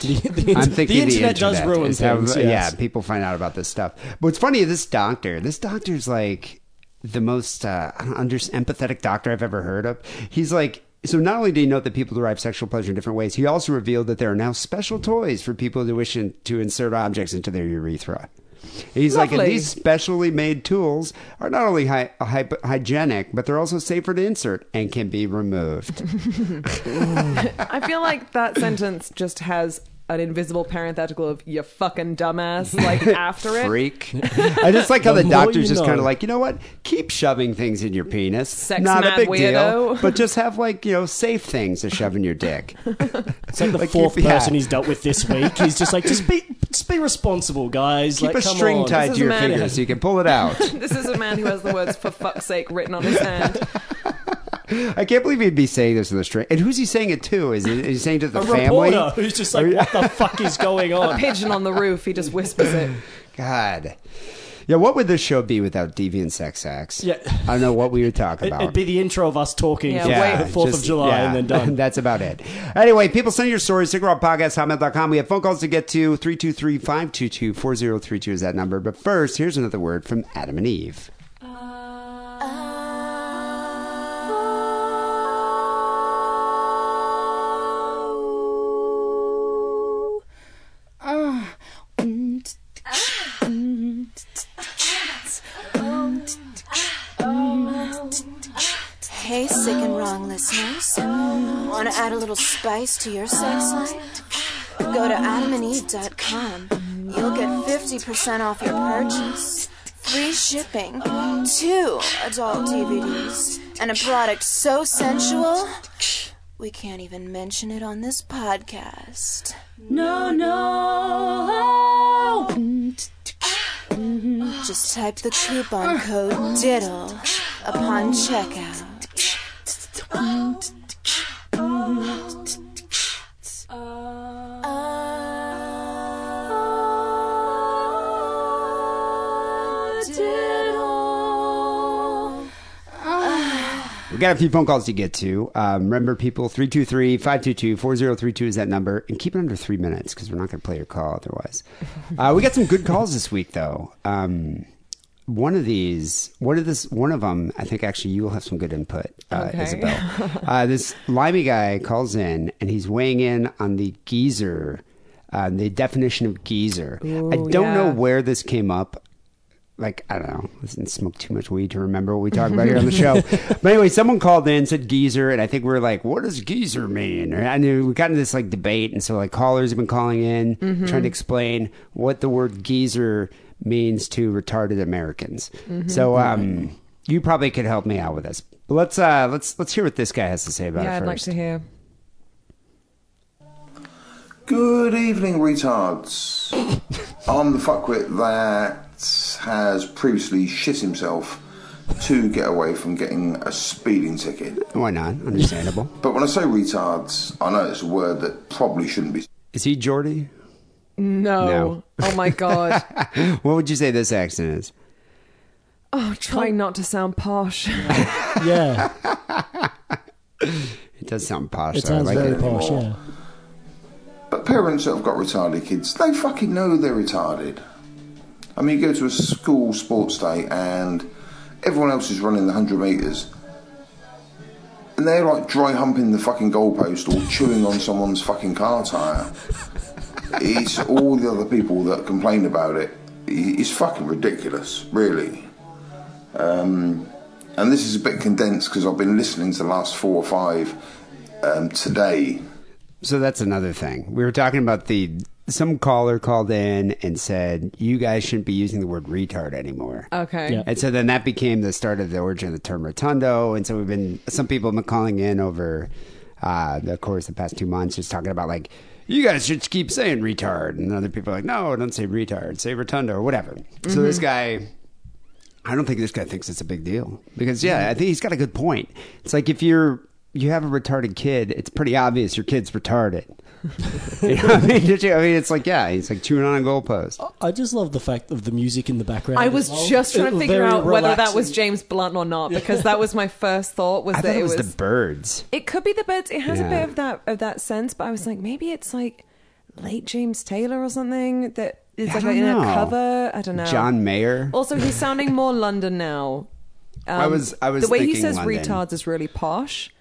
Speaker 4: the
Speaker 3: I'm
Speaker 4: int-
Speaker 3: thinking
Speaker 4: the internet does ruin
Speaker 3: is how-
Speaker 4: things, yes.
Speaker 3: Yeah, people find out about this stuff. But what's funny is this doctor. This doctor's like the most uh, I don't under empathetic doctor I've ever heard of. He's like. So not only did he note that people derive sexual pleasure in different ways, he also revealed that there are now special toys for people who wish in, to insert objects into their urethra. He's like, and
Speaker 5: Lovely.
Speaker 3: these specially made tools are not only hy- hy- hygienic, but they're also safer to insert and can be removed.
Speaker 5: I feel like that sentence just has an invisible parenthetical of you fucking dumbass like after it.
Speaker 3: freak. I just like how the,
Speaker 4: The more
Speaker 3: doctor's
Speaker 4: you
Speaker 3: just
Speaker 4: know.
Speaker 3: kind of like, you know what? Keep shoving things in your penis.
Speaker 5: Sex
Speaker 3: Not a
Speaker 5: mad
Speaker 3: big deal.
Speaker 5: weirdo.
Speaker 3: But just have like, you know, safe things to shove in your dick.
Speaker 4: It's like the
Speaker 3: Like,
Speaker 4: fourth
Speaker 3: if- yeah.
Speaker 4: person he's dealt with this week. He's just like, just be, just be responsible, guys.
Speaker 3: Keep
Speaker 4: like,
Speaker 3: a
Speaker 4: come
Speaker 3: string
Speaker 4: on.
Speaker 3: tied
Speaker 5: This
Speaker 3: to your
Speaker 5: is a man-
Speaker 3: finger so you can pull it out.
Speaker 5: This is a man who has the words for fuck's sake written on his hand.
Speaker 3: I can't believe he'd be saying this with a string. And who's he saying it to? Is he, is he saying it to the
Speaker 4: A
Speaker 3: family? Oh,
Speaker 4: reporter who's just like, what the fuck is going
Speaker 5: A
Speaker 4: on?
Speaker 5: pigeon on the roof, he just whispers it.
Speaker 3: God. Yeah, what would this show be without deviant sex acts?
Speaker 4: Yeah.
Speaker 3: I don't know what we would talk about.
Speaker 4: It'd be the intro of us talking
Speaker 5: Yeah,
Speaker 4: for
Speaker 5: wait.
Speaker 4: the 4th of
Speaker 3: just-
Speaker 4: July
Speaker 3: yeah.
Speaker 4: and then done.
Speaker 3: That's about it. Anyway, people send your stories, cigarettepodcast.com. We have phone calls to get to. 323-522-4032 is that number. But first, here's another word from Adam and Eve.
Speaker 7: Hey, sick and wrong listeners. Want to add a little spice to your sex life? Go to adamandeve.com. You'll get 50% off your purchase, free shipping, two adult DVDs, and a product so sensual, we can't even mention it on this podcast.
Speaker 8: No, no.
Speaker 7: Just type the coupon code DIDDLE E upon checkout.
Speaker 3: We got a few phone calls to get to. Um, remember, people, 323-522-4032 is that number. And keep it under three minutes because we're not going to play your call otherwise. Uh, we got some good calls this week, though. Um, one of these, one of this, one of them, I think actually you will have some good input, uh,
Speaker 5: Okay.
Speaker 3: Isabel. Uh, this limey guy calls in and he's weighing in on the geezer, uh, the definition of geezer. I don't know
Speaker 5: yeah.
Speaker 3: where this came up like I don't know, listen, smoke too much weed to remember what we talk about here on the show. but anyway, someone called in said geezer, and I think we were like, "What does geezer mean?" And I knew we got into this like debate, and so like callers have been calling in
Speaker 5: Mm-hmm.
Speaker 3: trying to explain what the word geezer means to retarded Americans.
Speaker 5: Mm-hmm.
Speaker 3: So um, you probably could help me out with this. But let's uh, let's let's hear what this guy has to say about
Speaker 5: Yeah,
Speaker 3: it
Speaker 5: I'd like
Speaker 3: first.
Speaker 5: to hear.
Speaker 9: Good evening, retards. I'm the fuckwit that has previously shit himself to get away from getting a speeding ticket.
Speaker 3: Why not? Understandable.
Speaker 9: But when I say retards, I know it's a word that probably shouldn't be
Speaker 3: Is he Jordy?
Speaker 5: No.
Speaker 3: No.
Speaker 5: Oh my god.
Speaker 3: What would you say this accent is?
Speaker 5: Oh, trying not to sound posh.
Speaker 4: yeah,
Speaker 3: It does sound posh.
Speaker 4: it
Speaker 3: though. I
Speaker 4: sounds
Speaker 3: like
Speaker 4: very
Speaker 3: it.
Speaker 4: posh, yeah.
Speaker 9: But parents that have got retarded kids, they fucking know they're retarded. I mean, you go to a school sports day and everyone else is running the 100 metres. And they're like dry humping the fucking goalpost or chewing on someone's fucking car tyre. It's all the other people that complain about it. I- It's fucking ridiculous, really. Um, and this is a bit condensed because I've been listening to the last four or five um, today
Speaker 3: So that's another thing. We were talking about the some caller called in and said you guys shouldn't be using the word retard anymore.
Speaker 5: Okay.
Speaker 4: Yeah.
Speaker 3: And so then that became the start of the origin of the term rotundo. And so we've been, some people have been calling in over uh, the course of the past two months just talking about like, you guys should keep saying retard. And other people are like, no, don't say retard, say rotundo or whatever. So this guy, I don't think this guy thinks it's a big deal because, yeah, I think he's got a good point. It's like if you're, you have a retarded kid, it's pretty obvious your kid's retarded. you know what I mean? Did you- I mean, it's like, yeah, he's like chewing on a goalpost.
Speaker 4: I just love the fact of the music in the background.
Speaker 5: I
Speaker 4: as
Speaker 5: was
Speaker 4: well.
Speaker 5: just trying
Speaker 4: It
Speaker 5: to
Speaker 4: was
Speaker 5: figure
Speaker 4: very
Speaker 5: out whether that was
Speaker 4: relaxing.
Speaker 5: James Blunt or not because that was my first thought was
Speaker 3: I
Speaker 5: that
Speaker 3: thought it was, the birds.
Speaker 5: It could be the birds. It has a
Speaker 3: Yeah.
Speaker 5: bit of that of that sense, but I was like, maybe it's like late James Taylor or something that is
Speaker 3: I
Speaker 5: like
Speaker 3: don't
Speaker 5: in
Speaker 3: know.
Speaker 5: a cover. I don't know.
Speaker 3: John Mayer.
Speaker 5: Also, he's sounding more London now. Um,
Speaker 3: I was- I was
Speaker 5: the way he
Speaker 3: thinking
Speaker 5: says
Speaker 3: London.
Speaker 5: retards is really posh.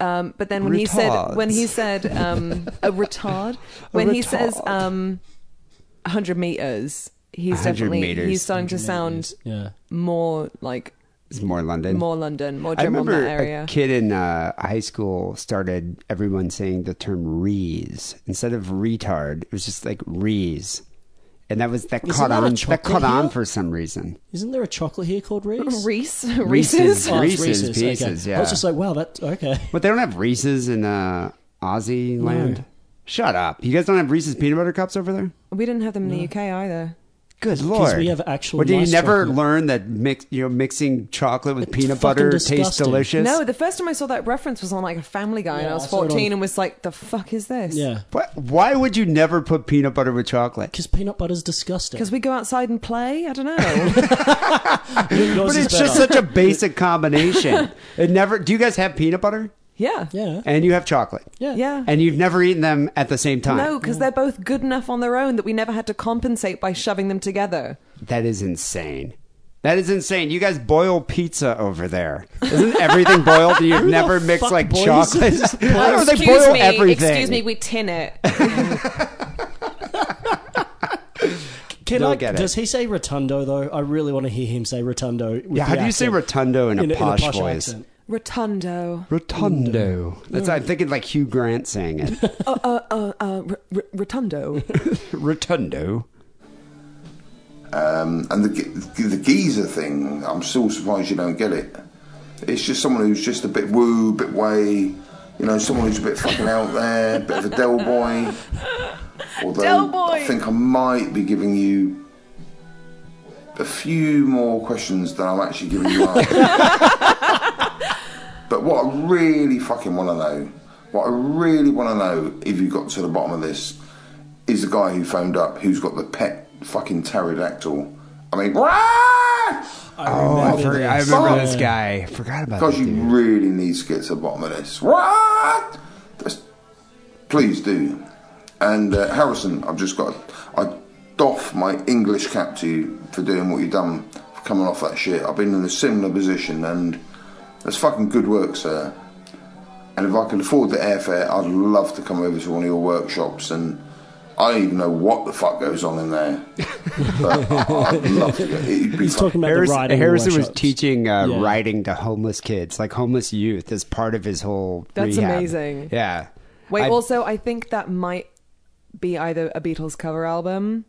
Speaker 5: Um, but then when he said when he
Speaker 3: Retards.
Speaker 5: said um, a retard when he says
Speaker 3: retard.
Speaker 5: um, 100 meters, he's
Speaker 3: 100
Speaker 5: definitely
Speaker 3: meters.
Speaker 5: he's starting to sound
Speaker 4: Yeah.
Speaker 5: more like
Speaker 3: It's more London.
Speaker 5: more London, more
Speaker 3: I
Speaker 5: German
Speaker 3: remember
Speaker 5: that area.
Speaker 3: a kid in uh, high school started everyone saying the term "rees" instead of "retard." It was just like "rees," and that was that
Speaker 4: Isn't
Speaker 3: caught
Speaker 4: that a
Speaker 3: on. That
Speaker 4: chocolate
Speaker 3: caught on
Speaker 4: here?
Speaker 3: for some reason.
Speaker 4: Isn't there a chocolate here called Reese?
Speaker 5: Reese,
Speaker 3: Reese's.
Speaker 5: Reese's.
Speaker 4: Oh, it's
Speaker 3: Reese's
Speaker 4: Reese's, okay.
Speaker 3: Pieces,
Speaker 4: I
Speaker 3: yeah.
Speaker 4: was just like, wow, that okay.
Speaker 3: But they don't have Reese's in uh, Aussie land. Shut up! You guys don't have Reese's peanut butter cups over there.
Speaker 5: We didn't have them in the UK either.
Speaker 3: Good lord!
Speaker 4: we have actual
Speaker 3: Well, did
Speaker 4: nice
Speaker 3: you never
Speaker 4: chocolate.
Speaker 3: learn that mix, you know, mixing chocolate with
Speaker 4: It's
Speaker 3: peanut
Speaker 4: fucking
Speaker 3: butter tastes
Speaker 4: disgusting.
Speaker 3: delicious?
Speaker 5: No, the first time I saw that reference was on like a Family Guy, and
Speaker 4: Yeah,
Speaker 5: I was
Speaker 4: I saw it on-
Speaker 5: 14 and was like, "The fuck is this?"
Speaker 4: Yeah.
Speaker 3: What- Why would you never put peanut butter with chocolate?
Speaker 4: Because peanut butter's disgusting.
Speaker 5: Because we go outside and play. I don't know.
Speaker 4: Yours
Speaker 3: But
Speaker 4: is
Speaker 3: it's just
Speaker 4: better.
Speaker 3: such a basic combination. It never. Do you guys have peanut butter
Speaker 5: yeah.
Speaker 4: yeah.
Speaker 3: and you have chocolate?
Speaker 4: Yeah.
Speaker 5: Yeah.
Speaker 3: And you've never eaten them at the same time.
Speaker 5: no, because they're both good enough on their own that we never had to compensate by shoving them together.
Speaker 3: That is insane. That is insane. You guys boil pizza over there. Isn't everything boiled? And you've never mixed
Speaker 4: fuck
Speaker 3: like
Speaker 4: boils-
Speaker 3: chocolate. Why don't they
Speaker 5: excuse
Speaker 3: boil
Speaker 5: me.
Speaker 3: everything?
Speaker 5: Excuse me. We tin it.
Speaker 4: Can
Speaker 3: They'll
Speaker 4: I,
Speaker 3: get it.
Speaker 4: Does he say rotundo though? I really want to hear him say rotundo. with
Speaker 3: Yeah,
Speaker 4: the
Speaker 3: how do you say
Speaker 4: accent.
Speaker 3: rotundo in a,
Speaker 4: in,
Speaker 3: posh,
Speaker 4: a posh
Speaker 3: voice?
Speaker 4: accent?
Speaker 5: Rotundo.
Speaker 3: Rotundo. That's I'm thinking like Hugh Grant saying it.
Speaker 5: Uh, uh, r- r- rotundo.
Speaker 3: rotundo.
Speaker 9: Um, and the ge- the geezer thing, I'm still surprised you don't get it. It's just someone who's just a bit woo, bit way, you know, someone who's a bit fucking out there, bit of a Del Boy. Although
Speaker 5: Del boy.
Speaker 9: I think I might be giving you a few more questions than I'm actually giving you answers. but what I really fucking want to know, what I really want to know, if you got to the bottom of this, is the guy who phoned up who's got the pet fucking pterodactyl. I mean,
Speaker 4: I
Speaker 3: Oh, I,
Speaker 4: remember
Speaker 3: forgot- I
Speaker 4: this.
Speaker 3: remember
Speaker 4: Yeah.
Speaker 3: this guy. Forgot about
Speaker 9: because
Speaker 3: this
Speaker 9: you
Speaker 3: dude.
Speaker 9: really need to get to the bottom of this. What? That's- please do. And uh, Harrison, I've just got I doff my English cap to you for doing what you've done, for coming off that shit. I've been in a similar position, and that's fucking good work, sir. And if I could afford the airfare, I'd love to come over to one of your workshops. And I don't even know what the fuck goes on in there, but I- I'd love to. Go. It'd be
Speaker 4: He's
Speaker 9: fucking-
Speaker 4: talking about
Speaker 3: Harrison,
Speaker 4: the writing.
Speaker 3: Harrison was
Speaker 4: workshops.
Speaker 3: teaching uh,
Speaker 4: Yeah.
Speaker 3: writing to homeless kids, like homeless youth, as part of his whole.
Speaker 5: That's
Speaker 3: rehab.
Speaker 5: amazing.
Speaker 3: Yeah.
Speaker 5: Wait.
Speaker 3: I-
Speaker 5: also, I think that might be either a Beatles cover album.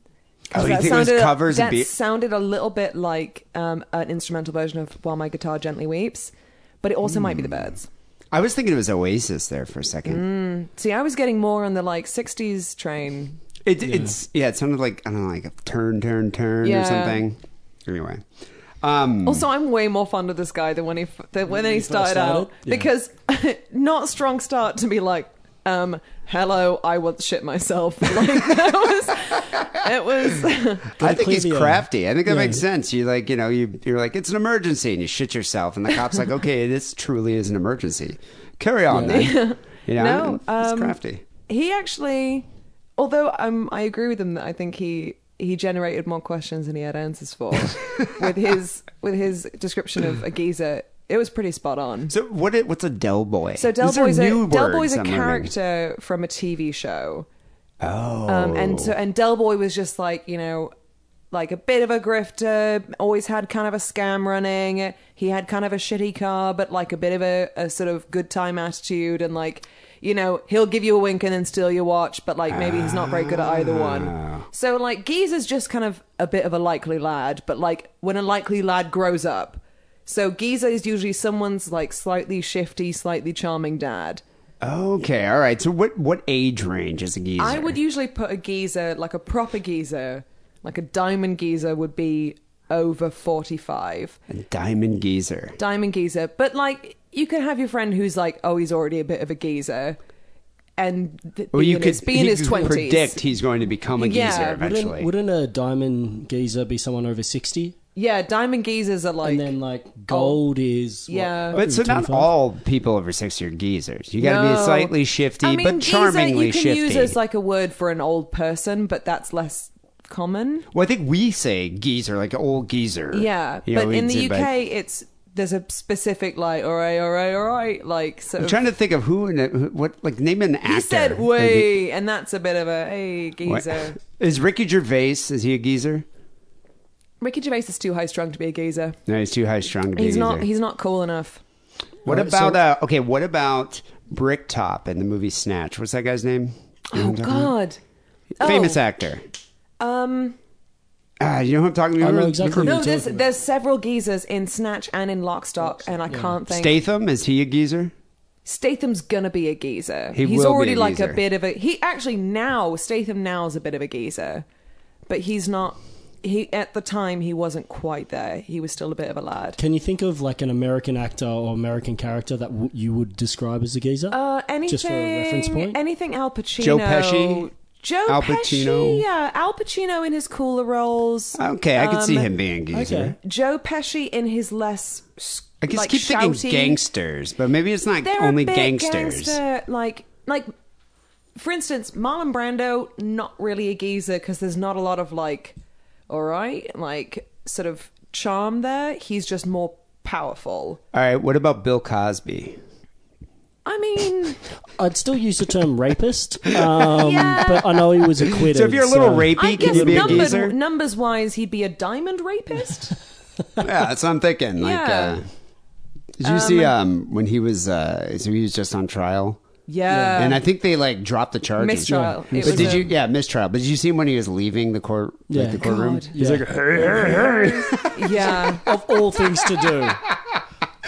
Speaker 3: oh, you
Speaker 5: that
Speaker 3: think it was
Speaker 5: sounded-
Speaker 3: covers
Speaker 5: that
Speaker 3: and be-
Speaker 5: sounded a little bit like um, an instrumental version of "While My Guitar Gently Weeps," but it also might be
Speaker 3: Hmm.
Speaker 5: the Birds.
Speaker 3: I was thinking it was Oasis there for a
Speaker 5: Mm.
Speaker 3: second.
Speaker 5: See, I was getting more on the like '60s train.
Speaker 3: It, It's yeah, it sounded like I don't know, like a turn, turn, turn or
Speaker 5: Yeah.
Speaker 3: something. Anyway, um,
Speaker 5: Also, I'm way more fond of this guy than when he f- than when he
Speaker 4: first
Speaker 5: started, out
Speaker 4: started? Yeah.
Speaker 5: because not a strong start to be like, um, "Hello, I want to shit myself." Like that was it was.
Speaker 3: I think he's
Speaker 4: Cleveland.
Speaker 3: crafty. I think that
Speaker 4: Yeah.
Speaker 3: makes sense. You like, you know, you you're like, it's an emergency, and you shit yourself, and the cop's like, okay, this truly is an emergency. Carry on, then. You know,
Speaker 5: No,
Speaker 3: it's
Speaker 5: um,
Speaker 3: crafty.
Speaker 5: he actually although um, i agree with him that i think he he generated more questions than he had answers for with his with his description of a geezer it was pretty spot on
Speaker 3: So what? It, what's a Del Boy?
Speaker 5: so Del
Speaker 3: These are
Speaker 5: Boy's a,
Speaker 3: new
Speaker 5: Del
Speaker 3: words
Speaker 5: Boy's a
Speaker 3: I'm learning.
Speaker 5: character from a TV show,
Speaker 3: Oh,
Speaker 5: um, and so and Del Boy was just like you know, like a bit of a grifter. Always had kind of a scam running. He had kind of a shitty car, but like a bit of a, a sort of good time attitude, and like you know, he'll give you a wink and then steal your watch, but like maybe he's not very good at either one. So like Geezer's just kind of a bit of a likely lad, but like when a likely lad grows up. So Giza is usually someone's like slightly shifty, slightly charming dad.
Speaker 3: Okay, all right. So what what age range is a geezer?
Speaker 5: I would usually put a geezer, like a proper geezer, like a diamond geezer would be over 45.
Speaker 3: a diamond geezer.
Speaker 5: Diamond geezer. But like, you can have your friend who's like, oh, he's already a bit of a geezer. And th-
Speaker 3: Well,
Speaker 5: be
Speaker 3: you
Speaker 5: in
Speaker 3: could
Speaker 5: his, be in
Speaker 3: he
Speaker 5: his
Speaker 3: could
Speaker 5: 20s.
Speaker 3: predict he's going to become a
Speaker 5: Yeah,
Speaker 3: geezer
Speaker 5: wouldn't-
Speaker 3: eventually.
Speaker 4: Wouldn't, wouldn't a diamond geezer be someone over 60?
Speaker 5: Yeah, diamond geezers are like. oh.
Speaker 4: and then, like, gold is. what,
Speaker 5: Yeah.
Speaker 3: but so not
Speaker 4: 25?
Speaker 3: all people over sixty are geezers. You got to be
Speaker 5: No.
Speaker 3: slightly shifty,
Speaker 5: I mean,
Speaker 3: but charmingly
Speaker 5: geezer, you can
Speaker 3: shifty.
Speaker 5: use as like a word for an old person, but that's less common.
Speaker 3: well, I think we say geezer, like old geezer.
Speaker 5: Yeah,
Speaker 3: You know,
Speaker 5: but in
Speaker 3: it's
Speaker 5: the
Speaker 3: about-
Speaker 5: UK, it's there's a specific like, all right, all right, all right, like sort
Speaker 3: I'm
Speaker 5: of.
Speaker 3: trying to think of who, in it- who what like name an actor.
Speaker 5: he said
Speaker 3: who-
Speaker 5: "way," and that's a bit of a hey
Speaker 3: What-
Speaker 5: geezer.
Speaker 3: Is Ricky Gervais? Is he a geezer?
Speaker 5: Ricky Gervais is too high strung to be a geezer.
Speaker 3: No, he's too high strung to be.
Speaker 5: He's
Speaker 3: a
Speaker 5: not.
Speaker 3: geezer.
Speaker 5: He's not cool enough.
Speaker 3: What
Speaker 4: Alright,
Speaker 3: about
Speaker 4: so-
Speaker 3: uh, okay? What about Bricktop in the movie Snatch? What's that guy's name? You know
Speaker 5: Oh
Speaker 3: what I'm talking about?
Speaker 5: God.
Speaker 3: Famous
Speaker 5: Oh.
Speaker 3: actor.
Speaker 5: Um.
Speaker 3: Ah, you know who I'm talking about?
Speaker 4: know exactly who
Speaker 5: No,
Speaker 4: you're
Speaker 5: there's
Speaker 4: talking about.
Speaker 5: there's several geezers in Snatch and in Lockstock, and I can't think.
Speaker 3: Statham is he a geezer?
Speaker 5: Statham's gonna be a geezer.
Speaker 3: He
Speaker 5: he's
Speaker 3: will be
Speaker 5: already
Speaker 3: a
Speaker 5: like
Speaker 3: geezer.
Speaker 5: a bit of a. He actually now Statham now is a bit of a geezer, but he's not. He at the time he wasn't quite there. He was still a bit of a lad.
Speaker 4: Can you think of, like, an American actor or American character that w- you would describe as a geezer?
Speaker 5: Uh, anything,
Speaker 4: Just for a reference point?
Speaker 5: anything Al Pacino,
Speaker 3: Joe Pesci?
Speaker 5: Joe
Speaker 3: Al Pacino?
Speaker 5: Pesci, yeah, Al Pacino in his cooler roles,
Speaker 3: Okay, I could see
Speaker 5: Um,
Speaker 3: him being a geezer.
Speaker 4: okay.
Speaker 5: Joe Pesci in his less. s-
Speaker 3: I just
Speaker 5: like,
Speaker 3: keep thinking
Speaker 5: shouty-
Speaker 3: gangsters, but maybe it's not
Speaker 5: They're
Speaker 3: only
Speaker 5: a bit
Speaker 3: gangsters.
Speaker 5: gangster, like, like, for instance, Marlon Brando, not really a geezer because there's not a lot of like, all right, like sort of charm there. He's just more powerful.
Speaker 3: All right, what about Bill Cosby?
Speaker 5: I mean,
Speaker 4: I'd still use the term rapist, um,
Speaker 5: Yeah.
Speaker 4: but I know he was acquitted.
Speaker 3: So if you're a little
Speaker 5: I
Speaker 3: rapey, can
Speaker 5: guess
Speaker 3: you be a
Speaker 5: numbers,
Speaker 3: geezer?
Speaker 5: numbers wise, he'd be a diamond rapist.
Speaker 3: yeah, that's what I'm thinking. Like,
Speaker 5: Yeah.
Speaker 3: uh, did you see um, when he was uh, so he was just on trial?
Speaker 5: Yeah.
Speaker 3: and I think they like dropped the charges.
Speaker 5: Mistrial. It
Speaker 3: But
Speaker 5: was
Speaker 3: did
Speaker 5: a-
Speaker 3: you? Yeah, mistrial. But did you see him when he was leaving the court? like
Speaker 4: Yeah.
Speaker 3: the courtroom.
Speaker 5: God.
Speaker 3: He's like,
Speaker 5: Yeah.
Speaker 4: of all things to do.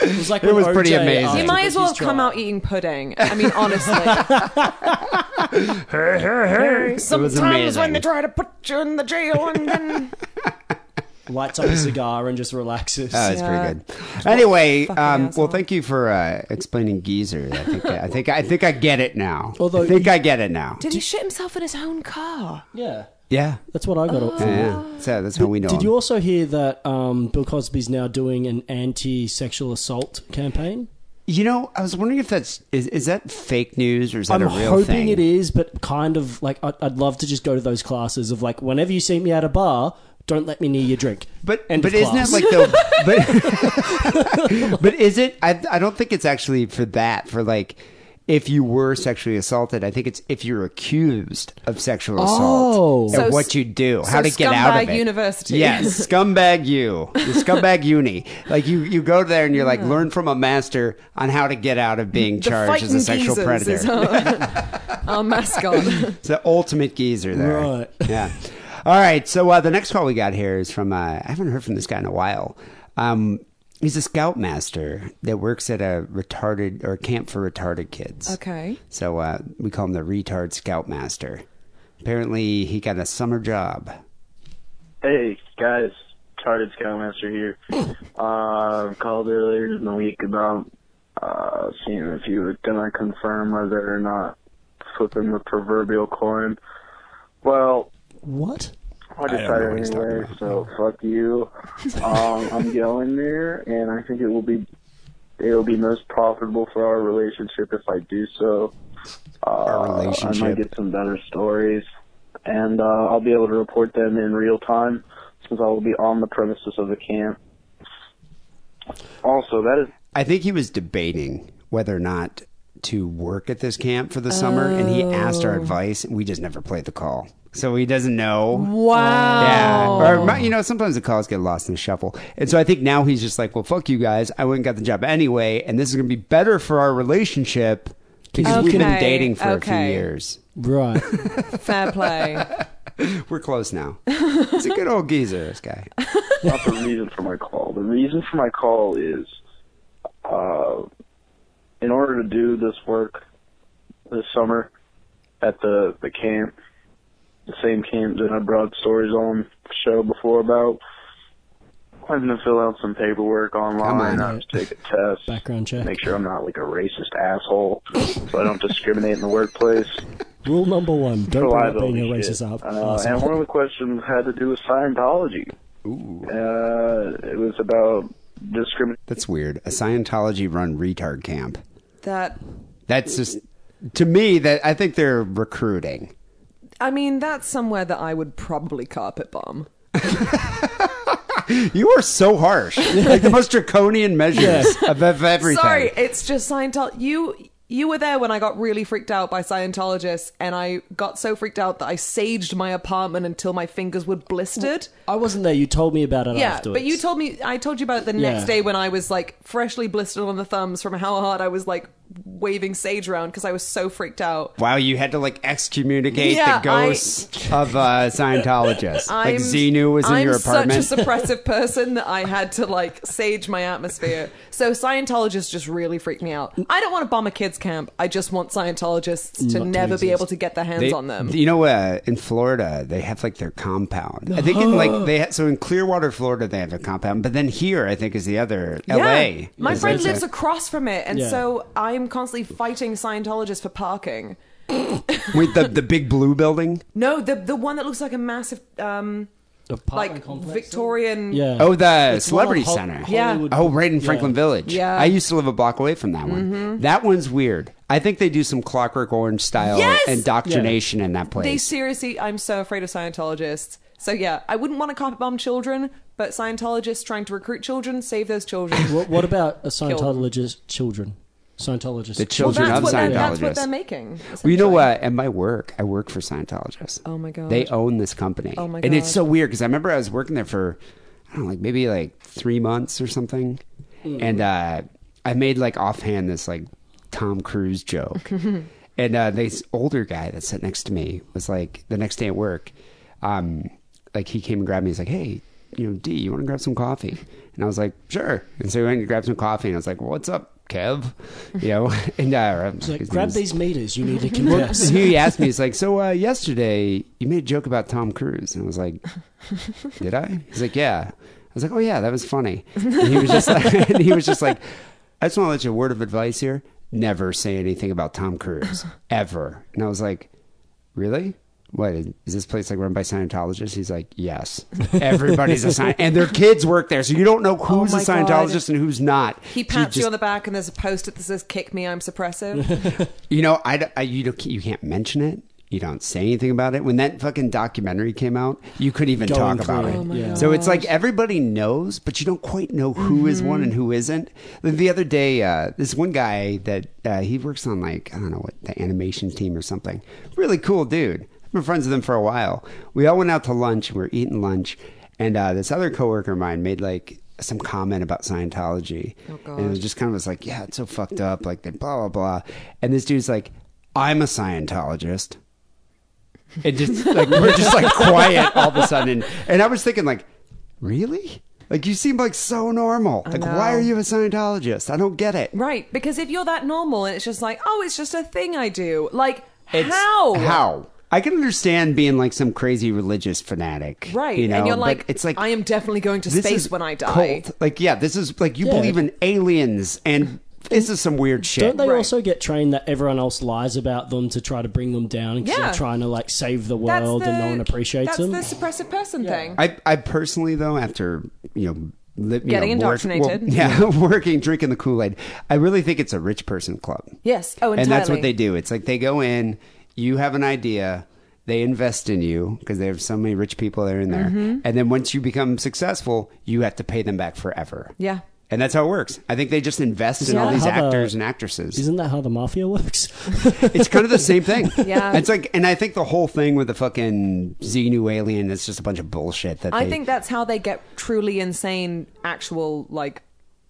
Speaker 4: It was like
Speaker 3: It
Speaker 4: when
Speaker 3: was pretty
Speaker 4: OJ
Speaker 3: amazing.
Speaker 5: You
Speaker 4: after
Speaker 5: might as well
Speaker 4: his
Speaker 5: have come
Speaker 4: trial.
Speaker 5: out eating pudding. I mean, honestly.
Speaker 3: was amazing.
Speaker 5: Sometimes when they try to put you in the jail and then.
Speaker 4: lights up a cigar and just relaxes.
Speaker 3: Oh, that's
Speaker 5: Yeah.
Speaker 3: pretty good. Anyway,
Speaker 5: Fucking
Speaker 3: um, well,
Speaker 5: asshole.
Speaker 3: thank you for uh, explaining geezer. I think I think I think I get it now.
Speaker 4: Although
Speaker 3: I think
Speaker 4: you-
Speaker 3: I get it now.
Speaker 5: Did he shit himself in his own car?
Speaker 4: yeah,
Speaker 3: Yeah,
Speaker 4: that's what I got
Speaker 5: Oh.
Speaker 4: up for.
Speaker 3: yeah. So that's how we know.
Speaker 4: Did
Speaker 3: him.
Speaker 4: you also hear that um, Bill Cosby's now doing an anti-sexual assault campaign?
Speaker 3: You know, I was wondering if that's is, is that fake news or is that
Speaker 4: I'm
Speaker 3: a real
Speaker 4: hoping
Speaker 3: thing?
Speaker 4: it is, but kind of like I'd, I'd love to just go to those classes of like whenever you see me at a bar, don't let me near your drink.
Speaker 3: But
Speaker 4: End
Speaker 3: but
Speaker 4: of
Speaker 3: isn't
Speaker 4: class.
Speaker 3: it like the but, but is it? I I don't think it's actually for that. For like, if you were sexually assaulted, I think it's if you're accused of sexual
Speaker 4: Oh.
Speaker 3: assault and
Speaker 5: So s-
Speaker 3: what you do,
Speaker 5: so
Speaker 3: how to get out of
Speaker 5: scumbag
Speaker 3: it.
Speaker 5: university.
Speaker 3: yes, scumbag you, The scumbag uni. Like you you go there and you're like learn from a master on how to get out of being charged as a sexual
Speaker 5: geezers
Speaker 3: predator.
Speaker 5: Is our, our mascot.
Speaker 3: It's the ultimate geezer there.
Speaker 4: Right.
Speaker 3: Yeah. All right. So uh, the next call we got here is from, uh, I haven't heard from this guy in a while. Um, he's a scoutmaster that works at a retarded or a camp for retarded kids.
Speaker 5: Okay.
Speaker 3: So uh, we call him the retard scoutmaster. Apparently, he got a summer job.
Speaker 1: Hey guys, Tarded Scoutmaster here. Uh, called earlier in the week about uh, seeing if you were gonna confirm whether or not flipping the proverbial coin. Well,
Speaker 4: what?
Speaker 1: I
Speaker 3: know what
Speaker 1: decided
Speaker 3: he's talking
Speaker 1: anyway,
Speaker 3: about.
Speaker 1: so fuck you. Um, I'm going there, and I think it will be it will be most profitable for our relationship if I do so. Uh, I
Speaker 3: relationship.
Speaker 1: might get some better stories, and uh, I'll be able to report them in real time since I will be on the premises of the camp. Also, that is
Speaker 3: I think he was debating whether or not to work at this camp for the summer, and he asked
Speaker 5: Oh.
Speaker 3: our advice, and we just never played the call. So he doesn't know.
Speaker 5: Wow.
Speaker 3: Yeah. Or, my- you know, sometimes the calls get lost in the shuffle. And so I think now he's just like, well, fuck you guys. I wouldn't got the job anyway. And this is going to be better for our relationship Because we've been
Speaker 5: Okay,
Speaker 3: dating for a
Speaker 5: okay.
Speaker 3: few years.
Speaker 4: Right.
Speaker 5: Fair play.
Speaker 3: We're close now. He's a good old geezer, this guy.
Speaker 1: not the reason for my call. The reason for my call is, uh, in order to do this work this summer at the the camp, the same camp that I brought stories on the show before about, I'm gonna fill out some paperwork online. I have to take a test,
Speaker 4: Background check.
Speaker 1: make sure I'm not like a racist asshole, so I don't discriminate in the workplace.
Speaker 4: Rule number one: don't bring up
Speaker 1: Reliability
Speaker 4: being a
Speaker 1: shit.
Speaker 4: racist out.
Speaker 1: Uh, and one of the questions had to do with Scientology. Ooh. Uh, it was about discrimination.
Speaker 3: That's weird. A Scientology run retard camp.
Speaker 5: That
Speaker 3: That's just to me that I think they're recruiting.
Speaker 5: I mean, that's somewhere that I would probably carpet bomb.
Speaker 3: You are so harsh. like the most draconian measures of, of everything.
Speaker 5: Sorry, it's just Scientology. You you were there when I got really freaked out by Scientologists, and I got so freaked out that I saged my apartment until my fingers were blistered.
Speaker 4: I wasn't there. You told me about it
Speaker 5: yeah,
Speaker 4: afterwards.
Speaker 5: but you told me I told you about it the next
Speaker 4: Yeah.
Speaker 5: day when I was like freshly blistered on the thumbs from how hard I was like waving sage around because I was so freaked out.
Speaker 3: Wow, you had to like excommunicate
Speaker 5: Yeah,
Speaker 3: the ghosts of uh, Scientologists. like Xenu was in
Speaker 5: I'm
Speaker 3: your apartment.
Speaker 5: such a suppressive person that I had to like sage my atmosphere. So Scientologists just really freaked me out. I don't want to bomb a kids camp. I just want Scientologists to
Speaker 4: Not to
Speaker 5: never be
Speaker 4: exist.
Speaker 5: able to get their hands
Speaker 3: They-
Speaker 5: on them.
Speaker 3: You know, uh, in Florida, they have like their compound. I think in like they ha- so in Clearwater, Florida, they have their compound, but then here, I think is the other
Speaker 5: Yeah.
Speaker 3: L.A.
Speaker 5: My
Speaker 3: is
Speaker 5: friend
Speaker 3: also-
Speaker 5: lives across from it, and
Speaker 4: Yeah.
Speaker 5: so I'm constantly fighting Scientologists for parking.
Speaker 3: with the the big blue building.
Speaker 5: No, the the one that looks like a massive um like Victorian
Speaker 4: Yeah.
Speaker 3: Oh, the
Speaker 4: It's one on
Speaker 3: Celebrity
Speaker 4: Hol-
Speaker 3: Center.
Speaker 5: Yeah.
Speaker 4: Hollywood-
Speaker 3: Oh, right in
Speaker 4: Yeah.
Speaker 3: Franklin Village.
Speaker 5: Yeah. Mm-hmm.
Speaker 3: I used to live a block away from that one. That one's weird. I think they do some Clockwork Orange style
Speaker 5: Yes!
Speaker 3: indoctrination in that place.
Speaker 5: They seriously, I'm so afraid of Scientologists. So yeah, I wouldn't want to carpet bomb children, but Scientologists trying to recruit children, save those children.
Speaker 4: What, what about a Scientologist children? Scientologist.
Speaker 3: The children
Speaker 5: that's,
Speaker 3: of
Speaker 5: what they're,
Speaker 3: Scientologists.
Speaker 5: that's what they're making.
Speaker 3: Well, you know
Speaker 5: essentially.
Speaker 3: what? At my work, I work for Scientologists.
Speaker 5: Oh my God.
Speaker 3: They own this company.
Speaker 5: Oh my
Speaker 3: And it's
Speaker 5: God.
Speaker 3: so weird because I remember I was working there for, I don't know, like maybe like three months or something,
Speaker 5: Hmm.
Speaker 3: and uh, I made like offhand this like Tom Cruise joke, and uh, this older guy that sat next to me was like the next day at work, um, like he came and grabbed me. He's like, hey. You know, D, you want to grab some coffee? And I was like, sure. And so we went and grabbed some coffee, and I was like, what's up, Kev? You know, and uh,
Speaker 4: It's like,
Speaker 3: his
Speaker 4: grab
Speaker 3: name's-
Speaker 4: these meters. You need to confess.
Speaker 3: he asked me, he's like, so uh, yesterday you made a joke about Tom Cruise. And I was like, did I? He's like, yeah. I was like, oh yeah, that was funny. And he was just like, and he was just like, I just want to let you a word of advice here. Never say anything about Tom Cruise ever. And I was like, really? What is this place like run by Scientologists? He's like, yes. Everybody's a Scientologist, and their kids work there, so you don't know who's a
Speaker 5: Oh my God.
Speaker 3: Scientologist and who's not.
Speaker 5: He pats you on the back, and there's a post-it that says "Kick me, I'm suppressive."
Speaker 3: You know, I, I- you don't, you can't mention it. You don't say anything about it. When that fucking documentary came out, you couldn't even
Speaker 4: Going
Speaker 3: talk about
Speaker 4: clear.
Speaker 3: it.
Speaker 4: Oh my Yeah.
Speaker 3: so it's like everybody knows, but you don't quite know who is one and who isn't. Like the other day, uh, this one guy that uh, he works on like I don't know what the animation team or something. Really cool dude. I've been friends with him for a while. We all went out to lunch. and We were eating lunch, and uh, this other coworker of mine made like some comment about Scientology. Oh,
Speaker 5: God.
Speaker 3: And it was just kind of was like, yeah, it's so fucked up, like they blah blah blah. And this dude's like, I'm a Scientologist. And just like we're just like quiet all of a sudden. And I was thinking like, really? Like you seem like so normal. Like why
Speaker 5: know.
Speaker 3: are you a Scientologist? I don't get it.
Speaker 5: right? Because if you're that normal, and it's just like, oh, it's just a thing I do. Like
Speaker 3: It's-
Speaker 5: how?
Speaker 3: How? I can understand being like some crazy religious fanatic,
Speaker 5: Right?
Speaker 3: You know,
Speaker 5: and you're
Speaker 3: but
Speaker 5: like,
Speaker 3: it's like
Speaker 5: I am definitely going to
Speaker 3: this
Speaker 5: space
Speaker 3: is
Speaker 5: when I die.
Speaker 3: Cult. Like, yeah, this is like you
Speaker 4: Yeah.
Speaker 3: believe in aliens, and this is some weird shit.
Speaker 4: Don't they
Speaker 5: Right.
Speaker 4: also get trained that everyone else lies about them to try to bring them down because
Speaker 5: Yeah.
Speaker 4: they're trying to like save the world and no one appreciates
Speaker 5: that's
Speaker 4: them?
Speaker 5: the suppressive person thing.
Speaker 3: I, I personally though, after you know, li- you
Speaker 5: Getting
Speaker 3: know, work-
Speaker 5: indoctrinated.
Speaker 3: well, yeah, working, drinking the Kool Aid. I really think it's a rich person club.
Speaker 5: Yes. Oh,
Speaker 3: and that's what
Speaker 5: entirely.
Speaker 3: they do. It's like they go in, you have an idea. They invest in you because they have so many rich people that are in there.
Speaker 5: Mm-hmm.
Speaker 3: And then once you become successful, you have to pay them back forever.
Speaker 5: Yeah.
Speaker 3: And that's how it works. I think they just invest in
Speaker 4: Isn't
Speaker 3: all
Speaker 4: that
Speaker 3: these
Speaker 4: how the-
Speaker 3: actors and actresses
Speaker 4: Isn't that how the mafia works?
Speaker 3: it's kind of the same thing.
Speaker 5: Yeah.
Speaker 3: It's like, and I think the whole thing with the fucking Xenu alien is just a bunch of bullshit. That
Speaker 5: I
Speaker 3: they-
Speaker 5: think that's how they get truly insane, actual like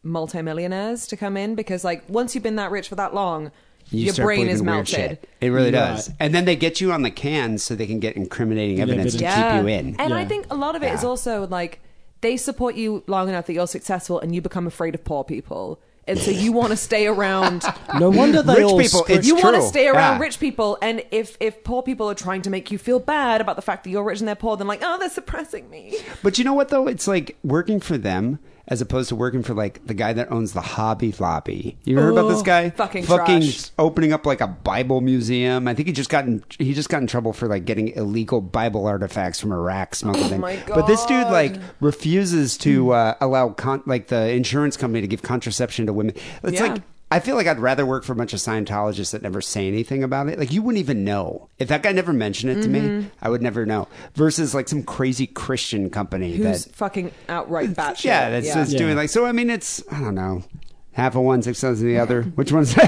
Speaker 5: multimillionaires to come in because like once you've been that rich for that long,
Speaker 3: you
Speaker 5: Your
Speaker 3: start
Speaker 5: brain
Speaker 3: believing
Speaker 5: is
Speaker 3: weird
Speaker 5: melted.
Speaker 3: shit. It really
Speaker 4: Right.
Speaker 3: does. And then they get you on the can so they can get incriminating evidence to
Speaker 4: evidence.
Speaker 5: Yeah.
Speaker 3: keep you in.
Speaker 5: And I
Speaker 4: Yeah.
Speaker 5: think a lot of it is
Speaker 3: Yeah.
Speaker 5: also like they support you long enough that you're successful and you become afraid of poor people. And so you want to stay around.
Speaker 4: No wonder they
Speaker 3: Rich
Speaker 4: all
Speaker 3: people,
Speaker 4: screw-
Speaker 3: it's
Speaker 5: you want to
Speaker 3: true.
Speaker 5: stay around
Speaker 3: Yeah.
Speaker 5: rich people, and if if poor people are trying to make you feel bad about the fact that you're rich and they're poor, then like, oh, they're suppressing me.
Speaker 3: But you know what though? It's like working for them as opposed to working for like the guy that owns the Hobby Lobby. You heard about this guy?
Speaker 5: fucking trash.
Speaker 3: opening up like a Bible museum. I think he just got in, he just got in trouble for like getting illegal Bible artifacts from Iraq smuggled in.
Speaker 5: my
Speaker 3: But this dude
Speaker 5: God.
Speaker 3: like refuses to uh, allow con- like the insurance company to give contraception to women. It's
Speaker 5: Yeah.
Speaker 3: like I feel like I'd rather work for a bunch of Scientologists that never say anything about it. Like you wouldn't even know if that guy never mentioned it to
Speaker 5: Mm-hmm.
Speaker 3: me. I would never know. Versus like some crazy Christian company
Speaker 5: Who's
Speaker 3: that
Speaker 5: fucking outright batshit?
Speaker 3: yeah, that's just
Speaker 4: Yeah.
Speaker 3: doing like so. I mean, it's I don't know, half of one, six of the other. Which one's which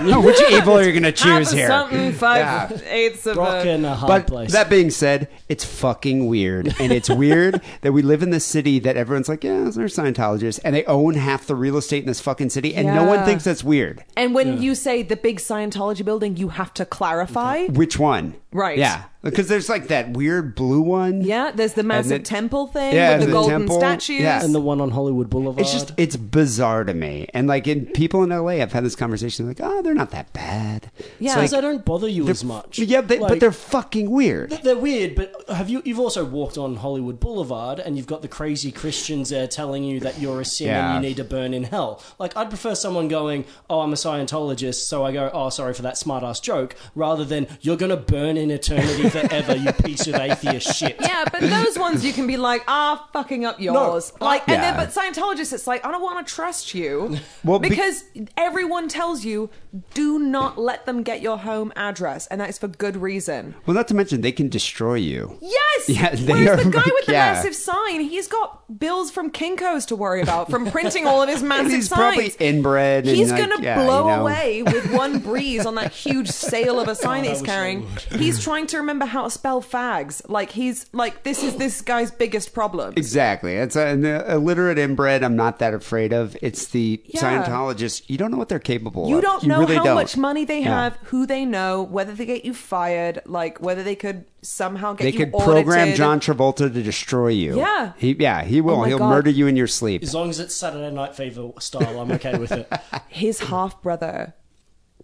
Speaker 3: evil are you going to
Speaker 5: Half
Speaker 3: choose
Speaker 5: of
Speaker 3: here?
Speaker 5: Something five eighths of
Speaker 4: Rock
Speaker 5: a.
Speaker 4: in a hard
Speaker 3: uh, But
Speaker 4: place.
Speaker 3: that being said, it's fucking weird, and it's weird that we live in the city that everyone's like, yeah, they're Scientologists, and they own half the real estate in this fucking city, and no one
Speaker 5: Yeah.
Speaker 3: thinks that's weird.
Speaker 5: And when you say the big Scientology building, you have to clarify.
Speaker 3: Which one?
Speaker 5: Right.
Speaker 3: Yeah, because there's like that weird blue one.
Speaker 5: Yeah, there's the massive
Speaker 3: then-
Speaker 5: temple thing
Speaker 3: Yeah,
Speaker 5: with the,
Speaker 3: the
Speaker 5: golden
Speaker 3: temple.
Speaker 5: statues.
Speaker 3: Yeah.
Speaker 4: and the one on Hollywood Boulevard.
Speaker 3: It's just it's bizarre to me, and like in people in LA, I've had this conversation like, oh, they're not that bad.
Speaker 5: Yeah.
Speaker 3: It's like-
Speaker 4: because they don't bother you as
Speaker 3: They're-
Speaker 4: much.
Speaker 3: Yeah, they, but
Speaker 4: Like-
Speaker 3: they're fucking weird.
Speaker 4: They're weird, but have you? You've also walked on Hollywood Boulevard, and you've got the crazy Christians there telling you that you're a sin
Speaker 3: Yeah.
Speaker 4: and you need to burn in hell. Like, I'd prefer someone going, "Oh, I'm a Scientologist," so I go, "Oh, sorry for that smartass joke," rather than "You're gonna burn in eternity forever, you piece of atheist shit."
Speaker 5: Yeah, but those ones you can be like, ah, fucking up yours. like, and then,
Speaker 3: Yeah.
Speaker 5: but Scientologists, it's like, I don't want to trust you.
Speaker 3: Well, be-
Speaker 5: because everyone tells you, do not let them get your home address. And that is for good reason.
Speaker 3: Well, not to mention they can destroy you.
Speaker 5: Yes!
Speaker 3: Yeah, they
Speaker 5: Whereas
Speaker 3: are
Speaker 5: the guy
Speaker 3: like-
Speaker 5: with the
Speaker 3: yeah.
Speaker 5: massive sign, he's got bills from Kinko's to worry about from printing all of his massive
Speaker 3: he's
Speaker 5: signs.
Speaker 3: probably inbred and,
Speaker 5: He's
Speaker 3: like,
Speaker 5: gonna
Speaker 3: yeah,
Speaker 5: blow
Speaker 3: you know.
Speaker 5: away with one breeze on that huge sail of a sign that
Speaker 4: that
Speaker 5: he's
Speaker 4: was
Speaker 5: carrying. He's trying to remember how to spell fags. Like he's like this is this guy's biggest problem.
Speaker 3: Exactly. It's an illiterate inbred. I'm not that afraid of. It's the
Speaker 5: Yeah.
Speaker 3: Scientologists. You don't know what they're capable
Speaker 5: You
Speaker 3: of.
Speaker 5: don't know
Speaker 3: really
Speaker 5: how
Speaker 3: don't.
Speaker 5: much money they
Speaker 3: Yeah.
Speaker 5: have, who they know, whether they get you fired, like whether they could somehow get
Speaker 3: They
Speaker 5: you
Speaker 3: could
Speaker 5: audited.
Speaker 3: program John Travolta to destroy you.
Speaker 5: Yeah. Oh
Speaker 3: He, yeah, he will.
Speaker 5: my
Speaker 3: He'll
Speaker 5: God.
Speaker 3: murder you in your sleep.
Speaker 4: As long as it's Saturday Night Fever style, I'm okay with it.
Speaker 5: his half brother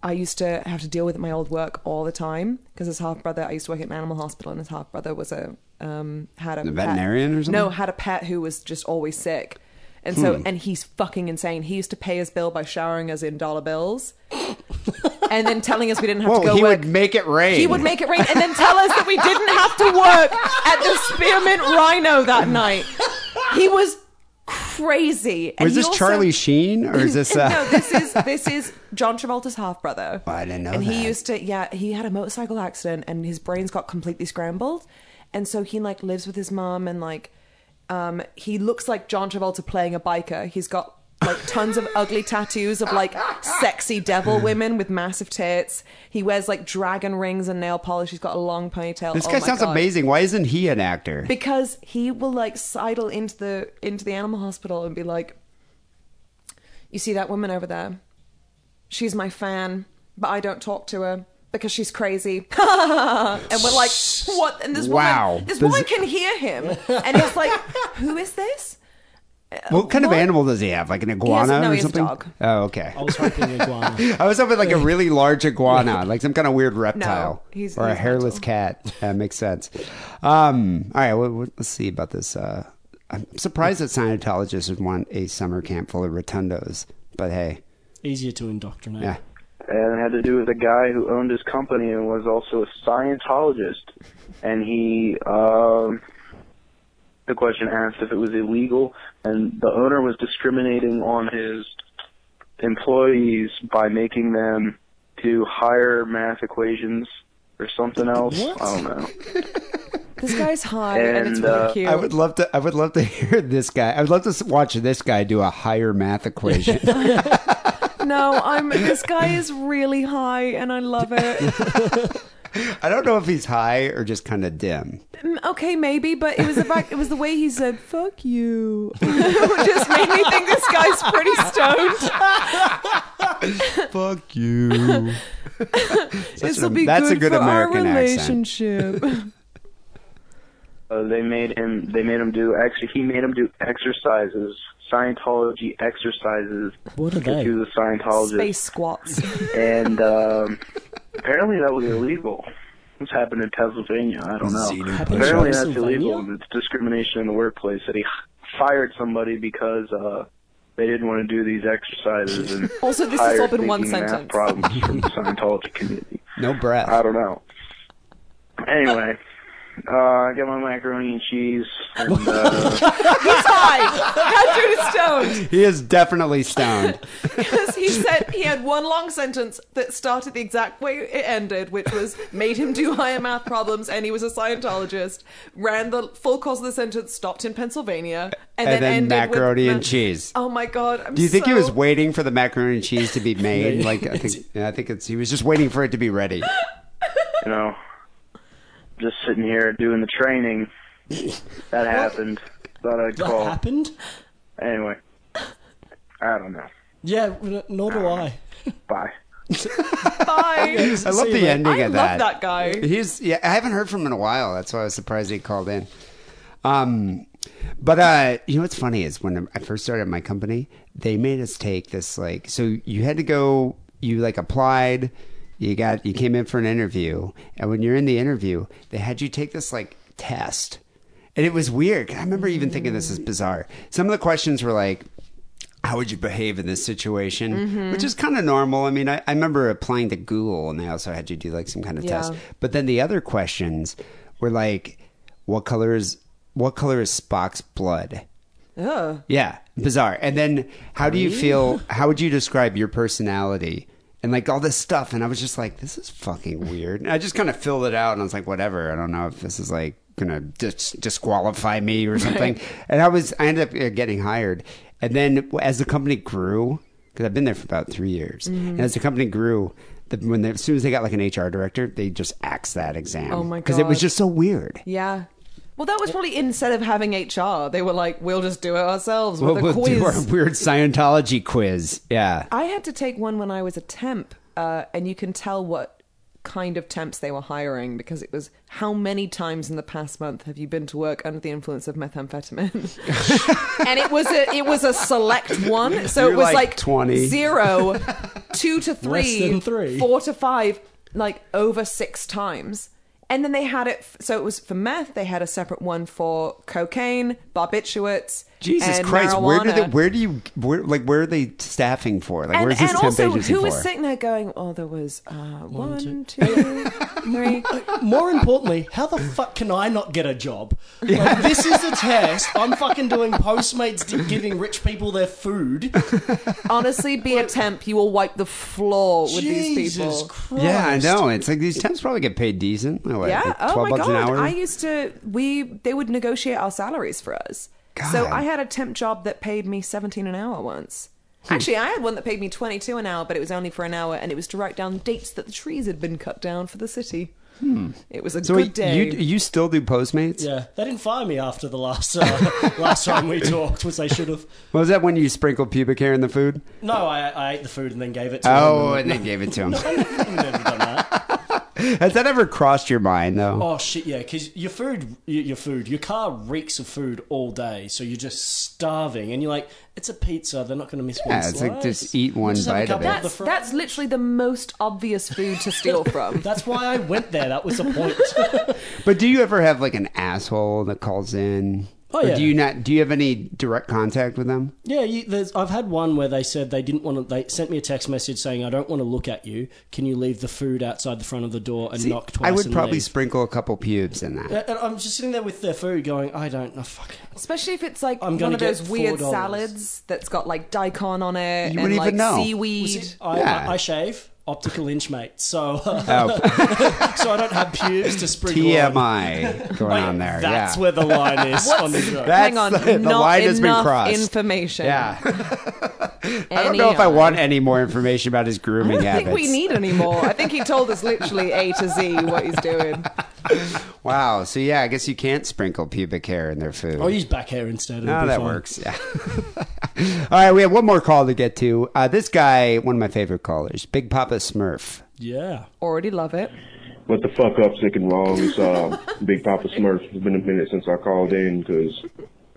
Speaker 5: I used to have to deal with at my old work all the time because his half brother. I used to work at an animal hospital, and his half brother was a um, had a, pet-
Speaker 3: veterinarian or something? Hmm.
Speaker 5: No, had a pet who was just always sick, and so and he's fucking insane. He used to pay his bill by showering us in dollar bills, and then telling us we didn't have to
Speaker 3: Whoa,
Speaker 5: go
Speaker 3: he
Speaker 5: work.
Speaker 3: would make it rain.
Speaker 5: he would make it rain, and then tell us that we didn't have to work at the Spearmint Rhino that night. He was crazy. And
Speaker 3: Was
Speaker 5: he
Speaker 3: this
Speaker 5: also-
Speaker 3: Charlie Sheen or is this? Uh,
Speaker 5: no, this is this is John Travolta's half brother.
Speaker 3: Oh, I didn't know
Speaker 5: And
Speaker 3: that.
Speaker 5: he used to, yeah, he had a motorcycle accident and his brains got completely scrambled, and so he like lives with his mom and like, um, he looks like John Travolta playing a biker. He's got like tons of ugly tattoos of like sexy devil women with massive tits. He wears like dragon rings and nail polish. He's got a long ponytail.
Speaker 3: this
Speaker 5: Oh
Speaker 3: guy
Speaker 5: my
Speaker 3: sounds
Speaker 5: God.
Speaker 3: amazing. Why isn't he an actor?
Speaker 5: Because he will like sidle into the into the animal hospital and be like, "You see that woman over there? She's my fan, but I don't talk to her because she's crazy." and we're like, "What?" And this
Speaker 3: Wow.
Speaker 5: woman, this
Speaker 3: Does-
Speaker 5: woman can hear him, and it's like, "Who is this?"
Speaker 3: what kind
Speaker 5: what?
Speaker 3: of animal does he have? Like an iguana
Speaker 5: no,
Speaker 3: or
Speaker 5: he has a
Speaker 3: something?
Speaker 5: dog.
Speaker 3: Oh, okay.
Speaker 4: I was hoping iguana.
Speaker 3: I was hoping like a really large iguana, like some kind of weird reptile,
Speaker 5: he's-
Speaker 3: or a
Speaker 5: he's
Speaker 3: hairless
Speaker 5: mental.
Speaker 3: cat. That makes sense. Um, all right, well, well, let's see about this. Uh, I'm surprised that Scientologists would want a summer camp full of rotundos, but hey,
Speaker 4: Easier to indoctrinate.
Speaker 3: yeah.
Speaker 1: and it had to do with a guy who owned his company and was also a Scientologist. And he, um, the question asked if it was illegal, and the owner was discriminating on his employees by making them do higher math equations or something else. I don't know.
Speaker 5: This guy's high, and, it's
Speaker 1: And,
Speaker 5: really
Speaker 1: uh,
Speaker 5: cute.
Speaker 3: I would love to. I would love to hear this guy. I would love to s- watch this guy do a higher math equation.
Speaker 5: no, I'm. This guy is really high, and I love it.
Speaker 3: I don't know if he's high or just kind of dim.
Speaker 5: Mm, okay, maybe, but it was the fact, it was the way he said "fuck you," which just made me think this guy's pretty stoned.
Speaker 3: Fuck you.
Speaker 5: This
Speaker 3: a-
Speaker 5: will be
Speaker 3: that's a
Speaker 5: good,
Speaker 3: good
Speaker 5: for
Speaker 3: American
Speaker 5: our
Speaker 3: accent.
Speaker 5: relationship.
Speaker 1: Uh, they made him. They made him do. Actually, he made him do exercises, Scientology exercises.
Speaker 4: What are
Speaker 1: Because
Speaker 4: they?
Speaker 1: he was a Scientologist,
Speaker 5: Space squats.
Speaker 1: and um, apparently that was illegal. This happened in Pennsylvania. I don't know.
Speaker 4: Happened in
Speaker 1: Apparently that's
Speaker 4: Pennsylvania?
Speaker 1: illegal. and It's discrimination in the workplace. That he fired somebody because uh, they didn't want to do these exercises. And
Speaker 5: Also, this has
Speaker 1: hired
Speaker 5: all been one
Speaker 1: thinking math
Speaker 5: sentence.
Speaker 1: Problems from the Scientology community.
Speaker 3: No breath.
Speaker 1: I don't know. Anyway, uh, I got my macaroni and cheese. And, uh,
Speaker 5: Hi, Andrew Stone.
Speaker 3: He is definitely stoned.
Speaker 5: Because he said he had one long sentence that started the exact way it ended, which was made him do higher math problems, and he was a Scientologist. Ran the full course of the sentence, stopped in Pennsylvania, and,
Speaker 3: And then
Speaker 5: ended
Speaker 3: macaroni
Speaker 5: with,
Speaker 3: and cheese.
Speaker 5: Oh my god! I'm
Speaker 3: Do you think he
Speaker 5: so-
Speaker 3: was waiting for the macaroni and cheese to be made? like I think, yeah, I think it's he was just waiting for it to be ready.
Speaker 1: you know, just sitting here doing the training. That happened. Thought I'd
Speaker 4: That
Speaker 1: call.
Speaker 4: happened?
Speaker 1: Anyway, I don't know.
Speaker 4: Yeah, w- nor do I.
Speaker 1: Bye.
Speaker 5: Bye.
Speaker 3: I love
Speaker 4: See,
Speaker 3: the
Speaker 4: like,
Speaker 5: I
Speaker 3: ending
Speaker 5: love
Speaker 3: of
Speaker 5: that.
Speaker 3: that.
Speaker 5: guy.
Speaker 3: He's yeah, I haven't heard from him in a while. That's why I was surprised he called in. Um, but uh, you know what's funny is when I first started my company, they made us take this like so you had to go you like applied, you got you came in for an interview, and when you're in the interview, they had you take this like test. And it was weird. I remember even thinking this is bizarre. Some of the questions were like how would you behave in this situation? Which is kind of normal. I mean, I, I remember applying to Google and they also had you do like some kind of
Speaker 5: Yeah.
Speaker 3: test. But then the other questions were like, what color is what color is Spock's blood?
Speaker 5: Ugh.
Speaker 3: Yeah, bizarre. And then how do you feel? How would you describe your personality? And like all this stuff. And I was just like, this is fucking weird. And I just kind of filled it out and I was like, whatever. I don't know if this is like going to dis- disqualify me or something. And I was, I ended up uh, getting hired. And then as the company grew, because I've been there for about three years,
Speaker 5: Mm-hmm.
Speaker 3: and as the company grew, the, when they, as soon as they got like an HR director, they just axed that exam.
Speaker 5: Oh my
Speaker 3: Because it was
Speaker 5: God.
Speaker 3: just so weird.
Speaker 5: Yeah. Well, that was probably instead of having HR, they were like, "We'll just do it ourselves with
Speaker 3: Well,
Speaker 5: a
Speaker 3: we'll
Speaker 5: quiz."
Speaker 3: do our weird Scientology quiz. Yeah.
Speaker 5: I had to take one when I was a temp, uh, and you can tell what kind of temps they were hiring because it was how many times in the past month have you been to work under the influence of methamphetamine? and it was a it was a select one, so
Speaker 3: You're
Speaker 5: it was
Speaker 3: like
Speaker 5: like,
Speaker 3: 20.
Speaker 5: zero, two to
Speaker 4: Less
Speaker 5: three,
Speaker 4: than three.
Speaker 5: four to five, like over six times. And then they had it, f- so it was for meth. They had a separate one for cocaine, barbiturates.
Speaker 3: Jesus
Speaker 5: and
Speaker 3: Christ! Where do they,
Speaker 5: marijuana.
Speaker 3: where do you where like where are they staffing for? Like
Speaker 5: and,
Speaker 3: where's this
Speaker 5: and
Speaker 3: temp
Speaker 5: also,
Speaker 3: agency
Speaker 5: who
Speaker 3: for?
Speaker 5: was sitting there going, "Oh, there was uh, one, two, three."
Speaker 4: More importantly, how the fuck can I not get a job? Like, this is a test. I'm fucking doing Postmates di- giving rich people their food.
Speaker 5: Honestly, be a temp. You will wipe the floor with these
Speaker 4: Jesus
Speaker 5: people.
Speaker 4: Christ.
Speaker 3: yeah, I know. It's like these temps probably get paid decent. What,
Speaker 5: Yeah.
Speaker 3: like
Speaker 5: Oh my
Speaker 3: 12 bucks an
Speaker 5: god.
Speaker 3: hour.
Speaker 5: I used to. We they would negotiate our salaries for us. So
Speaker 3: God.
Speaker 5: I had a temp job that paid me seventeen an hour once.
Speaker 3: Hmm.
Speaker 5: Actually, I had one that paid me twenty-two an hour, but it was only for an hour, and it was to write down dates that the trees had been cut down for the city. It was a
Speaker 3: Hmm. so
Speaker 5: good
Speaker 3: wait,
Speaker 5: day.
Speaker 3: you you still do Postmates?
Speaker 4: Yeah, they didn't fire me after the last uh, last time we talked, which they should have.
Speaker 3: Was that when you sprinkled pubic hair in the food?
Speaker 4: No, I, I ate the food and then gave it to
Speaker 3: Oh,
Speaker 4: them.
Speaker 3: and then gave it to him.
Speaker 4: I've never done that.
Speaker 3: Has that ever crossed your mind though?
Speaker 4: Oh shit, yeah, because your food, y- your food, your car reeks of food all day, so you're just starving, and you're like, it's a pizza. They're not going to miss one
Speaker 3: Yeah, it's like
Speaker 4: slice.
Speaker 3: just eat one
Speaker 4: Just have a
Speaker 3: bite of
Speaker 4: couple
Speaker 3: it.
Speaker 4: the
Speaker 5: that's,
Speaker 4: fr-
Speaker 5: that's literally the most obvious food to steal from.
Speaker 4: That's why I went there. That was the point.
Speaker 3: But do you ever have like an asshole that calls in?
Speaker 4: Oh,
Speaker 3: Or
Speaker 4: yeah.
Speaker 3: Do you not? Do you have any direct contact with them?
Speaker 4: yeah, you, there's, I've had one where they said they didn't want to. They sent me a text message saying, "I don't want to look at you. Can you leave the food outside the front of the door and
Speaker 3: See,
Speaker 4: knock twice?"
Speaker 3: I would
Speaker 4: and
Speaker 3: probably
Speaker 4: leave?"
Speaker 3: sprinkle a couple pubes in that.
Speaker 4: And- and I'm just sitting there with their food, going, "I don't know, fuck."
Speaker 5: Especially if it's like
Speaker 4: I'm
Speaker 5: one
Speaker 4: gonna
Speaker 5: of those
Speaker 4: get
Speaker 5: weird
Speaker 4: $4.
Speaker 5: salads that's got like daikon on it
Speaker 3: You
Speaker 5: and
Speaker 3: wouldn't
Speaker 5: like
Speaker 3: even know.
Speaker 4: See,
Speaker 5: seaweed.
Speaker 4: I,
Speaker 3: Yeah.
Speaker 4: I, I shave optical inch, mate, so uh,
Speaker 3: Oh,
Speaker 4: so I don't have pubes to sprinkle. on. Oh,
Speaker 3: TMI going on there.
Speaker 4: That's
Speaker 3: yeah.
Speaker 4: where the line is on the joke.
Speaker 3: That's
Speaker 5: Hang on,
Speaker 3: the, the
Speaker 5: not
Speaker 3: line has been
Speaker 5: enough
Speaker 3: crossed.
Speaker 5: information.
Speaker 3: yeah, I don't know if I want any more information about his grooming
Speaker 5: I don't
Speaker 3: habits.
Speaker 5: think we need any more. I think he told us literally A to Z what he's doing.
Speaker 3: wow. So yeah, I guess you can't sprinkle pubic hair in their food.
Speaker 4: I'll use back hair instead. it'll
Speaker 3: No,
Speaker 4: be
Speaker 3: that
Speaker 4: fine.
Speaker 3: works. Yeah. All right, we have one more call to get to. Uh, this guy, one of my favorite callers, Big Papa Smurf.
Speaker 4: Yeah.
Speaker 5: Already love it.
Speaker 8: What the fuck up, sick and wrong? It's uh, Big Papa Smurf. It's been a minute since I called in because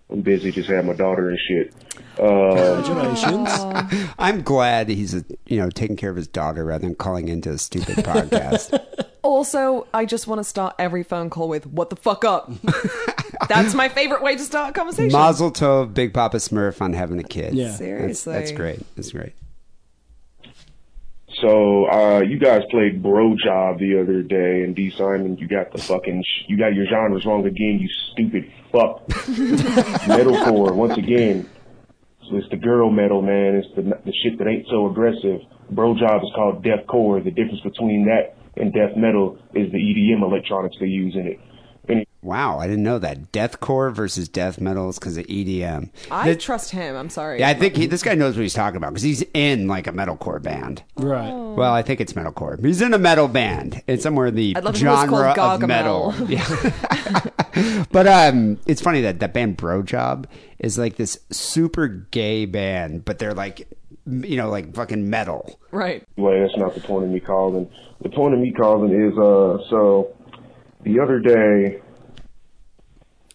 Speaker 8: I'm busy. Just had my daughter and shit. Uh,
Speaker 4: Congratulations.
Speaker 3: I'm glad he's uh, you know taking care of his daughter rather than calling into a stupid podcast.
Speaker 5: Also, I just want to start every phone call with "What the fuck up." That's my favorite way to start a conversation.
Speaker 3: Mazel tov, Big Papa Smurf, on having a kid.
Speaker 4: Yeah.
Speaker 3: That's,
Speaker 5: Seriously,
Speaker 3: that's great. That's great.
Speaker 8: so uh, you guys played Bro Job the other day, and D Simon, you got the fucking sh- you got your genres wrong again. You stupid fuck. Metalcore once again. So it's the girl metal, man. It's the the shit that ain't so aggressive. Bro job is called deathcore. The difference between that and death metal is the EDM electronics they use in it. Any-
Speaker 3: Wow, I didn't know that. Deathcore versus death metal is because of E EDM.
Speaker 5: I
Speaker 3: That-
Speaker 5: trust him. I'm sorry.
Speaker 3: yeah, I think he, this guy knows what he's talking about because he's in like a metalcore band.
Speaker 5: Oh.
Speaker 4: Right.
Speaker 3: Well, I think it's metalcore. He's in a metal band. It's somewhere in the
Speaker 5: I'd love if it was
Speaker 3: genre
Speaker 5: called
Speaker 3: of
Speaker 5: Gargamel.
Speaker 3: metal. Yeah. but um, it's funny that that band Bro Job is like this super gay band, but they're like, m- you know, like fucking metal.
Speaker 5: right.
Speaker 8: Anyway, that's not the point of me calling. The point of me calling is uh so the other day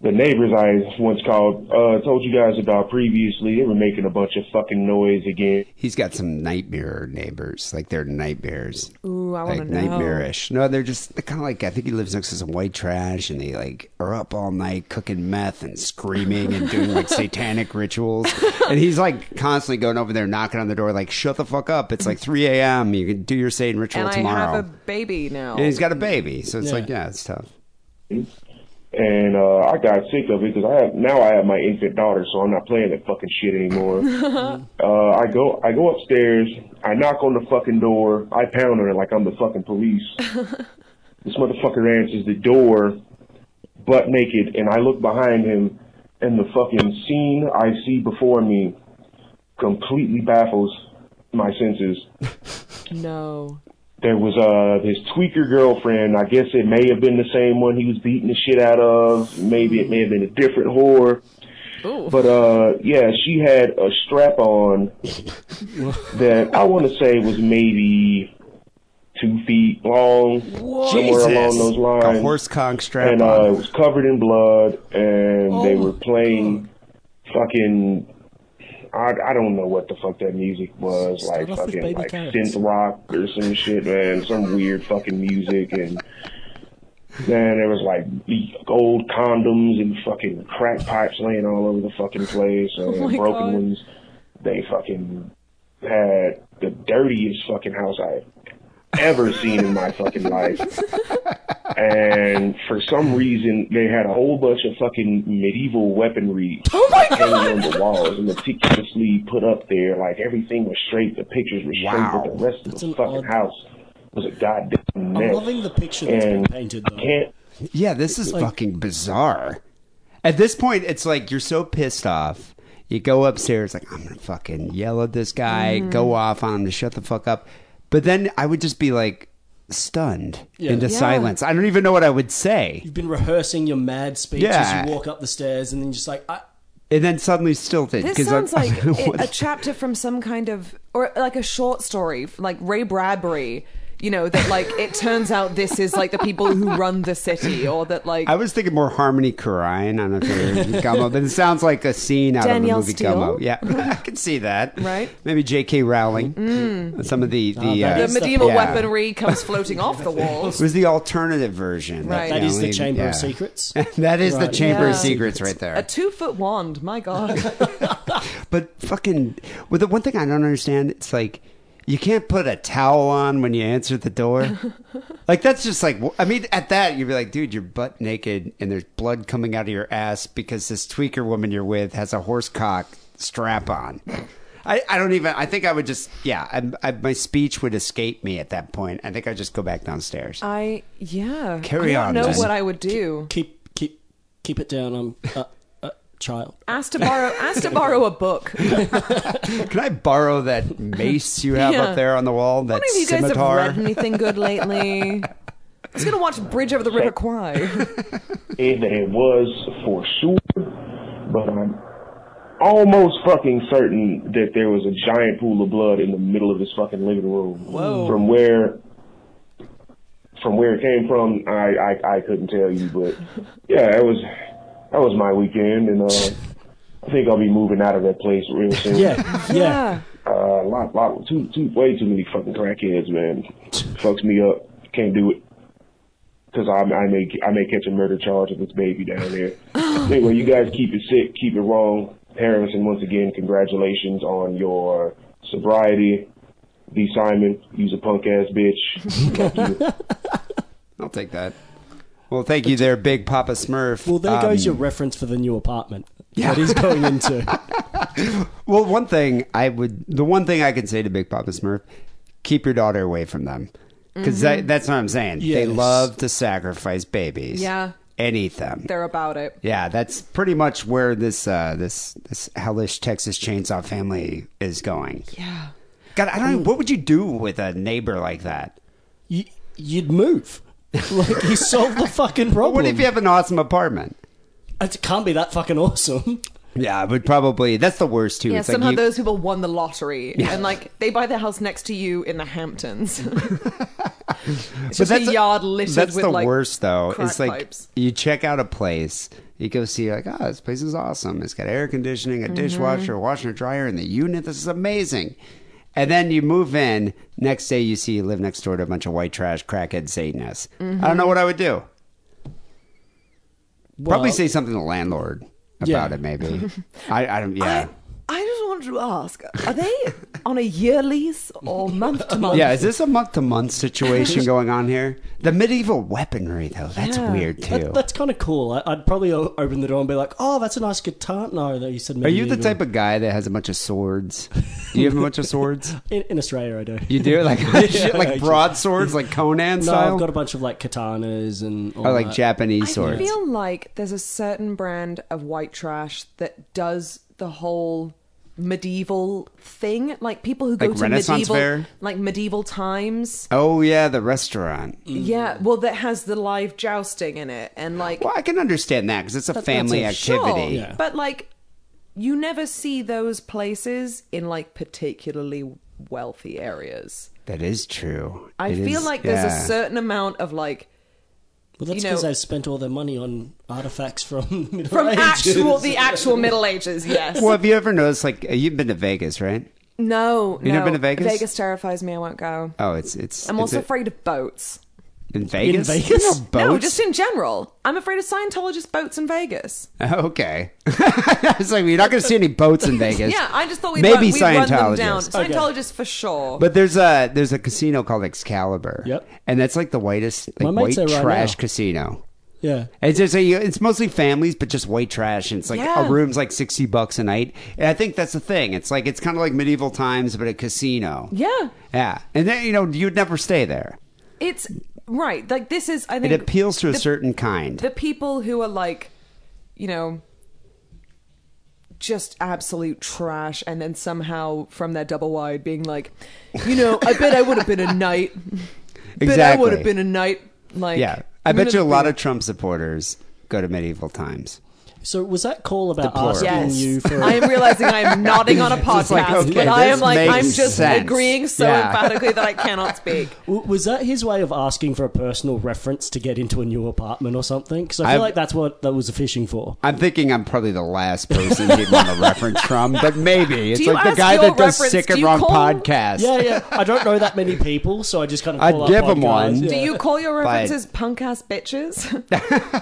Speaker 8: the neighbors I once called uh told you guys about previously, they were making a bunch of fucking noise again.
Speaker 3: He's got some nightmare neighbors, like they're nightmares.
Speaker 5: Ooh, I want
Speaker 3: like
Speaker 5: to know.
Speaker 3: nightmarish. No, they're just they're kind of like I think he lives next to some white trash, and they like are up all night cooking meth and screaming and doing like satanic rituals. And he's like constantly going over there, knocking on the door, like "Shut the fuck up! It's like 3 a.m. You can do your Satan ritual
Speaker 5: And I
Speaker 3: tomorrow."
Speaker 5: have a baby now.
Speaker 3: and he's got a baby, so it's
Speaker 4: Yeah.
Speaker 3: like yeah, it's tough.
Speaker 8: and uh, I got sick of it because I have now I have my infant daughter, so I'm not playing that fucking shit anymore. uh, I go I go upstairs, I knock on the fucking door, I pound on it like I'm the fucking police. this motherfucker answers the door, butt naked, and I look behind him, and the fucking scene I see before me completely baffles my senses
Speaker 5: no.
Speaker 8: there was uh his tweaker girlfriend. I guess it may have been the same one he was beating the shit out of. Maybe it may have been a different whore.
Speaker 5: Ooh.
Speaker 8: But uh yeah, she had a strap on that I want to say was maybe two feet long, somewhere along those lines.
Speaker 3: a horse conch strap
Speaker 8: and uh,
Speaker 3: on.
Speaker 8: it was covered in blood, and they
Speaker 4: Oh,
Speaker 8: were playing fucking. I, I don't know what the fuck that music was
Speaker 4: Start
Speaker 8: like
Speaker 4: off with
Speaker 8: fucking
Speaker 4: Baby
Speaker 8: like
Speaker 4: Carrots.
Speaker 8: synth rock or some shit man some weird fucking music and then there was like old condoms and fucking crack pipes laying all over the fucking place
Speaker 4: Oh
Speaker 8: and
Speaker 5: my
Speaker 8: broken
Speaker 5: God.
Speaker 8: ones they fucking had the dirtiest fucking house I've ever seen in my fucking life. And for some reason, they had a whole bunch of fucking medieval weaponry
Speaker 4: Oh
Speaker 8: hanging on the walls and meticulously put up there. Like everything was straight, the pictures were straight,
Speaker 3: Wow.
Speaker 8: but the rest
Speaker 4: That's
Speaker 8: of
Speaker 4: an
Speaker 8: the fucking
Speaker 4: odd-
Speaker 8: house was a goddamn
Speaker 4: I'm
Speaker 8: mess.
Speaker 4: loving the picture that's been
Speaker 8: And
Speaker 4: painted,
Speaker 8: I
Speaker 4: though.
Speaker 8: can't
Speaker 3: Yeah, this is fucking bizarre. At this point, it's like you're so pissed off. You go upstairs, like, I'm going to fucking yell at this guy,
Speaker 5: Mm-hmm.
Speaker 3: go off on him to shut the fuck up. But then I would just be like stunned into
Speaker 4: Yeah.
Speaker 3: silence. I don't even know what I would say.
Speaker 4: You've been rehearsing your mad speech
Speaker 3: Yeah.
Speaker 4: as you walk up the stairs, and then you're just like, "Ah, I,
Speaker 3: And then suddenly stilted.
Speaker 5: This
Speaker 3: 'cause I'm-
Speaker 5: sounds like
Speaker 3: What-
Speaker 5: a chapter from some kind of, or like a short story, like Ray Bradbury. You know that like it turns out this is like the people who run the city, or that like
Speaker 3: I was thinking more Harmony Korine. I don't know if you're Gummo, but it sounds like a scene out
Speaker 5: Danielle
Speaker 3: of the movie
Speaker 5: Steele?
Speaker 3: Gummo. Yeah, I can see that.
Speaker 5: Right. Mm. Oh,
Speaker 3: Maybe J.K. Rowling. Some of the the,
Speaker 4: that
Speaker 3: uh,
Speaker 5: the
Speaker 4: is-
Speaker 5: medieval
Speaker 3: Yeah.
Speaker 5: weaponry comes floating off the
Speaker 3: It
Speaker 5: walls.
Speaker 3: was the alternative version.
Speaker 5: Right.
Speaker 4: that
Speaker 5: Yeah,
Speaker 4: is the
Speaker 3: Apparently-
Speaker 4: Chamber
Speaker 3: yeah.
Speaker 4: of Secrets.
Speaker 3: that is the
Speaker 4: Right.
Speaker 3: Chamber of
Speaker 5: Yeah.
Speaker 3: Secrets right there.
Speaker 5: A two foot wand, my god.
Speaker 3: but fucking, well, the one thing I don't understand, it's like you can't put a towel on when you answer the door. like that's just like I mean, at that you'd be like, dude, you're butt naked and there's blood coming out of your ass because this tweaker woman you're with has a horse cock strap on. I, I don't even. I think I would just. Yeah, I, I, my speech would escape me at that point. I think I'd just go back downstairs.
Speaker 5: I yeah.
Speaker 3: Carry
Speaker 5: I
Speaker 3: on,
Speaker 5: don't know
Speaker 3: Jen.
Speaker 5: what I would do.
Speaker 4: keep, keep, keep it down. I'm a, a child.
Speaker 5: Ask to borrow, ask to borrow a book. One
Speaker 3: Can I borrow that mace you have
Speaker 5: Yeah.
Speaker 3: up there on the wall? That
Speaker 5: of you guys
Speaker 3: scimitar.
Speaker 5: have read anything good lately? I was gonna watch Bridge over the River Kwai.
Speaker 8: say that it was for sure, but I'm almost fucking certain that there was a giant pool of blood in the middle of his fucking living room. From where from where it came from, I, I, I couldn't tell you, but yeah, that was that was my weekend, and uh, I think I'll be moving out of that place real soon.
Speaker 4: Yeah, yeah.
Speaker 5: Yeah.
Speaker 8: Uh, lot, lot, too, too, way too many fucking crackheads, man. Fucks me up. Can't do it. Cause I, I may, I may catch a murder charge of this baby down there. anyway, you guys keep it sick, keep it wrong. Harrison, once again, congratulations on your sobriety. D. Simon, you's a punk ass bitch.
Speaker 3: I'll take that. Well, thank you there, Big Papa Smurf.
Speaker 4: Well, there
Speaker 3: Um,
Speaker 4: goes your reference for the new apartment that he's going into.
Speaker 3: Well, one thing I would, the one thing I could say to Big Papa Smurf, keep your daughter away from them, because
Speaker 5: Mm-hmm.
Speaker 3: that's what I'm saying. They
Speaker 4: Yes.
Speaker 3: love to sacrifice babies.
Speaker 5: Yeah.
Speaker 3: and eat them.
Speaker 5: They're about it.
Speaker 3: yeah, that's pretty much where this uh, this this hellish Texas Chainsaw Family is going.
Speaker 5: Yeah.
Speaker 3: God, I don't. know, What would you do with a neighbor like that?
Speaker 4: you, you'd move. Like you solved the fucking problem.
Speaker 3: What if you have an awesome apartment?
Speaker 4: It can't be that fucking awesome.
Speaker 3: Yeah, I would probably. That's the worst too.
Speaker 5: Yeah,
Speaker 3: It's like
Speaker 5: somehow
Speaker 3: you-
Speaker 5: those people won the lottery, and like they buy their house next to you in the Hamptons. it's just a
Speaker 3: that's-
Speaker 5: yard littered
Speaker 3: That's
Speaker 5: with
Speaker 3: the
Speaker 5: like
Speaker 3: worst though.
Speaker 5: crack
Speaker 3: It's like
Speaker 5: pipes.
Speaker 3: you check out a place, you go see like, oh, this place is awesome. It's got air conditioning, a
Speaker 5: Mm-hmm.
Speaker 3: dishwasher, a washer and dryer, and the unit. This is amazing. And then you move in. Next day, you see you live next door to a bunch of white trash crackhead Satanists. I don't
Speaker 5: Mm-hmm.
Speaker 3: know what I would do. Probably
Speaker 4: Well-
Speaker 3: say something to the landlord about
Speaker 4: Yeah.
Speaker 3: it. Maybe. I, I don't.
Speaker 5: I,
Speaker 3: Yeah.
Speaker 5: I just wanted to ask: Are they on a year lease or month to month?
Speaker 3: yeah, is this a month to month situation going on here? The medieval weaponry, though, that's
Speaker 5: Yeah.
Speaker 3: weird too.
Speaker 4: That, that's kind of cool. I, I'd probably o- open the door and be like, "Oh, that's a nice guitar." No, that you said.
Speaker 3: Are you the type of guy that has a bunch of swords? Do you have a bunch of swords?
Speaker 4: in, in Australia? I do.
Speaker 3: You do like shit, like
Speaker 4: actually.
Speaker 3: broadswords, like Conan
Speaker 4: no,
Speaker 3: style,
Speaker 4: I've got a bunch of like katanas and. All
Speaker 3: or like
Speaker 4: that.
Speaker 3: Japanese
Speaker 5: I
Speaker 3: swords.
Speaker 5: feel like there's a certain brand of white trash that does the whole medieval thing, like people who go
Speaker 3: Like
Speaker 5: to
Speaker 3: Renaissance
Speaker 5: medieval,
Speaker 3: fair?
Speaker 5: like medieval times.
Speaker 3: oh yeah, the restaurant.
Speaker 5: Yeah, well, that has the live jousting in it, and like
Speaker 3: Mm. Well, I can understand that because it's a family
Speaker 4: that's a-
Speaker 5: sure,
Speaker 3: activity.
Speaker 4: Yeah.
Speaker 5: but like you never see those places in like particularly wealthy areas.
Speaker 3: That is true.
Speaker 5: I
Speaker 3: It
Speaker 5: feel
Speaker 3: is-
Speaker 5: like there's
Speaker 3: yeah.
Speaker 5: a certain amount of like
Speaker 4: Well, that's
Speaker 5: you
Speaker 4: because
Speaker 5: know-
Speaker 4: they've spent all their money on artifacts from the Middle
Speaker 5: from
Speaker 4: Ages.
Speaker 5: actual the actual Middle Ages. Yes.
Speaker 3: Well, have you ever noticed? Like you've been to Vegas, right?
Speaker 5: No,
Speaker 3: You
Speaker 5: no.
Speaker 3: never been to Vegas?
Speaker 5: Vegas terrifies me. I won't go.
Speaker 3: Oh, it's it's.
Speaker 5: I'm
Speaker 3: it's
Speaker 5: also
Speaker 3: a-
Speaker 5: afraid of boats.
Speaker 3: in Vegas.
Speaker 4: Vegas?
Speaker 3: There's no boats.
Speaker 5: No, just in general. I'm afraid of Scientologist boats in Vegas.
Speaker 3: okay. I was like, you're not going to see any boats in Vegas.
Speaker 5: Yeah, I just thought we'd, run,
Speaker 3: maybe
Speaker 5: we'd run them down.
Speaker 3: Scientologists.
Speaker 5: Scientologists for sure.
Speaker 3: But there's a there's a casino called Excalibur.
Speaker 4: Yep.
Speaker 3: And that's like the whitest like
Speaker 4: My mate's
Speaker 3: white
Speaker 4: there right
Speaker 3: trash
Speaker 4: now.
Speaker 3: casino.
Speaker 4: Yeah.
Speaker 3: It's just a, it's mostly families, but just white trash. And it's like
Speaker 5: Yeah.
Speaker 3: a room's like sixty bucks a night. And I think that's the thing. It's like it's kind of like medieval times, but a casino.
Speaker 5: yeah,
Speaker 3: Yeah. And then you know you'd never stay there.
Speaker 5: it's right. Like this is. I
Speaker 3: It
Speaker 5: think
Speaker 3: appeals to a
Speaker 5: the-
Speaker 3: certain kind.
Speaker 5: the people who are like, you know, just absolute trash, and then somehow from their double wide being like, you know, I bet I would have been a knight. Bet I
Speaker 3: exactly.
Speaker 5: would have been a knight. Like,
Speaker 3: yeah. I bet you a
Speaker 5: gonna
Speaker 3: lot
Speaker 5: be-
Speaker 3: of Trump supporters go to medieval times.
Speaker 4: So was that call about
Speaker 3: plural.
Speaker 4: asking
Speaker 5: Yes.
Speaker 4: you for?
Speaker 5: I am realizing I am nodding on a podcast,
Speaker 3: It's like, okay,
Speaker 5: but I am
Speaker 3: this
Speaker 5: like, I'm
Speaker 3: makes
Speaker 5: just
Speaker 3: sense.
Speaker 5: agreeing so
Speaker 3: Yeah.
Speaker 5: emphatically that I cannot speak.
Speaker 4: W- Was that his way of asking for a personal reference to get into a new apartment or something? Because I feel
Speaker 3: I've-
Speaker 4: like that's what that was fishing for.
Speaker 3: I'm thinking I'm probably the last person he'd want a reference from, but maybe it's
Speaker 5: you
Speaker 3: like the
Speaker 5: ask
Speaker 3: guy
Speaker 5: your
Speaker 3: that does
Speaker 5: reference?
Speaker 3: sick
Speaker 5: Do
Speaker 3: and
Speaker 5: you
Speaker 3: wrong
Speaker 5: call-
Speaker 3: podcasts.
Speaker 4: Yeah, yeah. I don't know that many people, so I just kind of.
Speaker 3: I'd
Speaker 4: call up
Speaker 3: give 'em
Speaker 4: podcasts.
Speaker 3: one.
Speaker 4: Yeah.
Speaker 5: Do you call your
Speaker 3: But-
Speaker 5: references punk ass bitches?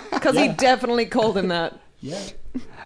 Speaker 5: Because he definitely called them that.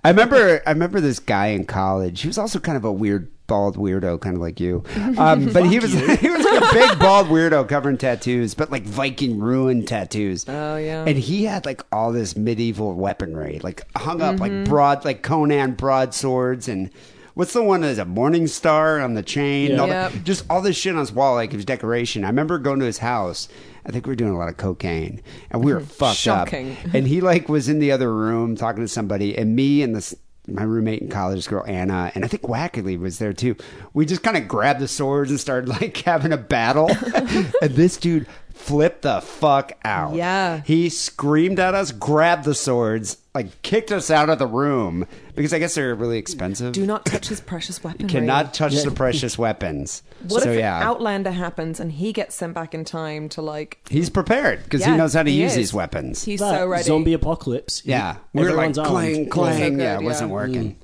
Speaker 3: I remember I remember this guy in college. He was also kind of a weird bald weirdo, kind of like you. Um, but he was he was like a big bald weirdo covering tattoos, but like Viking ruin tattoos.
Speaker 5: Oh, yeah.
Speaker 3: And he had like all this medieval weaponry, like hung up like
Speaker 5: Mm-hmm.
Speaker 3: broad like Conan broadswords and What's the one that is a morning star on the chain? and all that-
Speaker 5: Yep.
Speaker 3: just all this shit on his wall, like his decoration. I remember going to his house. I think we were doing a lot of cocaine, and we were fucked
Speaker 5: Mm-hmm. Shocking.
Speaker 3: up and he like was in the other room talking to somebody and me and this my roommate in college this girl anna and i think wackerly was there too we just kind of grabbed the swords and started like having a battle and this dude flipped the fuck out
Speaker 5: Yeah.
Speaker 3: he screamed at us grabbed the swords like kicked us out of the room because I guess they're really expensive.
Speaker 5: Do not touch his precious weaponry.
Speaker 3: Cannot touch the precious weapons.
Speaker 5: What
Speaker 3: so
Speaker 5: if
Speaker 3: yeah,
Speaker 5: Outlander happens and he gets sent back in time to like?
Speaker 3: he's prepared because
Speaker 5: Yeah,
Speaker 3: he knows how to
Speaker 5: he
Speaker 3: use
Speaker 5: is.
Speaker 3: these weapons.
Speaker 5: He's
Speaker 4: But
Speaker 5: so ready.
Speaker 4: Zombie apocalypse.
Speaker 3: yeah,
Speaker 4: we
Speaker 3: we were like
Speaker 4: Everyone's
Speaker 3: clang,
Speaker 4: armed.
Speaker 3: clang.
Speaker 5: good,
Speaker 3: yeah, it
Speaker 5: yeah.
Speaker 3: wasn't working.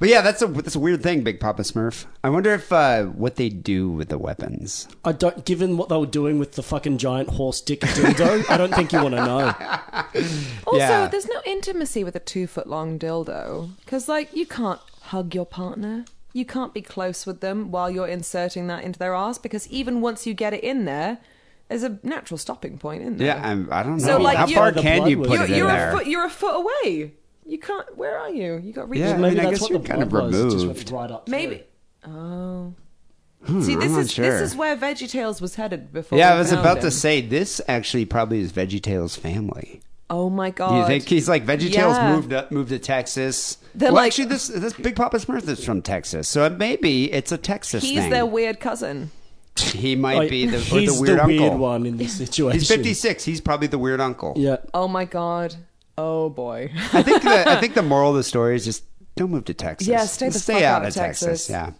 Speaker 3: But yeah, that's a that's a weird thing, Big Papa Smurf. I wonder if uh, what they do with the weapons.
Speaker 4: I don't. Given what they were doing with the fucking giant horse dick dildo, I don't think you want to know.
Speaker 5: Also,
Speaker 3: Yeah.
Speaker 5: there's no intimacy with a two foot long dildo. Because, like, you can't hug your partner. You can't be close with them while you're inserting that into their ass. Because even once you get it in there, there's a natural stopping point, isn't there?
Speaker 3: Yeah, I'm, I don't know.
Speaker 5: So, like,
Speaker 3: how
Speaker 5: you-
Speaker 3: far
Speaker 5: The
Speaker 3: can
Speaker 4: blood
Speaker 3: you
Speaker 4: was-
Speaker 3: put
Speaker 5: You're,
Speaker 3: it in
Speaker 5: you're,
Speaker 3: there?
Speaker 5: a foot, you're a foot away. You can't. Where are you? You got to reach.
Speaker 3: Yeah, I
Speaker 4: Maybe
Speaker 3: mean, I
Speaker 4: that's
Speaker 3: guess
Speaker 4: what
Speaker 3: you're
Speaker 4: the
Speaker 3: kind of
Speaker 4: blood was, it just
Speaker 3: removed.
Speaker 4: went right up.
Speaker 5: Maybe.
Speaker 4: through.
Speaker 5: Oh. See,
Speaker 3: Hmm, I'm
Speaker 5: this
Speaker 3: not
Speaker 5: is
Speaker 3: sure.
Speaker 5: this is where VeggieTales was headed before.
Speaker 3: yeah,
Speaker 5: we
Speaker 3: I was
Speaker 5: found
Speaker 3: about
Speaker 5: him.
Speaker 3: to say this actually probably is VeggieTales' family.
Speaker 5: Oh my
Speaker 3: Do
Speaker 5: god!
Speaker 3: you think he's like VeggieTales
Speaker 5: Yeah.
Speaker 3: moved up, moved to Texas?
Speaker 5: They're
Speaker 3: well,
Speaker 5: like-
Speaker 3: actually, this this Big Papa Smurf is from Texas, so maybe it's a Texas
Speaker 5: he's
Speaker 3: thing.
Speaker 5: their weird cousin?
Speaker 3: he might
Speaker 4: Like,
Speaker 3: be the, or
Speaker 4: he's
Speaker 3: the weird uncle.
Speaker 4: one in this situation.
Speaker 3: He's fifty six. He's probably the weird uncle.
Speaker 4: Yeah.
Speaker 5: Oh my god! Oh boy!
Speaker 3: I think the, I think the moral of the story is just don't move to Texas.
Speaker 5: Yeah, stay the
Speaker 3: Just
Speaker 5: fuck
Speaker 3: out
Speaker 5: out
Speaker 3: of
Speaker 5: of
Speaker 3: Texas.
Speaker 5: Texas.
Speaker 3: Yeah.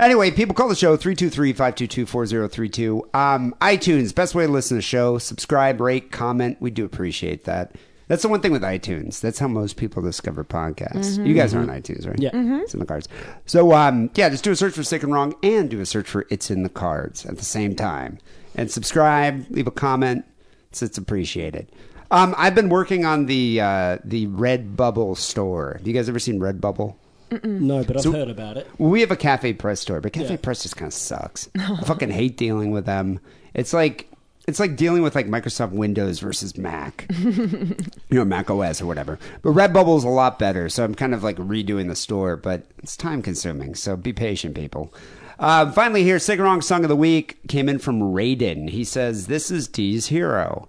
Speaker 3: Anyway, people call the show 323-522-4032. Um, iTunes, best way to listen to the show. Subscribe, rate, comment. We do appreciate that. That's the one thing with iTunes. That's how most people discover podcasts. You guys are on iTunes, right?
Speaker 4: Yeah.
Speaker 3: It's in the cards. So, um, yeah, just do a search for Sick and Wrong and do a search for It's in the Cards at the same time. And subscribe, leave a comment. It's, it's appreciated. Um, I've been working on the uh, the Redbubble store. Have you guys ever seen Redbubble?
Speaker 4: No, but I've heard about it.
Speaker 3: We have a Cafe Press store, but Cafe
Speaker 4: Yeah.
Speaker 3: Press just kind of sucks. I fucking hate dealing with them. It's like it's like dealing with like Microsoft Windows versus Mac, you know, Mac OS or whatever. But Redbubble's a lot better, so I'm kind of like redoing the store, but it's time consuming. So be patient, people. Uh, finally, here, Sigarong song of the week came in from Raiden. He says, "This is D's hero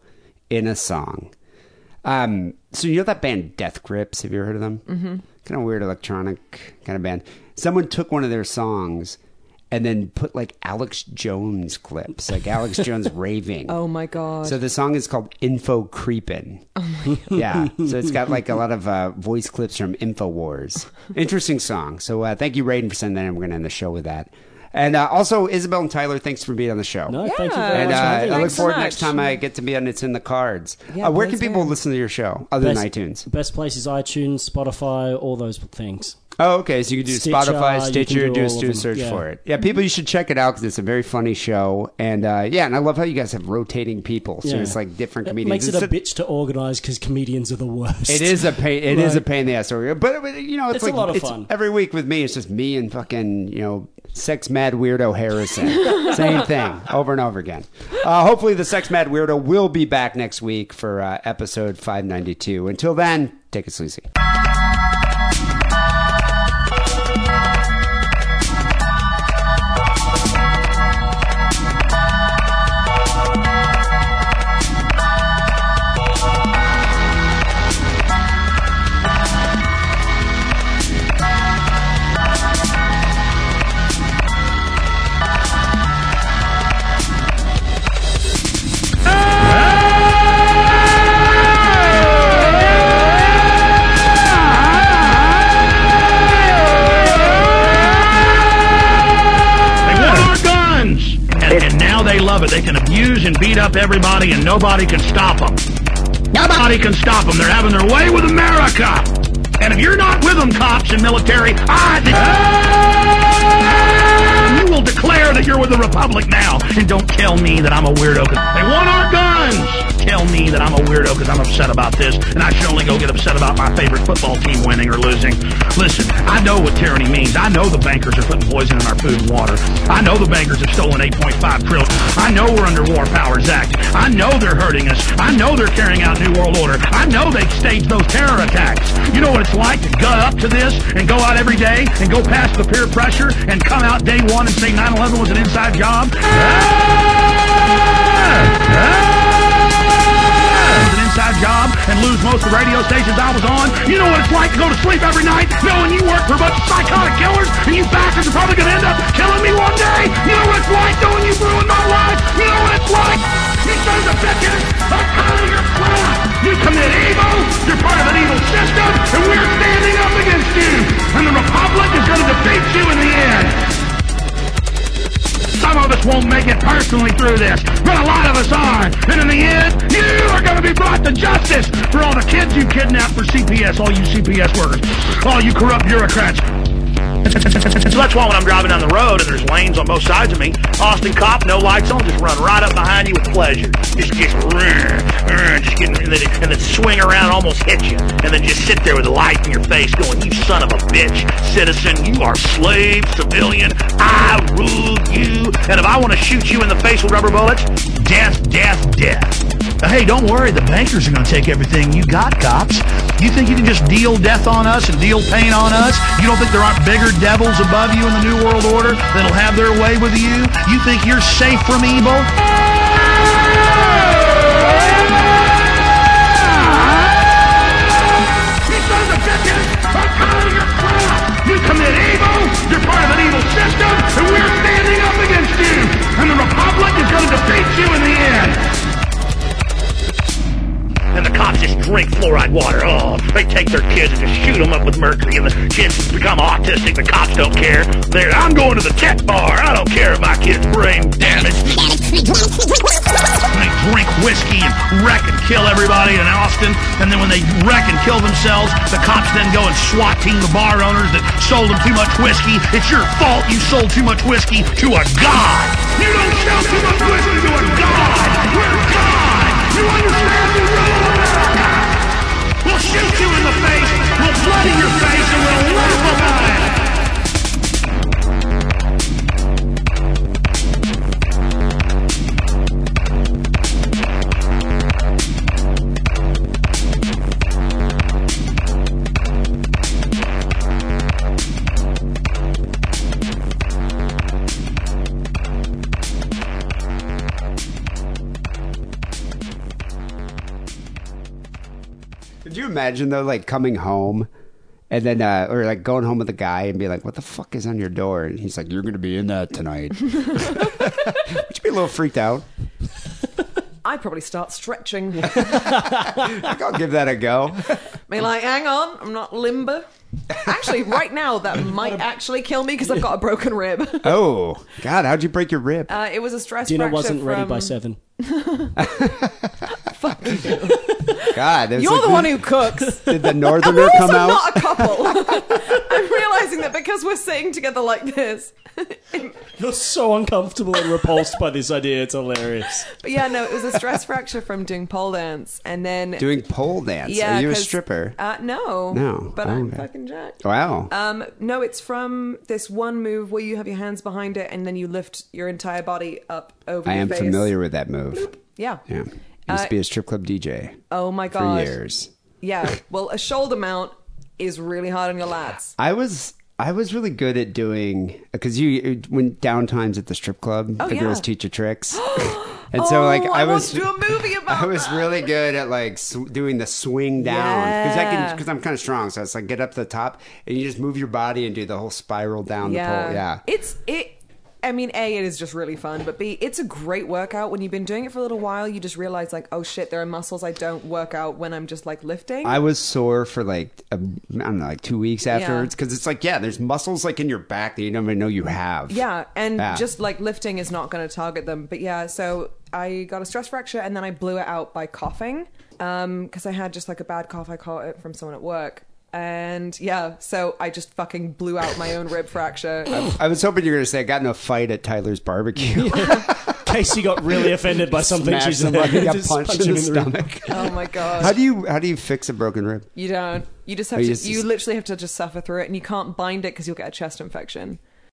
Speaker 3: in a song." Um, so you know that band Death Grips? Have you ever heard of them? Mm-hmm. Kind of weird electronic kind of band. Someone took one of their songs and then put like Alex Jones clips, like Alex Jones raving.
Speaker 5: Oh my god!
Speaker 3: So the song is called Info Creepin'.
Speaker 5: Oh
Speaker 3: Yeah. So it's got like a lot of uh, voice clips from InfoWars. Interesting song. So uh, thank you, Raiden, for sending that in. We're going to end the show with that. And uh, also, Isabel and Tyler, thanks for being on the show.
Speaker 4: No, thank you very
Speaker 3: And
Speaker 4: much. for having
Speaker 3: uh, I
Speaker 4: me.
Speaker 3: look
Speaker 5: Thanks so
Speaker 3: forward
Speaker 5: much.
Speaker 3: next time I get to be on It's in the Cards.
Speaker 5: Yeah,
Speaker 3: uh, where can
Speaker 5: please
Speaker 3: people
Speaker 5: do.
Speaker 3: listen to your show other than iTunes?
Speaker 4: Best place is iTunes, Spotify, all those things.
Speaker 3: Oh, okay. So you can do
Speaker 4: Stitcher, uh, you
Speaker 3: Spotify,
Speaker 4: can
Speaker 3: Stitcher,
Speaker 4: do
Speaker 3: do a
Speaker 4: all of
Speaker 3: do a
Speaker 4: them.
Speaker 3: search
Speaker 4: Yeah.
Speaker 3: for it. Yeah, people, you should check it out because it's a very funny show. And uh, yeah, and I love how you guys have rotating people. So
Speaker 4: Yeah.
Speaker 3: it's like different
Speaker 4: It
Speaker 3: comedians.
Speaker 4: makes it
Speaker 3: It's
Speaker 4: a bitch to organise because comedians are the worst.
Speaker 3: It is a pain. It is a
Speaker 4: Like-
Speaker 3: pain in the ass, story. but but, you know,
Speaker 4: It's
Speaker 3: it's,
Speaker 4: a
Speaker 3: like
Speaker 4: lot of
Speaker 3: it's-
Speaker 4: fun.
Speaker 3: every week with me. It's just me and fucking you know, sex mad weirdo Harrison. Same thing over and over again. Uh, hopefully, the sex mad weirdo will be back next week for uh, episode five ninety two. Until then, take it sleazy.
Speaker 10: They want our guns! And, and now they love it. They can abuse and beat up everybody, and nobody can stop them. Nobody can stop them. They're having their way with America. And if you're not with them, cops and military, I think you will declare that you're with the Republic now. And don't tell me that I'm a weirdo. 'cause they want our guns. Tell me that I'm a weirdo because I'm upset about this, and I should only go get upset about my favorite football team winning or losing. Listen, I know what tyranny means. I know the bankers are putting poison in our food and water. I know the bankers have stolen 8.5 trillion. I know we're under War Powers Act. I know they're hurting us. I know they're carrying out New World Order. I know they staged those terror attacks. You know what it's like to gut up to this and go out every day and go past the peer pressure and come out day one and say 9-11 was an inside job? Ah! Ah! It's an inside job and lose most of the radio stations I was on You know what it's like to go to sleep every night knowing you work for a bunch of psychotic killers and you bastards are probably going to end up killing me one day. You know what it's like knowing you've ruined my life. You know what it's like. You sons of bitches. I'm tired of your plan. You commit evil. You're part of an evil system, and we're standing up against you. And the Republic is going to defeat you in the end. Some of us won't make it personally through this, but a lot of us are. And in the end, you are going to be brought to justice for all the kids you kidnapped for CPS, all you CPS workers, all you corrupt bureaucrats. So that's why when I'm driving down the road and there's lanes on both sides of me, Austin cop, no lights on, just run right up behind you with pleasure. Just get, just get, and then, and then swing around, and almost hit you, and then just sit there with the light in your face, going, "You son of a bitch, citizen, you are slave, civilian. I rule you, and if I want to shoot you in the face with rubber bullets, death, death, death." Uh, Hey, don't worry, the bankers are going to take everything you got, cops. You think you can just deal death on us and deal pain on us? You don't think there aren't bigger devils above you in the New World Order that'll have their way with you? You think you're safe from evil? You sons of bitches! I'm tired of your crap! You commit evil! You're part of an evil system, and we're standing up against you! And the Republic is going to defeat you in the end! and the cops just drink fluoride water. Oh, they take their kids and just shoot them up with mercury, and the kids become autistic. The cops don't care. They're, I'm going to the tech bar. I don't care if my kid's brain damaged. They drink whiskey and wreck and kill everybody in Austin, and then when they wreck and kill themselves, the cops then go and SWAT team the bar owners that sold them too much whiskey. It's your fault you sold too much whiskey to a god. You don't sell too much whiskey to a god. We're god. You understand the rule of America? We'll shoot you in the face, we'll bloody your face, and we'll laugh about it.
Speaker 3: Could you imagine though, like coming home and then, uh, or like going home with a guy and be like, "What the fuck is on your door?" And he's like, "You're gonna be in that tonight." Would you be a little freaked out?
Speaker 5: I'd probably start stretching.
Speaker 3: Like, I'll give that a go.
Speaker 5: Be like, hang on, I'm not limber. Actually, right now, that might actually kill me because I've got a broken rib.
Speaker 3: Oh God, how'd you break your rib?
Speaker 5: Uh, it was a stress
Speaker 4: Dina
Speaker 5: fracture
Speaker 4: wasn't
Speaker 5: from...
Speaker 4: ready by seven.
Speaker 3: God, it was
Speaker 5: You're
Speaker 3: like,
Speaker 5: the one who cooks.
Speaker 3: did the
Speaker 5: And we're
Speaker 3: northerner
Speaker 5: also
Speaker 3: come out?
Speaker 5: not a couple. I'm realizing that because we're sitting together like this.
Speaker 4: You're so uncomfortable and repulsed by this idea. It's hilarious.
Speaker 5: But yeah, no, it was a stress fracture from doing pole dance, and then
Speaker 3: Doing pole dance.
Speaker 5: yeah,
Speaker 3: Are you a
Speaker 5: 'cause-
Speaker 3: stripper?
Speaker 5: Uh, no,
Speaker 3: No.
Speaker 5: but
Speaker 3: Oh,
Speaker 5: I'm
Speaker 3: okay.
Speaker 5: fucking jacked.
Speaker 3: wow.
Speaker 5: Um, no, it's from this one move where you have your hands behind it and then you lift your entire body up over.
Speaker 3: I
Speaker 5: your
Speaker 3: am
Speaker 5: face.
Speaker 3: familiar with that move.
Speaker 5: Yeah. Uh,
Speaker 3: Yeah, used to be a strip club DJ
Speaker 5: Oh my
Speaker 3: for
Speaker 5: god.
Speaker 3: years.
Speaker 5: Yeah. Well, a shoulder mount is really hard on your lats.
Speaker 3: I was I was really good at doing because you when downtimes at the strip club, the
Speaker 5: Oh, yeah.
Speaker 3: girls teach you tricks, and so like
Speaker 5: oh,
Speaker 3: I, was.
Speaker 5: want to do a movie about.
Speaker 3: I was
Speaker 5: that.
Speaker 3: really good at like sw- doing the swing down because I
Speaker 5: Yeah.
Speaker 3: can because I'm kind of strong, so it's like get up to the top and you just move your body and do the whole spiral down the pole. Yeah,
Speaker 5: It's it. I mean, a it is just really fun, but b it's a great workout. When you've been doing it for a little while, you just realize like, oh shit, there are muscles I don't work out when I'm just like lifting.
Speaker 3: I was sore for like I I don't know, like two weeks afterwards because it's like yeah, there's muscles like in your back that you don't even know you have.
Speaker 5: yeah, and
Speaker 3: Yeah.
Speaker 5: just like lifting is not going to target them. But yeah, so I got a stress fracture and then I blew it out by coughing because I had just like a bad cough. I caught it from someone at work. And yeah, so I just fucking blew out my own rib fracture.
Speaker 3: I was hoping you were gonna say I got in a fight at Tyler's barbecue.
Speaker 4: Casey got really offended by something
Speaker 3: Smash
Speaker 4: she's
Speaker 3: somebody, got
Speaker 4: Just
Speaker 3: punched
Speaker 4: punch
Speaker 3: in
Speaker 4: him
Speaker 3: the
Speaker 4: in the rib.
Speaker 3: stomach.
Speaker 5: oh my god!
Speaker 3: How do you how do you fix a broken rib?
Speaker 5: You don't. You just have
Speaker 3: Oh,
Speaker 5: to.
Speaker 3: you just-
Speaker 5: you literally have to just suffer through it, and you can't bind it because you'll get a chest infection.